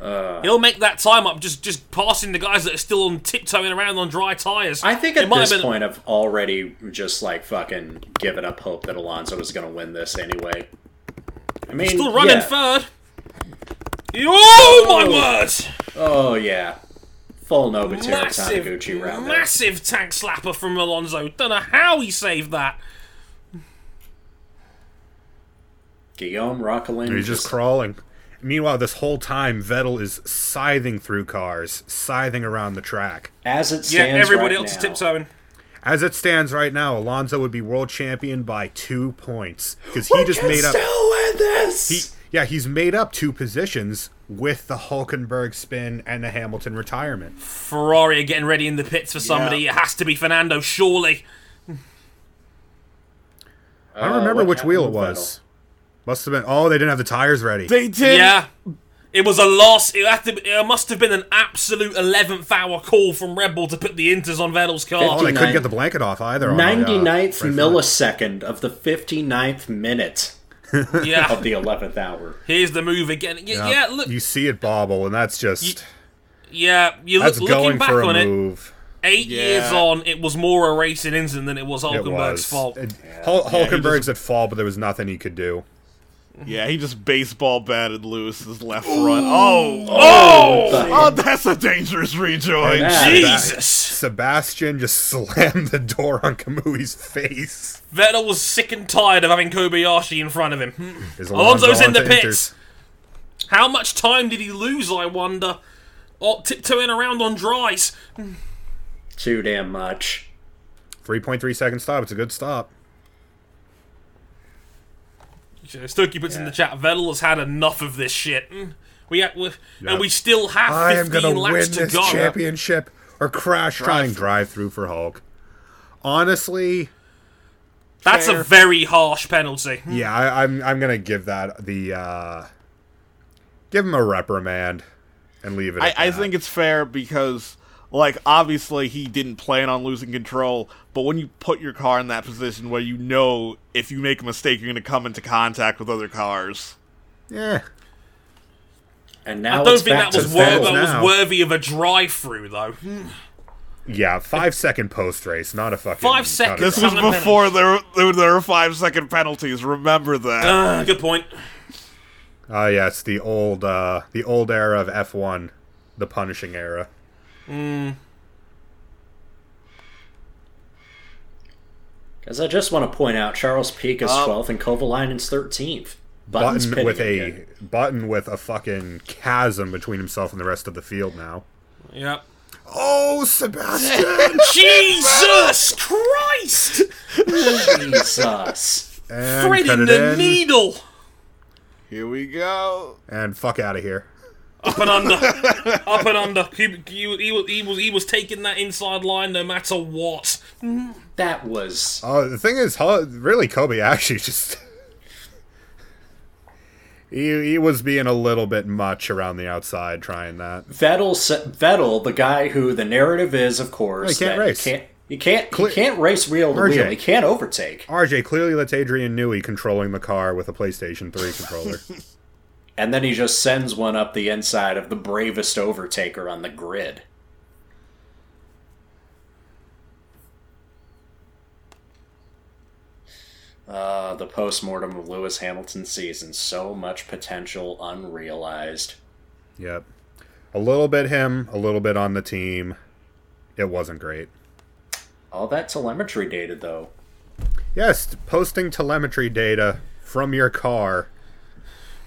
C: He'll make that time up just just passing the guys that are still on tiptoeing around on dry tires.
B: I think
C: It
B: at
C: might have
B: this
C: been-
B: point, I've already just like fucking given up hope that Alonso was going to win this anyway. I mean,
C: still running
B: yeah.
C: third. Oh my word!
B: Oh yeah, full Nobuteru
C: Massive,
B: Taniguchi round. there.
C: massive tank slapper from Alonso. Don't know how he saved that.
B: Guillaume Rocklin.
E: He's just crawling. Meanwhile, this whole time, Vettel is scything through cars, scything around the track.
B: as it
C: Yeah,
B: stands.
C: everybody
B: right
C: else is
B: now,
C: tiptoeing.
E: As it stands right now, Alonso would be world champion by two points because he just made up. He, yeah, he's made up two positions with the Hulkenberg spin and the Hamilton retirement.
C: Ferrari are getting ready in the pits for somebody. It has to be Fernando, surely.
E: I don't remember
B: Uh, what
E: which wheel it
B: happened with
E: was. Must have been. Oh, they didn't have the tires ready.
F: They did.
C: Yeah. It was a loss. It, had to be, it must have been an absolute 11th hour call from Red Bull to put the Inters on Vettel's
E: oh,
C: car.
E: they
B: 59
E: couldn't get the blanket off either. on the, uh,
B: 99th
E: right front.
B: millisecond of the 59th minute
C: Yeah.
B: of the 11th hour.
C: Here's the move again. Y- Yeah, look.
E: You see it bobble, and that's just
C: yeah, you look,
E: that's
C: looking
E: going
C: back
E: for a
C: on it,
E: move.
C: eight
F: Yeah.
C: years on, it was more a racing incident than it was
E: It was.
C: Hulkenberg's fault.
E: It- Hul- Hulkenberg's at fault, but there was nothing he could do.
F: Yeah, he just baseball batted Lewis's left front. Oh, oh,
B: Oh,
F: that's a dangerous rejoin.
B: Yeah.
C: Oh, Jesus!
E: Sebastian just slammed the door on Kamui's face.
C: Vettel was sick and tired of having Kobayashi in front of him.
E: Is
C: Alonso's in
E: onto
C: the pits.
E: Hmm. Inters?
C: How much time did he lose, I wonder? Oh, tiptoeing around on dries.
B: too damn much.
E: 3.3 second stop. It's a good stop.
C: Stokey puts in the chat. Vettel has had enough of this shit. Mm. We, ha- we and we still
E: I
C: have
E: am going
C: fifteen
E: to
C: laps
E: win
C: to
E: this
C: go.
E: championship or crash trying drive through for Hulk. Honestly,
C: That's a very harsh penalty.
E: yeah, I, I'm I'm gonna give that the uh, give him a reprimand and leave it.
F: I,
E: at
F: I
E: that.
F: think it's fair because, like, obviously he didn't plan on losing control, but when you put your car in that position where you know if you make a mistake, you're going to come into contact with other cars.
E: yeah,
B: And now
C: I don't
B: it's
C: think
B: back
C: that was
B: to
E: wor-
C: worthy,
E: Vettel
C: that was
E: now. Mm.
C: worthy of a drive-through, though.
E: Yeah, five second post race, not a
C: Five
E: fucking not a-
C: seconds.
F: This was
C: Ton of
F: before there were, there were five second penalties. Remember that.
C: Ah, good point.
E: Ah, yes, the old uh the old era of F one, the punishing era.
B: Because I just want to point out Charles Peak
C: Uh,
B: is 12th and Kovalainen's 13th. Button's
E: Button
B: pitting
E: with a
B: again.
E: button with a fucking chasm between himself and the rest of the field now.
C: Yep.
E: Oh, Sebastian!
C: Jesus Christ!
B: Jesus.
E: and cut
C: Threading
E: it
C: the
E: in,
C: needle
F: Here we go.
E: and fuck out of here.
C: up and under, up and under. He, he, he, was- he was he was taking that inside line no matter what.
B: That was.
E: Oh, the thing is, huh, really, Kobe actually just. he, he was being a little bit much around the outside trying that.
B: Vettel, sa- Vettel, the guy who the narrative is, of course,
E: No, he can't
B: that
E: race.
B: He can't, he can't,
E: Cle-
B: he can't race wheel to
E: RJ.
B: wheel. He can't overtake.
E: RJ clearly lets Adrian Newey controlling the car with a PlayStation 3 controller.
B: And then he just sends one up the inside of the bravest overtaker on the grid. Uh, the postmortem of Lewis Hamilton's season. So much potential unrealized.
E: yep. A little bit him, a little bit on the team. It wasn't great.
B: All that telemetry data, though.
E: Yes, posting telemetry data from your car.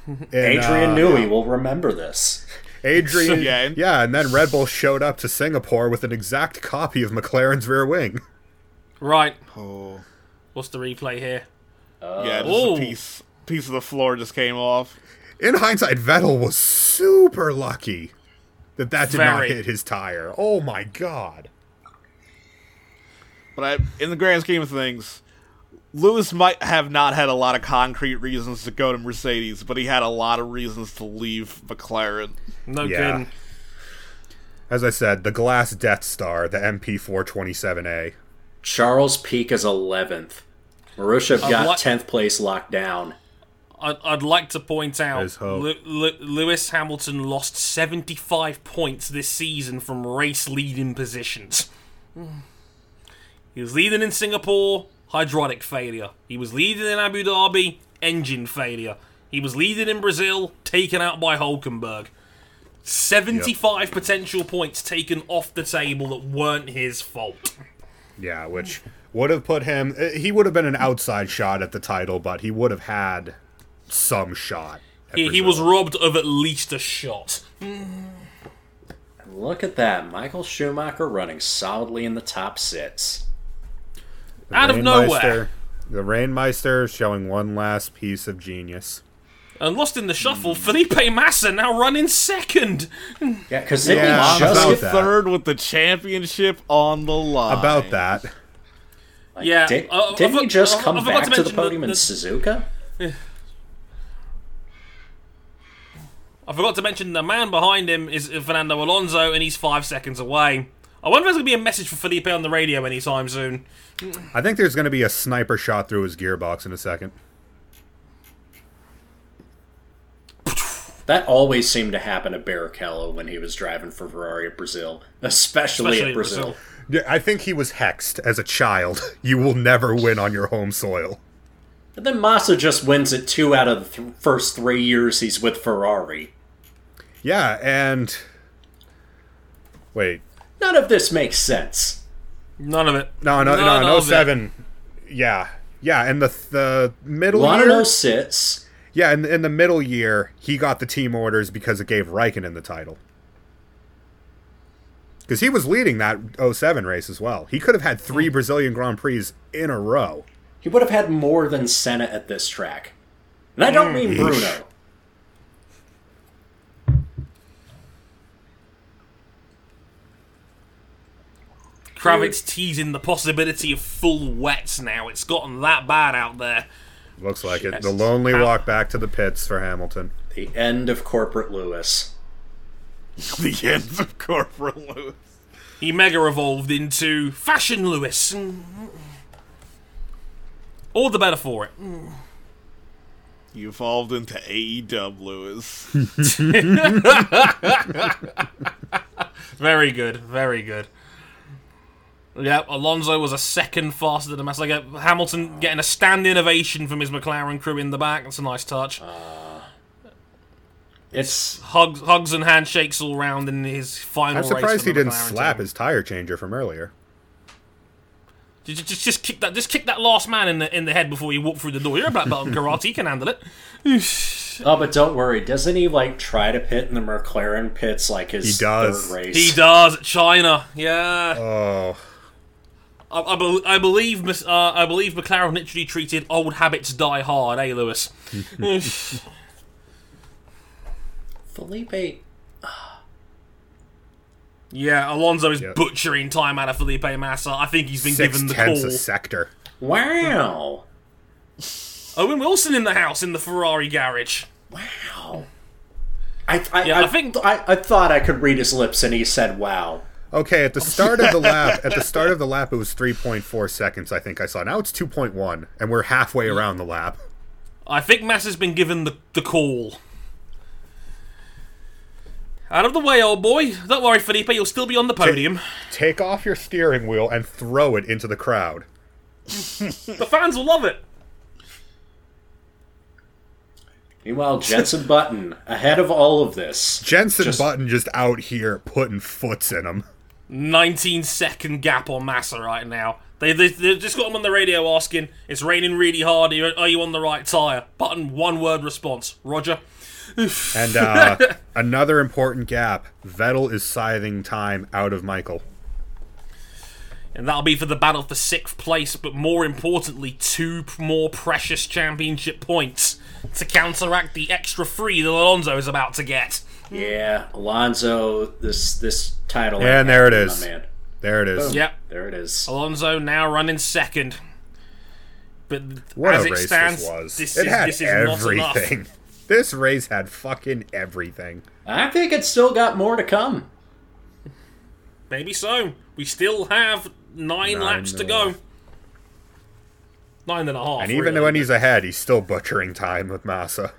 E: And,
B: Adrian
E: uh,
B: Newey will remember this.
E: Adrian.
F: Yeah,
E: yeah. and
F: and-
E: then Red Bull showed up to Singapore with an exact copy of McLaren's rear wing.
C: Right.
F: Oh.
C: What's the replay here?
F: Yeah, just
C: Oh.
F: a piece piece of the floor just came off.
E: In hindsight, Vettel was super lucky that that did not
C: Very.
E: hit his tire. Oh my god.
F: But I, in the grand scheme of things, Lewis might have not had a lot of concrete reasons to go to Mercedes, but he had a lot of reasons to leave McLaren.
C: No
E: Yeah.
C: kidding.
E: As I said, the glass Death Star, the MP427A.
B: Charles Peak is 11th. Marusha got
C: what?
B: 10th place locked down.
C: I'd, I'd like to point out
E: There's hope.
C: Lew- Lew- Lewis Hamilton lost 75 points this season from race leading positions. He was leading in Singapore, hydraulic failure. He was leading in Abu Dhabi, engine failure. He was leading in Brazil, taken out by Hulkenberg. 75 potential points taken off the table that weren't his fault.
E: Yeah, which would have put him. eh, He would have been an outside shot at the title, but he would have had some shot. at
C: He, he
E: Brazil.
C: was robbed of at least a shot.
B: Look at that. Michael Schumacher running solidly in the top six.
E: The
C: out of nowhere.
E: Rainmeister- The Rainmeister showing one last piece of genius.
C: And lost in the shuffle, Felipe Massa now running second.
B: Yeah, because didn't
E: Yeah,
B: he just
E: about
B: get
E: that.
F: Third with the championship on the line.
E: About that.
B: Like,
C: Yeah,
B: did,
C: uh, I
B: didn't
C: for-
B: he just
C: I- I
B: come
C: forgot
B: back
C: to
B: to, the
C: mention
B: podium
C: oh, the-
B: in
C: the-
B: Suzuka?
C: I forgot to mention the man behind him is Fernando Alonso, and he's five seconds away. I wonder if there's going to be a message for Felipe on the radio anytime soon.
E: I think there's going to be a sniper shot through his gearbox in a second.
B: That always seemed to happen at Barrichello when he was driving for Ferrari at Brazil, especially,
C: Especially
B: at
C: in
B: Brazil.
C: Brazil.
E: Yeah, I think he was hexed as a child. You will never win on your home soil.
B: And then Massa just wins it two out of the th- first three years he's with Ferrari.
E: Yeah, and. Wait.
B: None of this makes sense.
C: None of it.
E: No, no,
C: None
E: no, no,
C: of it.
E: seven. Yeah. Yeah, in the the middle
B: One
E: year.
B: of 06.
E: Yeah, in, in the middle year, he got the team orders because it gave Raikkonen the title. Because he was leading that 07 race as well. He could have had three
C: Hmm.
E: Brazilian Grand Prix in a row.
B: He would have had more than Senna at this track. And I don't
E: Mm.
B: mean Bruno.
C: Kravitz teasing the possibility of full wets now. It's gotten that bad out there.
E: Looks like it. The lonely walk back to the pits for Hamilton.
B: The end of corporate Lewis.
F: the end of corporate Lewis.
C: He mega evolved into Fashion Lewis. All the better for it.
F: You evolved into AEW Lewis.
C: Very good, very good. Yep, Alonso was a second faster than Massa. Like uh, Hamilton getting a standing ovation from his McLaren crew in the back. That's a nice touch.
B: It's
C: hugs, hugs and handshakes all round in his final.
E: I'm
C: race
E: surprised
C: for
E: he
C: the
E: didn't
C: McLaren
E: slap
C: team.
E: his tire changer from earlier.
C: Ju- ju- Just, just, kick that, just kick that last man in the in the head before you walk through the door. You're a black belt in karate. You can handle it.
B: oh, but don't worry. Doesn't he like try to pit in the McLaren pits like his
E: He does.
B: third race?
C: He does at China. Yeah.
E: Oh,
C: I, I, bel I believe Miss- uh, I believe McLaren literally treated old habits die hard, eh, Lewis?
B: Felipe.
C: yeah, Alonso is
E: Yep.
C: butchering time out of Felipe Massa. I think he's been
E: six
C: given the
E: tenths
C: call.
E: a sector.
B: Wow.
C: Owen Wilson in the house in the Ferrari garage.
B: Wow. I, I,
C: Yeah,
B: I,
C: I think-
B: I, I thought I could read his lips, and he said, "Wow."
E: Okay, at the start of the lap, at the start of the lap, it was 3.4 seconds. I think I saw. Now it's 2.1, and we're halfway around the lap.
C: I think Massa's been given the, the call. Out of the way, old boy. Don't worry, Felipe, you'll still be on the podium.
E: Take off your steering wheel and throw it into the crowd.
C: the fans will love it.
B: Meanwhile, Jensen Button ahead of all of this.
E: Jensen Button just out here putting foots in him.
C: 19 second gap on Massa right now. They, they, they just got him on the radio asking, it's raining really hard, are you, are you on the right tyre? Button, one word response. Roger.
E: And uh, another important gap. Vettel is scything time out of Michael.
C: And that'll be for the battle for sixth place, but more importantly, two p- more precious championship points to counteract the extra three that Alonso is about to get.
B: Yeah, Alonso. This this title.
E: Yeah, and there it
B: happened,
E: is.
B: my man.
E: There it is.
C: Yep.
B: There it is.
C: Alonso now running second. But
E: What
C: as
E: a
C: it
E: race
C: stands,
E: this was.
C: this
E: it
C: is,
E: had
C: this is not enough.
E: everything. this race had fucking everything.
B: I think it's still got more to come.
C: Maybe so. We still have nine,
E: Nine
C: laps to
E: and a
C: go.
E: half.
C: Nine and a half.
E: And even
C: really.
E: when he's ahead, he's still butchering time with Massa.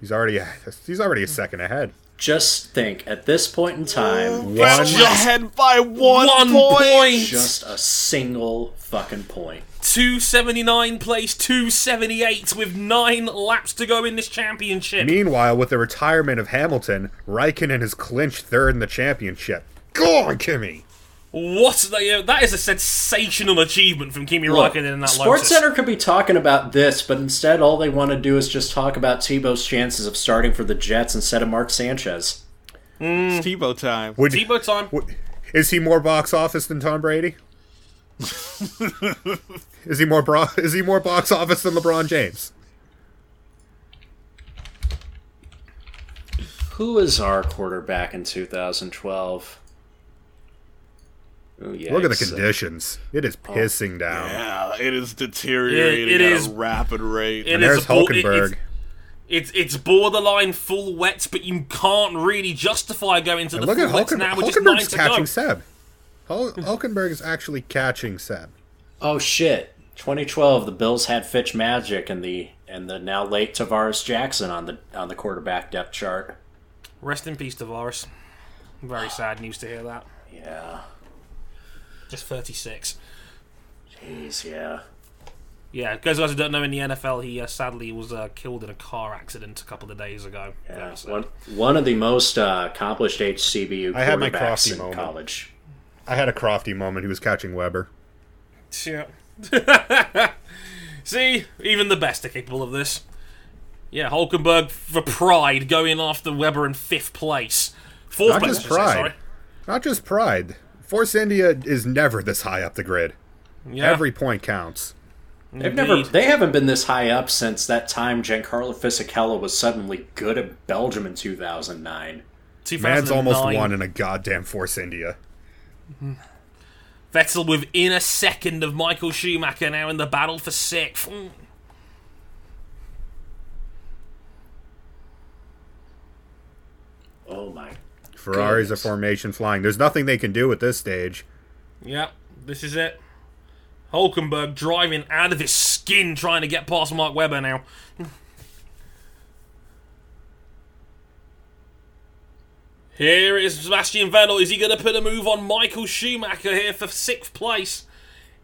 E: He's already he's already a second ahead.
B: Just think, at this point in time,
E: One
F: ahead by one,
C: one
F: point.
C: point,
B: just a single fucking point.
C: two seventy nine place, two seventy eight with nine laps to go in this championship.
E: Meanwhile, with the retirement of Hamilton, Raikkonen has clinched third in the championship. Go on, Kimmy.
C: What the, uh, that is a sensational achievement from Kimi
B: Look,
C: Raikkonen in that
B: Sports
C: Lotus.
B: Center could be talking about this, but instead, all they want to do is just talk about Tebow's chances of starting for the Jets instead of Mark Sanchez.
F: It's Tebow time.
E: Would,
C: Debo time.
E: would- is he more box office than Tom Brady? is he more bro, is he more box office than LeBron James?
B: Who was our quarterback in 2012? Ooh,
E: Look at the
C: uh,
B: yikes.
E: conditions. It is
C: oh,
E: pissing down.
F: Yeah, it is deteriorating
C: It- it
F: at
C: is-
F: a rapid rate.
C: It
E: And
C: is
E: there's
C: a ball- it-
E: Hulkenberg.
C: it's- It's it's borderline full wet, but you can't really justify going to
E: And
C: the
E: look
C: full
E: at
C: wets
E: Hulken-
C: now. We're just nine
E: Hulkenberg's
C: to go.
E: catching Seb. Hul- Hulkenberg is actually catching Seb.
B: Oh shit! 2012, the Bills had Fitch Magic and the and the now late Tavares Jackson on the on the quarterback depth chart.
C: Rest in peace, Tavares. Very sad news to hear that.
B: Yeah,
C: Just thirty six.
B: he's yeah.
C: Yeah, guys, guys who don't know, in the NFL, he uh, sadly was uh, killed in a car accident a couple of days ago.
B: Yeah,
C: Very sad.
B: one, one of the most uh, accomplished HCBU
E: I had my
B: quarterbacks
E: Crofty
B: in
E: moment.
B: college.
E: I had a crofty moment. He was catching Weber.
C: Yeah. See, even the best are capable of this. Yeah, Hulkenberg for pride going after Weber in fifth place. Fourth
E: Not
C: place,
E: just
C: I should say,
E: pride.
C: sorry.
E: Not just pride. Force India is never this high up the grid.
C: Yeah,
E: Every point counts.
B: They've never,
C: indeed.
B: they haven't been this high up since that time Giancarlo Fisichella was suddenly good at Belgium in 2009.
C: 2009,
E: Man's almost won in a goddamn Force India.
C: Vettel within a second of Michael Schumacher now in the battle for sixth. Mm.
B: Oh my!
E: Ferrari's
B: Goodness.
E: a formation flying. There's nothing they can do at this stage.
C: Yeah, this is it. Hulkenberg driving out of his skin trying to get past Mark Webber now. Here is Sebastian Vettel. Is he going to put a move on Michael Schumacher here for sixth place?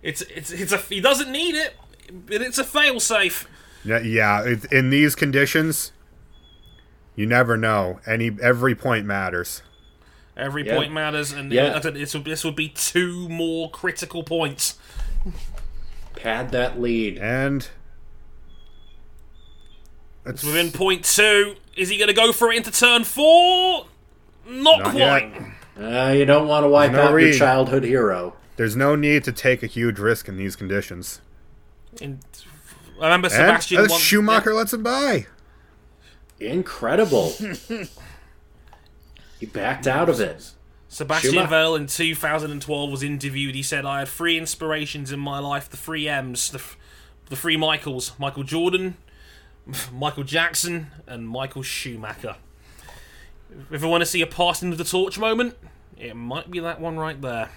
C: It's it's it's a he doesn't need it, but it's a failsafe.
E: Yeah, yeah. it- In these conditions, you never know. Any every point matters.
C: Every
B: Yeah.
C: point matters, and
B: Yeah.
C: like I said, this would this would be two more critical points.
B: Pad that lead.
E: And it's
C: Within point two, is he going to go for it into turn four? Not,
E: Not
C: quite.
E: yet.
B: Uh, you don't want to wipe
E: no
B: out your
E: read.
B: childhood hero.
E: There's no need to take a huge risk in these conditions.
C: And I remember
E: And
C: Sebastian
E: uh,
C: won-
E: Schumacher lets him by.
B: Incredible. he backed out of it.
C: Sebastian
B: Schumacher.
C: Vettel in 2012 was interviewed. He said, "I had three inspirations in my life: the three M's, the, f- the three Michaels, Michael Jordan, Michael Jackson, and Michael Schumacher." If I want to see a passing of the torch moment, it might be that one right there.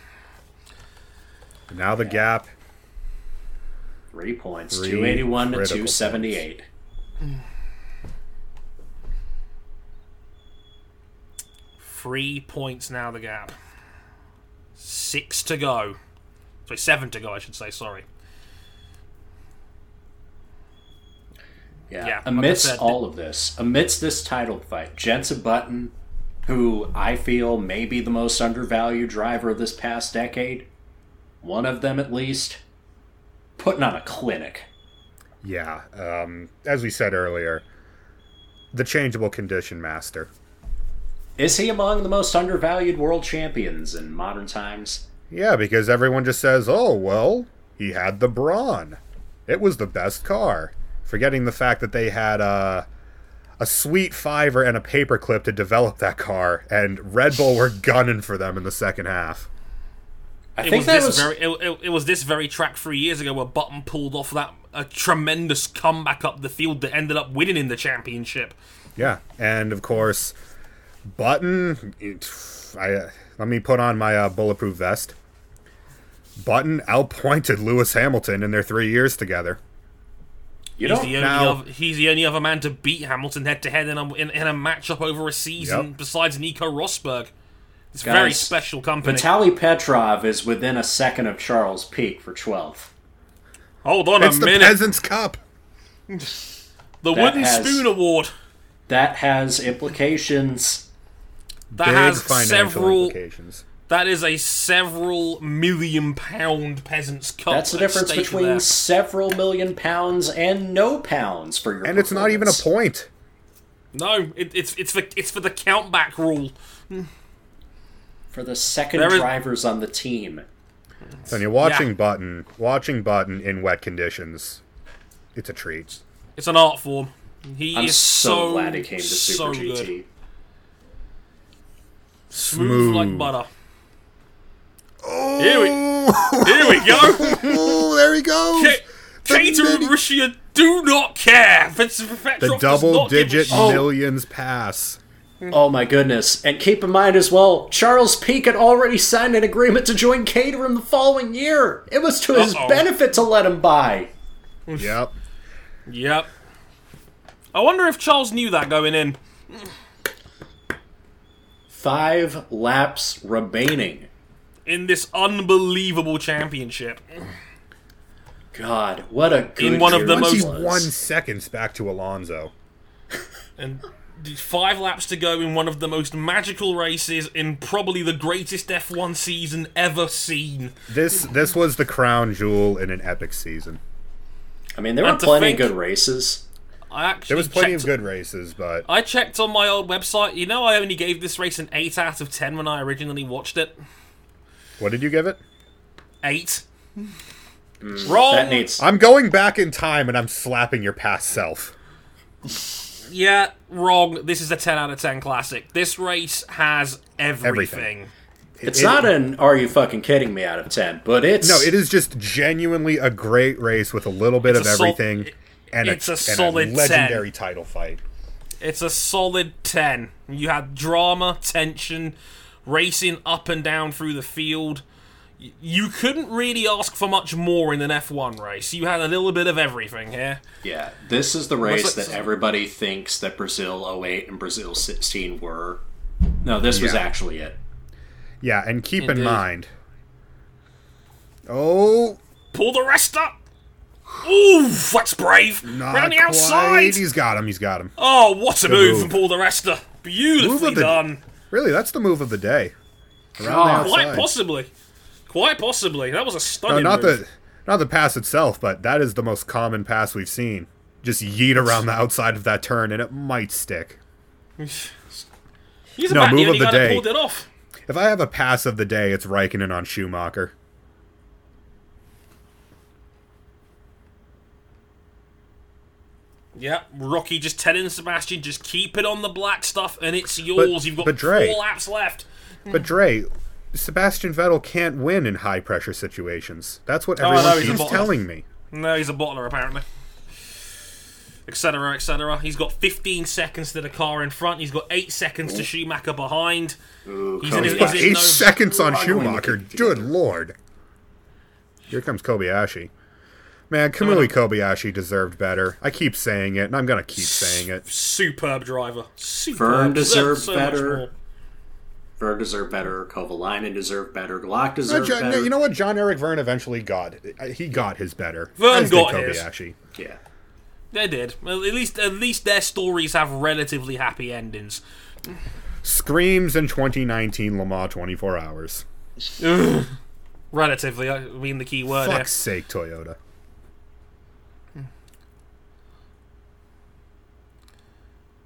E: Now the gap.
B: Three points,
E: Three
B: two eighty one to
E: critical
B: two seventy eight.
C: Three points now. The gap. Six to go. So seven to go, I should say. Sorry.
B: Yeah.
C: Yeah, like I
B: amidst
C: said,
B: all of this, amidst this title fight, Jensen Button, who I feel may be the most undervalued driver of this past decade, one of them at least, putting on a clinic.
E: Yeah. Um, as we said earlier, the changeable condition master.
B: Is he among the most undervalued world champions in modern times?
E: Yeah, because everyone just says, "Oh well, he had the brawn. It was the best car," forgetting the fact that they had a a sweet fiver and a paperclip to develop that car, and Red Bull were gunning for them in the second half.
B: I
C: It
B: think
C: was
B: that
C: this
B: was
C: very it, it- it was this very track three years ago where Button pulled off that a tremendous comeback up the field that ended up winning in the championship.
E: Yeah, and of course, Button. It, I let me put on my uh, bulletproof vest. Button outpointed Lewis Hamilton in their three years together.
B: you
C: He's
B: don't
C: the only
E: now-
C: other, he's the only other man to beat Hamilton head to head in a in, in a matchup over a season
E: Yep.
C: besides Nico Rosberg. It's
B: Guys,
C: very special company.
B: Vitaly Petrov is within a second of Charles Peak for 12th.
C: Hold on
E: It's
C: a
E: the
C: minute.
E: Peasants' Cup.
C: the
B: that
C: Wooden
B: has-
C: Spoon Award
B: That has implications.
C: that
E: Big
C: has
E: financial
C: several
E: implications.
C: that is a several million pound peasants cup.
B: That's the
C: at
B: difference
C: stake
B: between
C: there.
B: several million pounds and no pounds for your.
E: And it's not even a
B: performance.
E: point.
C: No, it, it's it's for it's for the countback rule.
B: for the second
C: There is-
B: drivers on the team.
E: And you're watching
C: Yeah.
E: Button, watching Button in wet conditions. It's a treat.
C: It's an art form. He
B: I'm
C: is
B: so,
C: so
B: glad he came to Super
C: so
B: GT.
C: good. Smooth like
E: Smooth.
C: butter. Here we, here we go.
E: Ooh, Oh! there he goes.
C: K- Cater and
E: mini-
C: Russia do not care. Fitz-
E: The
C: Petrov does
E: double
C: not give a Oh.
E: digit
C: sh-
E: millions pass.
B: Oh my goodness! And keep in mind as well, Charles Peak had already signed an agreement to join Caterham the following year. It was to his
C: Uh-oh.
B: benefit to let him buy.
E: Yep.
C: Yep. I wonder if Charles knew that going in.
B: Five laps remaining.
C: In this unbelievable championship,
B: God, what a good
C: In one of
B: year
C: the
B: this
C: most-
B: was.
E: 21 seconds back to Alonso.
C: and five laps to go in one of the most magical races in probably the greatest F1 season ever seen.
E: This this was the crown jewel in an epic season.
B: I mean, there were
C: And to
B: plenty
C: think-
B: of good races.
C: I actually
E: There was plenty
C: checked
E: of good races, but
C: I checked on my old website. You know, I only gave this race an 8 out of 10 when I originally watched it.
E: what did you give it?
C: 8. Wrong.
B: Mm. That needs
E: I'm going back in time and I'm slapping your past self.
C: yeah, wrong. This is a 10 out of 10 classic. This race has everything.
B: It's not an "Are you fucking kidding me?" out of ten, but it's
E: No, it is just genuinely a great race with a little bit
C: It's
E: of
C: a sol-
E: everything and,
C: it's a
E: and
C: solid
E: legendary title fight.
C: It's a solid 10. You had drama, tension, racing up and down through the field. Y- You couldn't really ask for much more in an F1 race. You had a little bit of everything here.
B: Yeah, this is the race
C: What's that-
B: oh that everybody thinks that Brazil 08 and Brazil 16 were. No, this was
E: Yeah.
B: actually it.
E: Yeah, and keep in
G: Indeed.
E: mind. Oh,
C: Pull the rest up. Ooh, that's brave.
E: not
C: Round the
E: quite.
C: outside.
E: He's got him. He's got him.
C: Oh, what a move,
E: move.
C: from Paul the Rester.
E: Move
C: Beautifully
E: of the-
C: done.
E: Really, that's the move of the day.
B: God.
E: the
C: Quite
E: outside.
C: possibly. Quite possibly. That was a
E: No,
C: stunning
E: not
C: move.
E: the not the pass itself, but that is the most common pass we've seen. Just yeet around the outside of that turn, and it might stick.
C: He's
E: no,
C: about
E: move
C: the only
E: of the
C: guy that
E: day.
C: pulled it off.
E: If I have a pass of the day, it's Raikkonen on Schumacher.
C: Yeah, Rocky just telling Sebastian, just keep it on the black stuff and it's yours. You've got
E: but Dre-
C: four laps left.
E: But Dre, Sebastian Vettel can't win in high pressure situations. That's what
C: Oh,
E: everyone
C: no, he's a
E: keeps
C: bottler.
E: telling me.
C: No, he's a bottler apparently. Etc. Etc. He's got 15 seconds to the car in front. He's got eight seconds to Schumacher behind. He's in his,
B: Kobe.
C: he's in
E: Eight
C: no-
E: seconds on
B: I'm going to
E: Schumacher.
B: keep it
E: Good
B: together.
E: lord. Here comes Kobayashi. Man, Kamui Kobayashi deserved better. I keep saying it, and I'm gonna keep saying it.
C: Superb driver. Superb.
B: Fern
C: Deserved
B: deserved
C: so much
B: better.
C: more.
B: Berg deserved better. Kovalainen deserved better. Glock
E: No,
B: deserved
E: John- no,
B: better.
E: you know what? John Eric Vern eventually got uh, he got his better.
C: Verne
E: as did
C: got his.
E: Kobayashi.
B: Yeah.
C: They did. Well, at least at least their stories have relatively happy endings.
E: Screams in 2019 Lamar 24 hours.
C: Relatively, I mean the key word
E: Fuck's sake, Toyota.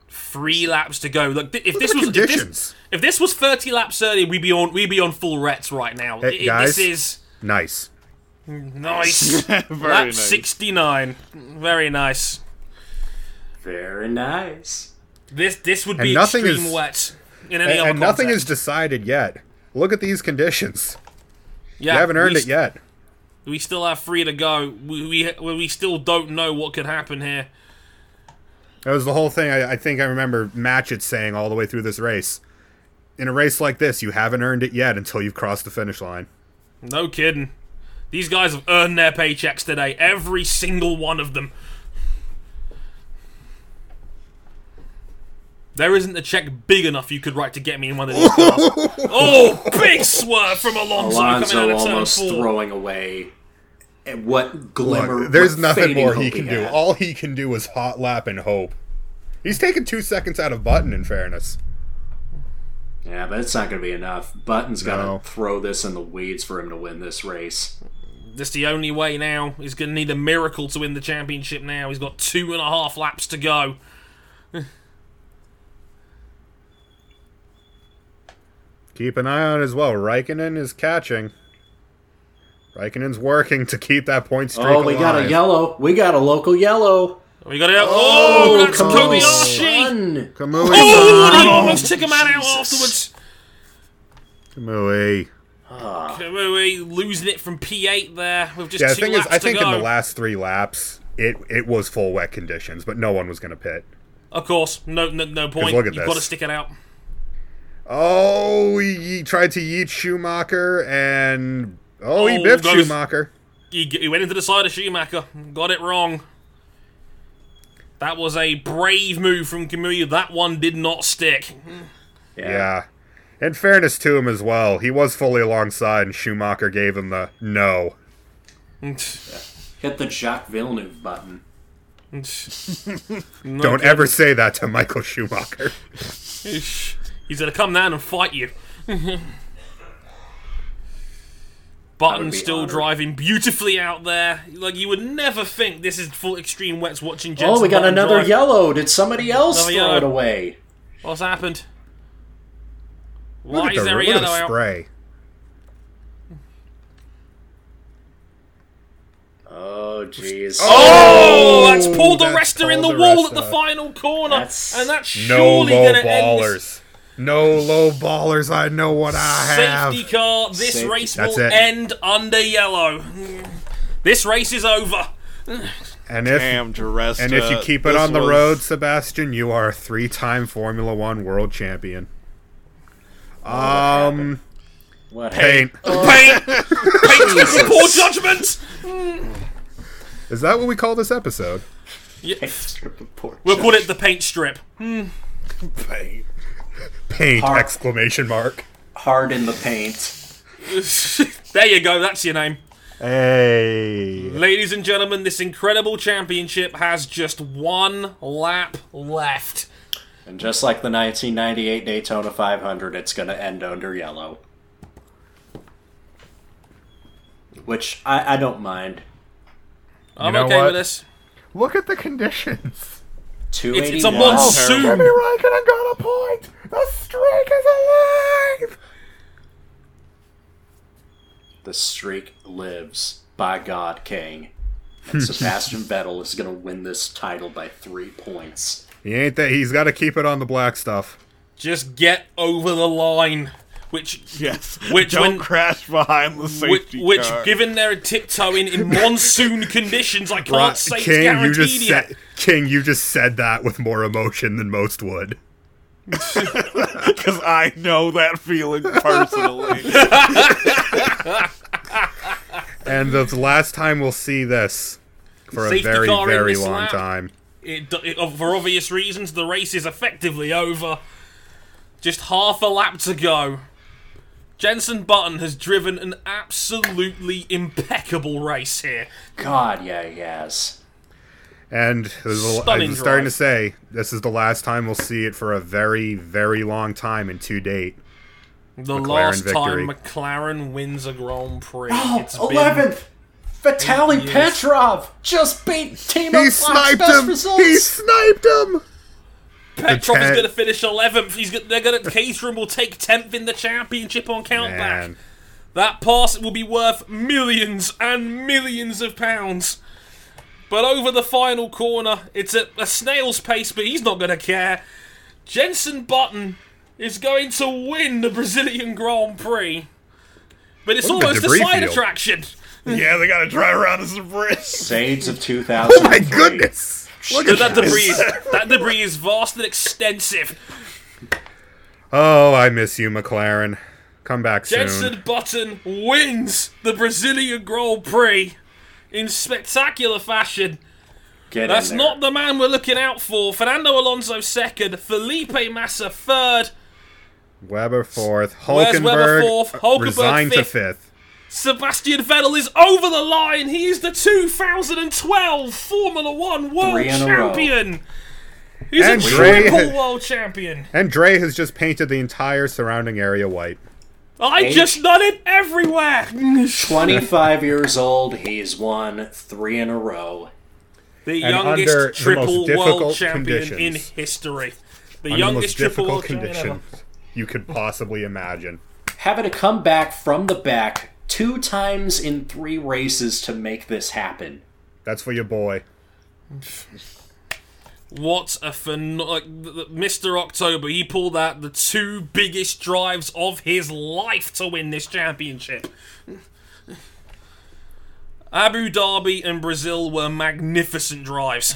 C: here. Three laps to go. Look, th- if this
E: the
C: was if this,
E: conditions.
C: if this was thirty laps earlier, we'd be on we'd be on full rets right now.
E: Hey,
C: I- I-
E: guys.
C: This is
E: Nice.
C: nice. Lap
F: Very nice.
C: sixty nine. Very nice.
B: Very nice.
C: This this would
E: And
C: be
E: nothing
C: extreme
E: is-
C: wet in any
E: And,
C: other
E: and nothing is
C: context.
E: decided yet. Look at these conditions.
C: yeah,
E: You haven't earned
C: we
E: it yet.
C: We still have three to go. We, we we still don't know what could happen here.
E: That was the whole thing. I, I think I remember Matchett saying all the way through this race. In a race like this, you haven't earned it yet until you've crossed the finish line.
C: No kidding. These guys have earned their paychecks today. Every single one of them. There isn't a check big enough you could write to get me in one of these cars. oh, big swerve from Alonso coming
B: Alonso
C: out of turn
B: almost
C: four.
B: throwing away at what glimmer.
E: Look, there's
B: what
E: nothing
B: fading
E: more
B: hope
E: he can do.
B: had.
E: All he can do is hot lap and hope. He's taken two seconds out of Button, in fairness.
B: Yeah, but it's not going to be enough. Button's got to
E: No.
B: throw this in the weeds for him to win this race.
C: That's the only way now. He's going to need a miracle to win the championship now. He's got two and a half laps to go.
E: Keep an eye on it as well. Raikkonen is catching. Raikkonen's working to keep that point streak
B: Oh, we
E: alive.
B: got a yellow. We got a local yellow.
C: We got it out. Oh, that's
B: come
C: Kobayashi.
B: on.
E: Kamui,
C: Oh, he almost took him out afterwards.
E: Kamui.
C: Kamui losing it from P8 there with just
E: Yeah, the
C: two
E: thing is,
C: laps
E: I
C: to
E: think
C: go.
E: in the last three laps, it it was full wet conditions, but no one was going to pit.
C: Of course, no, no, no point.
E: look at
C: You've got to
E: this.
C: stick it out.
E: Oh, he tried to yeet Schumacher, and oh, he
C: Oh,
E: biffed
C: goes-
E: Schumacher.
C: He, he went into the side of Schumacher, got it wrong. That was a brave move from Kamui. That one did not stick.
E: Yeah. In fairness to him as well, he was fully alongside, and Schumacher gave him the no.
B: Hit the Jacques Villeneuve button.
E: Don't ever say that to Michael Schumacher.
C: He's gonna come down and fight you.
B: That would
C: Button
B: be
C: still
B: honored.
C: driving beautifully out there. Like you would never think this is full extreme wets watching. Jensen
B: Oh, we got
C: Button
B: another
C: drive.
B: yellow. Did somebody else
C: Another
B: throw
C: yellow.
B: it away?
C: What's happened? Why
E: Look at
C: is
E: the,
C: there a
E: look at
C: yellow
E: the
C: out?
E: spray.
B: Oh, jeez.
C: Oh, that's pulled the
E: that's
C: rester in the
E: pulled the
C: wall at the
E: rester.
C: final corner,
B: That's-
C: and that's
E: No
C: surely
E: low
C: going to end this
E: ballers. No low ballers. I know what I have.
C: safety car. This
B: Safety-
C: race
E: That's
C: will
E: it.
C: end under yellow. This race is over.
E: And if
F: Damn, Teresta.
E: and if you
C: uh,
E: keep it
F: this
E: on the
F: was-
E: road, Sebastian, you are a three-time Formula One world champion. Um,
B: What
E: paint.
C: Paint, paint is a poor judgment.
E: Is that what we call this episode?
B: happened?
C: We'll call it the paint strip.
F: Pain.
E: Paint!
B: Hard.
E: Exclamation mark.
B: Hard in the paint.
C: there you go. That's your name.
E: Hey.
C: Ladies and gentlemen, this incredible championship has just one lap left.
B: And just like the 1998 Daytona 500, it's going to end under yellow. Which I, I don't mind.
C: I'm
G: know
C: okay
G: what?
C: with this.
G: Look at the conditions.
B: 289.
C: it's a monsoon.
G: Jimmy Rankin got a point. The streak is alive.
B: The streak lives. By God, King. And Sebastian Vettel is going to win this title by three points.
E: He ain't that. He's got to keep it on the black stuff.
C: Just get over the line, which
F: Yes.
C: Which
F: Don't
C: when-
F: crash behind the
C: which,
F: safety
C: which
F: car.
C: given they're tiptoeing in monsoon conditions, I can't
E: Right,
C: say it's
E: Uh, King, you
C: guaranteed
E: just
C: yet.
E: said King, you just said that with more emotion than most would.
F: Because I know that feeling personally.
E: And the last time we'll see this for
C: Safety
E: a very,
C: car in
E: very
C: this
E: long
C: lap.
E: time.
C: It, do- it, for obvious reasons, the race is effectively over. Just half a lap to go. Jensen Button has driven an absolutely impeccable race here.
B: God, yeah, he has.
E: And there's a- I
C: Stunning
E: was starting
C: drive.
E: to say, this is the last time we'll see it for a very, very long time and to date.
C: The last time McLaren wins a Grand Prix.
B: Oh,
C: it's been-
B: 11th! Vitaly Petrov just beat Team
E: He
B: of Black's
E: sniped
B: best
E: him! He
B: results!
E: sniped him!
C: Petrov is
E: ten-
C: going to finish 11th. He's gonna, they're going to Caterham will take 10th in the championship on countback.
E: Man,
C: That pass will be worth millions and millions of pounds. But over the final corner, it's at a snail's pace, but he's not going to care. Jensen Button is going to win the Brazilian Grand Prix. But it's
E: Look at
C: almost a
E: debris
C: side
E: field.
C: attraction.
F: yeah, they gotta drive around as a bridge.
B: Shades of 2000.
E: my goodness! Look
C: But that
E: at that.
C: debris, is, that debris is vast and extensive.
E: Oh, I miss you, McLaren. Come back soon.
C: Jensen Button wins the Brazilian Grand Prix in spectacular fashion.
B: Get in
C: That's
B: there.
C: not the man we're looking out for. Fernando Alonso second, Felipe Massa third,
E: Weber fourth.
C: Where's
E: Hulkenberg,
C: Webber fourth?
E: uh,
C: Hulkenberg
E: resigned
C: fifth.
E: to fifth.
C: Sebastian Vettel is over the line. He is the 2012 Formula One World
B: Three in a row.
C: Champion. He's
E: And
C: a
E: Dre-
C: triple world champion.
E: And Dre has just painted the entire surrounding area white.
C: I
B: Eight.
C: just nutted everywhere.
B: 25 years old, he's won three in a row.
C: The
E: And
C: youngest
E: under the most
C: triple world
E: difficult
C: champion in
E: conditions.
C: history. The
E: Under the
C: youngest
E: most
C: triple
E: difficult
C: world champion ever.
E: conditions you could possibly imagine.
B: Having to come back from the back two times in three races to make this happen.
E: That's for your boy.
C: What a phen- like th- th- Mr. October, he pulled out the two biggest drives of his life to win this championship. Abu Dhabi and Brazil were magnificent drives.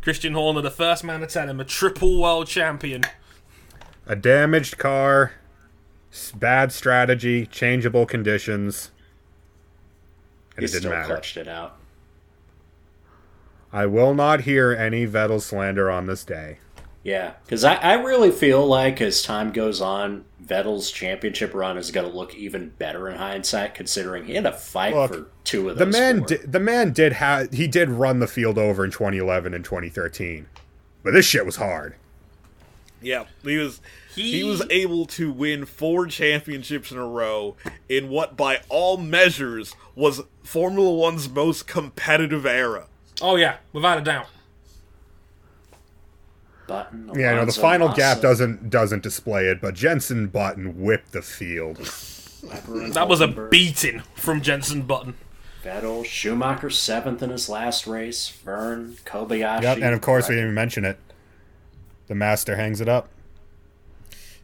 C: Christian Horner, the first man to tell him, a triple world champion.
E: A damaged car, s- bad strategy, changeable conditions. And
B: He
E: it didn't
B: still
E: matter.
B: clutched it out.
E: I will not hear any Vettel slander on this day.
B: Yeah, because I, I really feel like as time goes on, Vettel's championship run is going to look even better in hindsight, considering he had a fight
E: Look,
B: for two of
E: The
B: those.
E: man,
B: four.
E: di- the man did have he did run the field over in 2011 and 2013, but this shit was hard.
F: Yeah, he was he, was able to win four championships in a row in what by all measures was Formula 1's most competitive era.
C: Oh, yeah, without a doubt.
B: Button,
E: Yeah, no, the
B: Alonso,
E: final
B: Massa,
E: gap doesn't doesn't display it, but Jensen Button whipped the field.
B: Weber, and
C: That was a
B: Hulkenberg.
C: beating from Jensen Button.
B: Vettel, Schumacher seventh in his last race. Vern, Kobayashi.
E: Yep, and of course we didn't even mention it. The master hangs it up.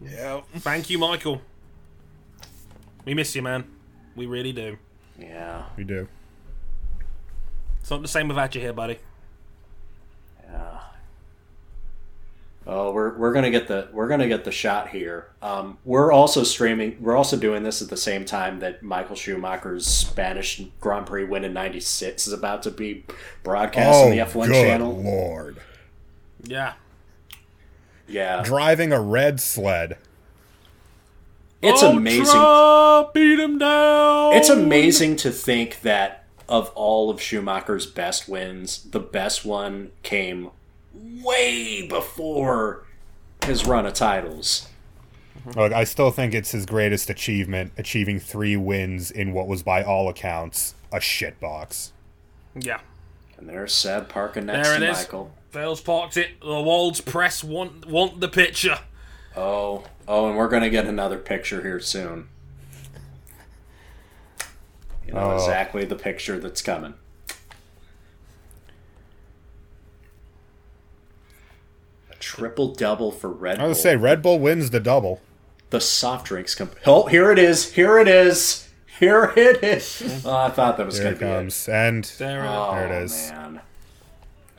F: Yeah.
C: Thank you, Michael. We miss you, man. We really do.
B: Yeah,
E: We do.
C: It's not the same without you here, buddy.
B: yeah. Oh, we're we're gonna get the we're gonna get the shot here. Um, we're also streaming. We're also doing this at the same time that Michael Schumacher's Spanish Grand Prix win in '96 is about to be broadcast on the F1
E: Oh, good
B: channel.
E: lord!
C: Yeah.
B: Yeah.
E: driving a red sled.
B: It's
C: Oh,
B: amazing.
C: Trump, beat him down.
B: It's amazing to think that of all of Schumacher's best wins, the best one came way before his run of titles.
E: Look, I still think it's his greatest achievement, achieving three wins in what was, by all accounts, a shitbox.
C: Yeah.
B: And there's Sad Parker next
C: There
B: to
C: it is.
B: Michael.
C: Bell's parked it. The Walds press want want the picture.
B: Oh, oh, and we're gonna get another picture here soon. You know
E: Oh.
B: exactly the picture that's coming. A triple double for Red
E: I
B: Bull.
E: was gonna say Red Bull wins the double.
B: the soft drinks comp- Oh, here it is. Here it is. Here it is. Oh, I thought that was
E: Here
B: going
E: it
B: to be it.
E: comes, and
C: There it is.
B: Oh,
E: There it is.
B: Man.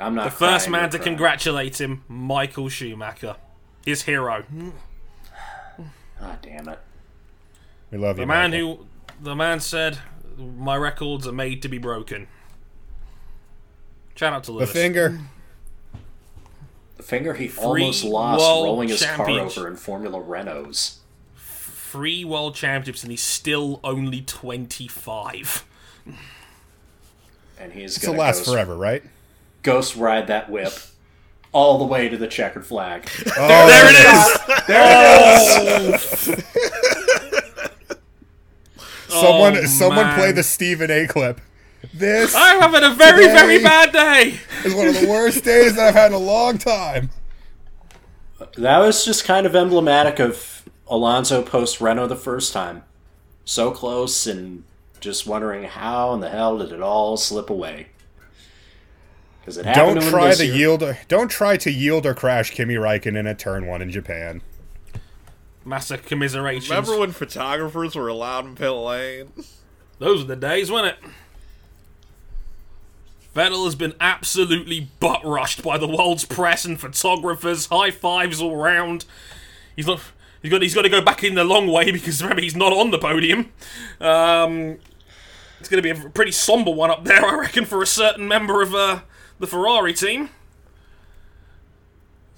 B: I'm not
C: The first
B: crying,
C: man
B: you're
C: to
B: crying.
C: congratulate him, Michael Schumacher. His hero.
E: Mm.
B: Ah, damn it.
E: we love you,
C: The man
E: Michael.
C: who the man said my records are made to be broken. Shout out to
E: the
C: Lewis.
E: finger.
B: The finger he almost lost
C: world
B: rolling his car
C: champions.
B: over in Formula Renaults.
C: Three world championships and he's still only twenty five.
B: And he's
E: It's to
B: going to
E: last
B: ghost,
E: forever, right?
B: ghost ride that whip all the way to the checkered flag.
E: Oh,
C: There it is!
E: someone,
C: Oh,
E: someone
C: man.
E: play the Stephen A. clip. This
C: I'm having a very, very
E: Today.
C: bad day!
E: is one of the worst days that I've had in a long time.
B: That was just kind of emblematic of Alonso post Renault the first time. So close and just wondering how in the hell did it all slip away? Because it happened
E: Don't
B: to him
E: try
B: this
E: to
B: year.
E: yield. Or, don't try to yield or crash Kimi Raikkonen at turn one in Japan.
C: Massive commiserations.
F: Remember when photographers were allowed in pit lane?
C: Those were the days, weren't it? Vettel has been absolutely butt rushed by the world's press and photographers. High fives all round. He's not. He's got. He's got to go back in the long way because remember he's not on the podium. Um, it's going to be a pretty somber one up there, I reckon, for a certain member of uh, the Ferrari team.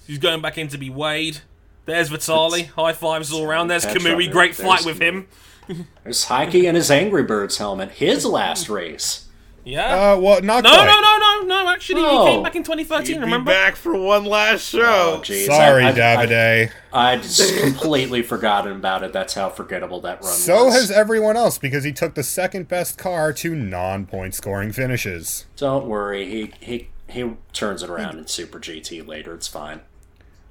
C: He's going back in to be weighed. There's Vitali. High fives all round. There's
B: Catch up,
C: Kamui.
B: man.
C: Great flight
B: There's
C: with
B: Kamui.
C: him.
B: There's Heike and his Angry Birds helmet, his last race.
C: Yeah.
E: Uh, well, not
C: No,
E: quite.
C: no, no, no, no. Actually,
B: No.
C: he came back in
F: He'd
C: 2013.
F: be
C: Remember?
F: back for one last
B: Oh,
F: show.
B: jeez.
E: Sorry,
B: I- I-
E: Davide.
B: I, I just completely forgotten about it. That's how forgettable that run
E: so
B: was.
E: has everyone else because he took the second best car to non-point scoring finishes.
B: Don't worry, he he he turns it around in Super GT later. It's fine.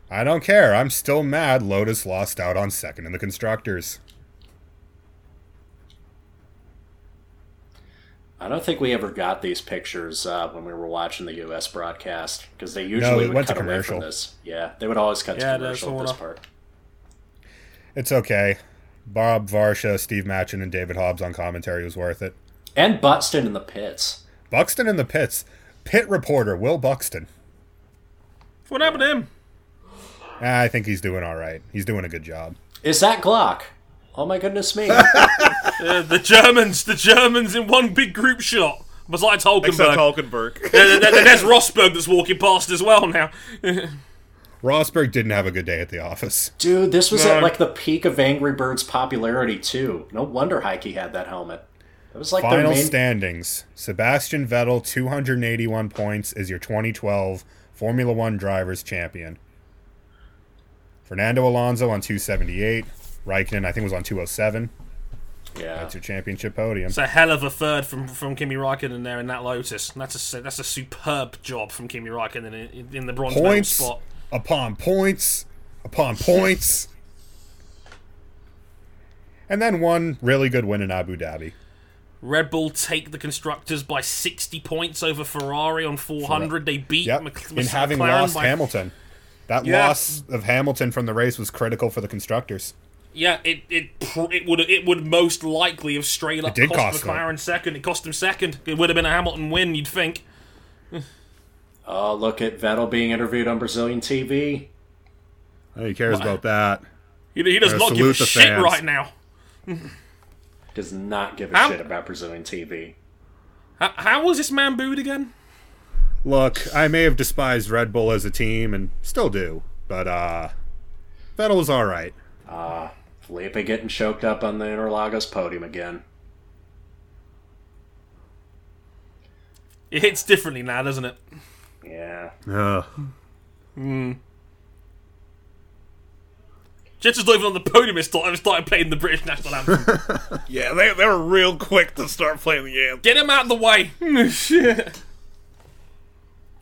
E: I don't care. I'm still mad. Lotus lost out on second in the constructors.
B: I don't think we ever got these pictures uh, when we were watching the U.S. broadcast because they usually
E: it
B: would
E: went to
B: cut away from
E: commercial.
B: this. Yeah, they would always cut
C: Yeah,
B: to
C: that's
B: commercial
C: the
B: at this
C: one.
B: part.
E: It's okay. Bob Varsha, Steve Matchin, and David Hobbs on commentary was worth it.
B: And Buxton in the pits.
E: Buxton in the pits. Pit reporter Will Buxton.
C: What happened to him?
E: Ah, I think he's doing all right. He's doing a good job.
B: Is that Glock? Oh my goodness me!
C: Uh, the Germans. The Germans in one big group shot. Besides Hulkenberg.
F: Except Hulkenberg.
C: There- there- there- There's Rosberg that's walking past as well now.
E: Rosberg didn't have a good day at the office.
B: Dude, this was at
F: No.
B: like the peak of Angry Birds popularity too. No wonder Heike had that helmet. It was like their
E: Final
B: main.
E: standings. Sebastian Vettel, 281 points, is your 2012 Formula One Drivers' Champion. Fernando Alonso on 278. Raikkonen, I think, was on 207.
B: yeah,
E: That's your championship podium.
C: It's a hell of a third from from Kimi Raikkonen there in that Lotus. That's a that's a superb job from Kimi Raikkonen in, in the bronze medal
E: Points
C: spot.
E: upon points upon points. And then one really good win in Abu Dhabi.
C: Red Bull take the constructors by 60 points over Ferrari on 400. They beat
E: Yep.
C: Mc-
E: in having
C: McLaren
E: lost
C: by
E: Hamilton. That
C: Yeah.
E: loss of Hamilton from the race was critical for the constructors.
C: Yeah, it it pr- it would it would most likely have straight up
E: did
C: cost,
E: cost them.
C: McLaren second. It cost him second. It would have been a Hamilton win, you'd think.
B: Oh, look at Vettel being interviewed on Brazilian TV.
E: Who cares about that?
C: He, he does
E: Yeah,
C: not give
E: Uh, salute
C: a
E: the
C: shit
E: fans.
C: right now.
B: Does not give a
C: I'm-
B: shit about Brazilian TV.
C: How, how was this man booed again?
E: Look, I may have despised Red Bull as a team and still do, But uh Vettel was all right.
B: Felipe getting choked up on the Interlagos podium again.
C: It hits differently now, doesn't it?
B: Yeah.
E: Ugh.
C: Jets is not even on the podium. It's still, I've started playing the British national anthem.
F: Yeah, they, they were real quick to start playing the anthem.
C: Get him out of the way.
E: Oh,
C: Shit.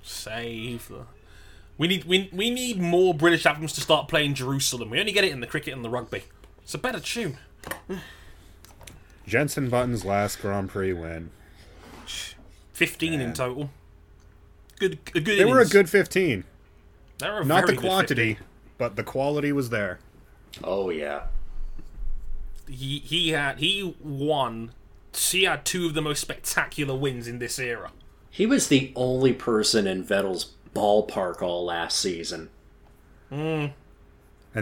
C: Save the. We need we, we need more British anthems to start playing Jerusalem. We only get it in the cricket and the rugby. It's a better tune.
E: Jensen Button's last Grand Prix win.
C: Fifteen in total. Good, a good.
E: They were a good 15.
C: They were a
E: Not
C: very
E: the
C: good
E: quantity, but the quality was there.
B: Oh yeah.
C: 15. He he had he won. He had two of the most spectacular wins in this era.
B: He was the only person in Vettel's ballpark all last season.
E: And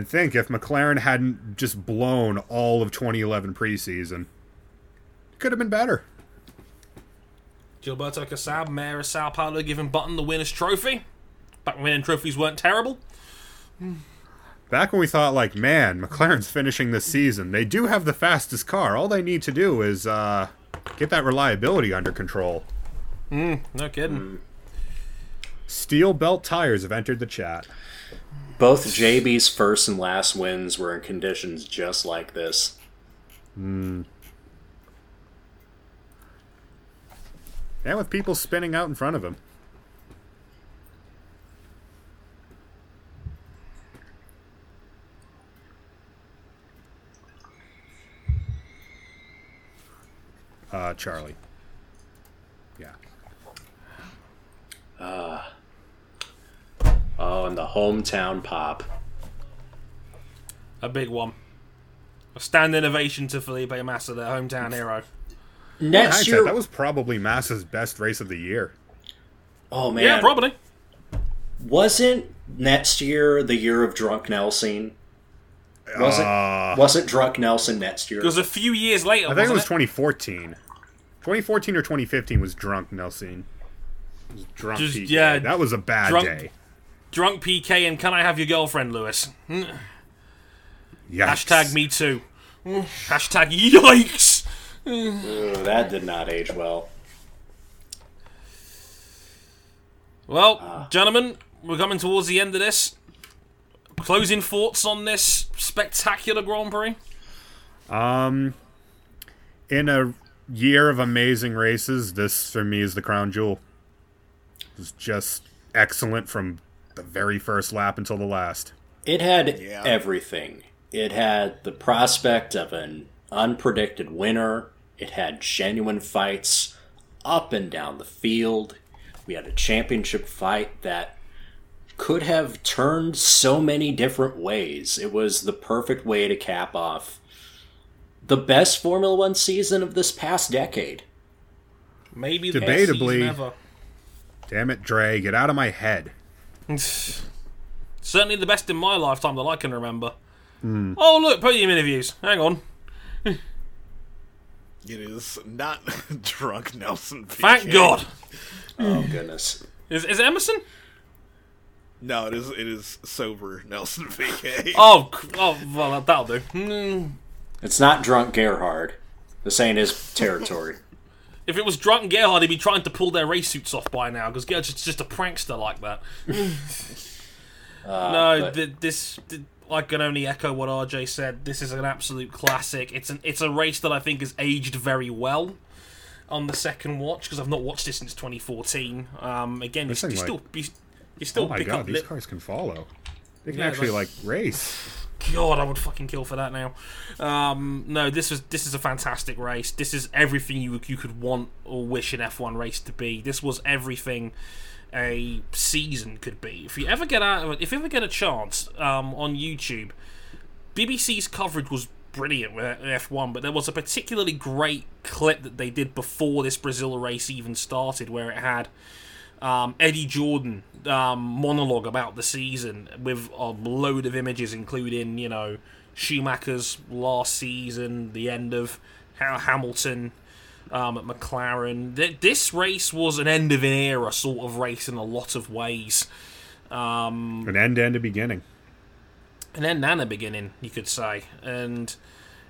E: think if McLaren hadn't just blown all of 2011 preseason, it could have been better.
C: Gilberto Casab, mayor of Sao Paulo, giving Button the winner's trophy. Back when winning trophies weren't terrible.
E: Back when we thought, like, man, McLaren's finishing this season. They do have the fastest car. All they need to do is uh, get that reliability under control.
C: No kidding.
E: Hmm. Steel belt tires have entered the chat.
B: Both JB's first and last wins were in conditions just like this.
E: Yeah, with people spinning out in front of him. Uh, Charlie. Yeah.
B: Oh, and the hometown pop.
C: A big one. A standing ovation to Felipe Massa, their hometown hero.
B: Next
E: Hindsight,
B: year,
E: that was probably Massa's best race of the year.
B: oh man,
C: Yeah, probably.
B: wasn't next year the year of Drunk Nelson? Wasn't
E: Uh,
B: wasn't Drunk Nelson next year?
C: It was a few years later.
E: I think it was
C: Oh, wasn't
E: 2014. 2014 or 2015 was drunk Nelson. It was drunk.
C: Just-
E: PK.
C: yeah,
E: that was a bad
C: drunk-
E: day.
C: Drunk PK and Can I Have Your Girlfriend, Lewis?
E: Yikes.
C: Hashtag me too. Hashtag yikes!
B: Ugh, that did not age well.
C: Well,
E: Ah.
C: gentlemen, we're coming towards the end of this. Closing thoughts on this spectacular Grand Prix?
E: in a year of amazing races, this for me is the crown jewel. It's just excellent from the very first lap until the last.
B: It had everything. It had the prospect of an unpredicted winner. It had genuine fights up and down the field. We had a championship fight that could have turned so many different ways. It was the perfect way to cap off the best Formula One season of this past decade.
C: Maybe the best
E: Debatably.
C: season ever.
E: Damn it, Dre, get out of my head.
C: Certainly the best in my lifetime that I can remember.
E: Hmm.
C: Oh, look, podium interviews. Hang on.
F: It is not drunk Nelson. PK.
C: Thank God.
B: Oh, goodness.
C: Is, is it Emerson?
F: No, it is. It is sober Nelson PK.
C: Oh, c- oh well, that- that'll do. Hmm.
B: It's not drunk Gerhard. This ain't his territory.
C: If it was drunk Gerhard, he'd be trying to pull their race suits off by now because Gerhard's just, just a prankster like that. no,
B: but-
C: th- this th- I can only echo what RJ said. This is an absolute classic. It's an it's a race that I think has aged very well on the second watch because I've not watched it since 2014. Um, again, you,
E: This
C: you
E: thing,
C: still
E: like-
C: you, you still
E: Oh my
C: pick
E: god,
C: up.
E: these
C: Li-
E: cars can follow. They can
C: Yeah,
E: actually like
C: that's-
E: race.
C: God, I would fucking kill for that now. Um, no, this was this is a fantastic race. This is everything you you could want or wish an F1 race to be. This was everything a season could be. If you ever get out of it, if you ever get a chance um, on YouTube, BBC's coverage was brilliant with F1, but there was a particularly great clip that they did before this Brazil race even started, where it had um, Eddie Jordan um, monologue about the season with a load of images, including you know Schumacher's last season, the end of Ha- Hamilton um, at McLaren. Th- This race was an end of an era sort of race in a lot of ways.
E: An end to end to beginning.
C: and then Nana beginning, you could say. And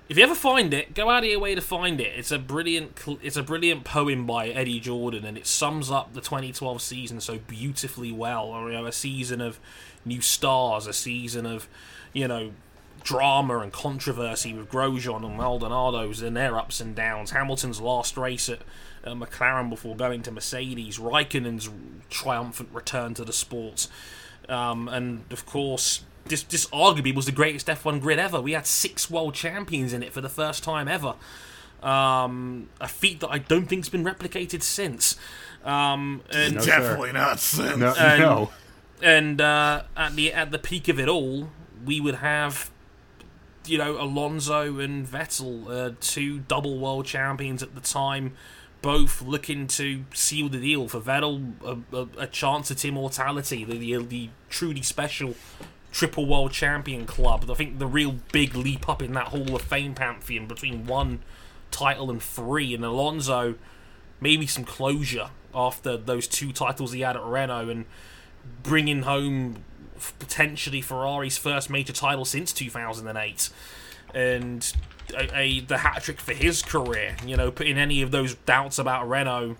C: if you ever find it, go out of your way to find it. It's a brilliant, cl- it's a brilliant poem by Eddie Jordan, and it sums up the 2012 season so beautifully well. You know, a season of new stars, a season of, you know, drama and controversy with Grosjean and Maldonado's and their ups and downs. Hamilton's last race at uh, McLaren before going to Mercedes. Raikkonen's triumphant return to the sport. Um, and of course, this, this arguably was the greatest F1 grid ever. We had six world champions in it for the first time ever. Um, a feat that I don't think's been replicated since. Um, and
F: Definitely not since.
E: No,
C: And-
E: no.
C: and uh, at the at the peak of it all, we would have, you know, Alonso and Vettel, uh, two double world champions at the time, both looking to seal the deal for Vettel a, a, a chance at immortality, the, the the truly special triple world champion club. I think the real big leap up in that Hall of Fame pantheon between one title and three, and Alonso maybe some closure after those two titles he had at Renault and bringing home f- potentially Ferrari's first major title since 2008, and a, a the hat trick for his career. You know, putting any of those doubts about Renault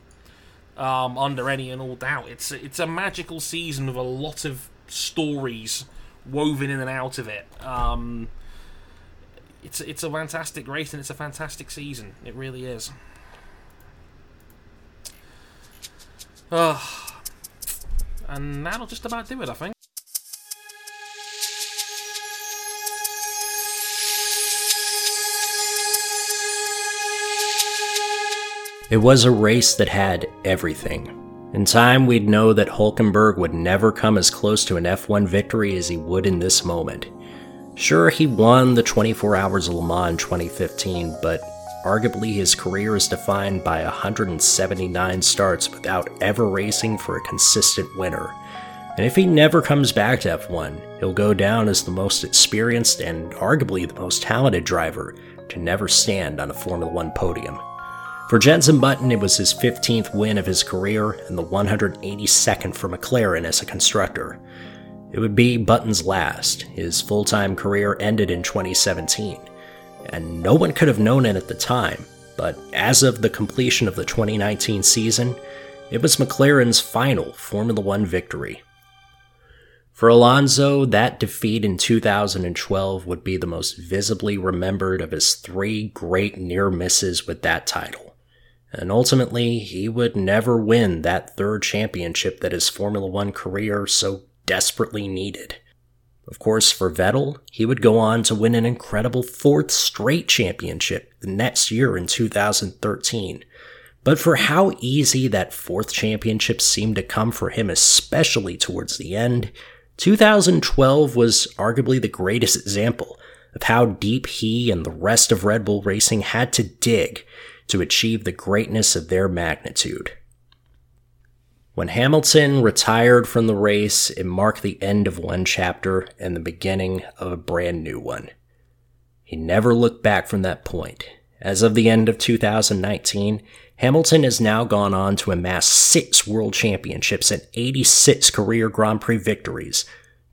C: um, under any and all doubt. It's it's a magical season with a lot of stories woven in and out of it. Um, it's it's a fantastic race and it's a fantastic season. It really is. Ah, and that'll just about do it, I think.
H: It was a race that had everything. In time, we'd know that Hulkenberg would never come as close to an F1 victory as he would in this moment. Sure, he won the 24 Hours of Le Mans in 2015, but arguably his career is defined by 179 starts without ever racing for a consistent winner. And if he never comes back to F1, he'll go down as the most experienced and arguably the most talented driver to never stand on a Formula One podium. For Jenson Button, it was his 15th win of his career and the 182nd for McLaren as a constructor. It would be Button's last. His full time career ended in 2017, and no one could have known it at the time, but as of the completion of the 2019 season, it was McLaren's final Formula One victory. For Alonso, that defeat in 2012 would be the most visibly remembered of his three great near misses with that title. And ultimately, he would never win that third championship that his Formula One career so desperately needed. Of course, for Vettel, he would go on to win an incredible fourth straight championship the next year in 2013. But for how easy that fourth championship seemed to come for him, especially towards the end, 2012 was arguably the greatest example of how deep he and the rest of Red Bull Racing had to dig to achieve the greatness of their magnitude. When Hamilton retired from the race, it marked the end of one chapter and the beginning of a brand new one. He never looked back from that point. As of the end of 2019, Hamilton has now gone on to amass six world championships and 86 career Grand Prix victories,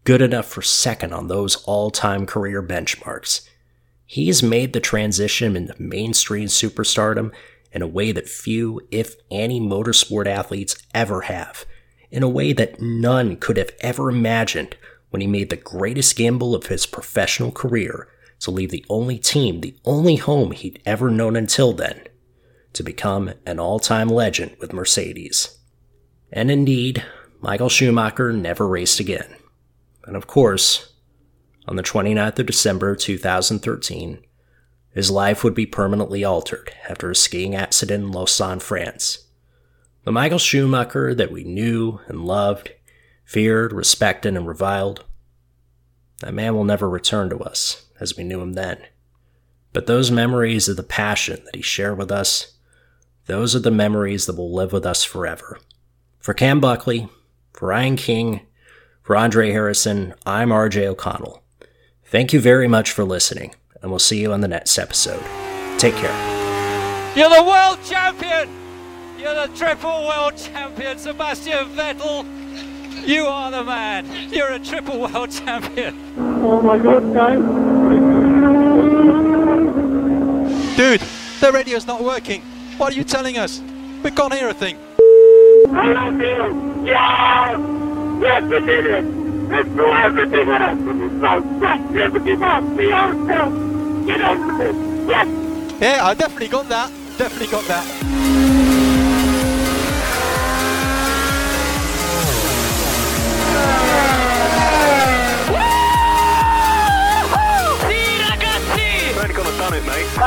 H: good enough for second on those all time career benchmarks. He has made the transition into mainstream superstardom in a way that few, if any, motorsport athletes ever have, in a way that none could have ever imagined when he made the greatest gamble of his professional career to leave the only team, the only home he'd ever known until then, to become an all time legend with Mercedes. And indeed, Michael Schumacher never raced again. And of course, on the 29th of December 2013, his life would be permanently altered after a skiing accident in Lausanne, France. The Michael Schumacher that we knew and loved, feared, respected, and reviled, that man will never return to us as we knew him then. But those memories of the passion that he shared with us, those are the memories that will live with us forever. For Cam Buckley, for Ryan King, for Andre Harrison, I'm RJ O'Connell. Thank you very much for listening, and we'll see you on the next episode. Take care.
I: You're the world champion! You're the triple world champion, Sebastian Vettel! You are the man. You're a triple world champion.
A: Oh my god, guys.
I: Dude, the radio's not working. What are you telling us? We can't hear a thing.
G: I love you! Yes! Yes, we did it! Let's do everything in us! This is so great! Never give up! Be ourselves! Get over this! Yes!
I: Yeah, I definitely got that. Definitely got that.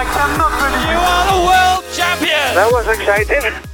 I: You are the world champion!
A: was exciting.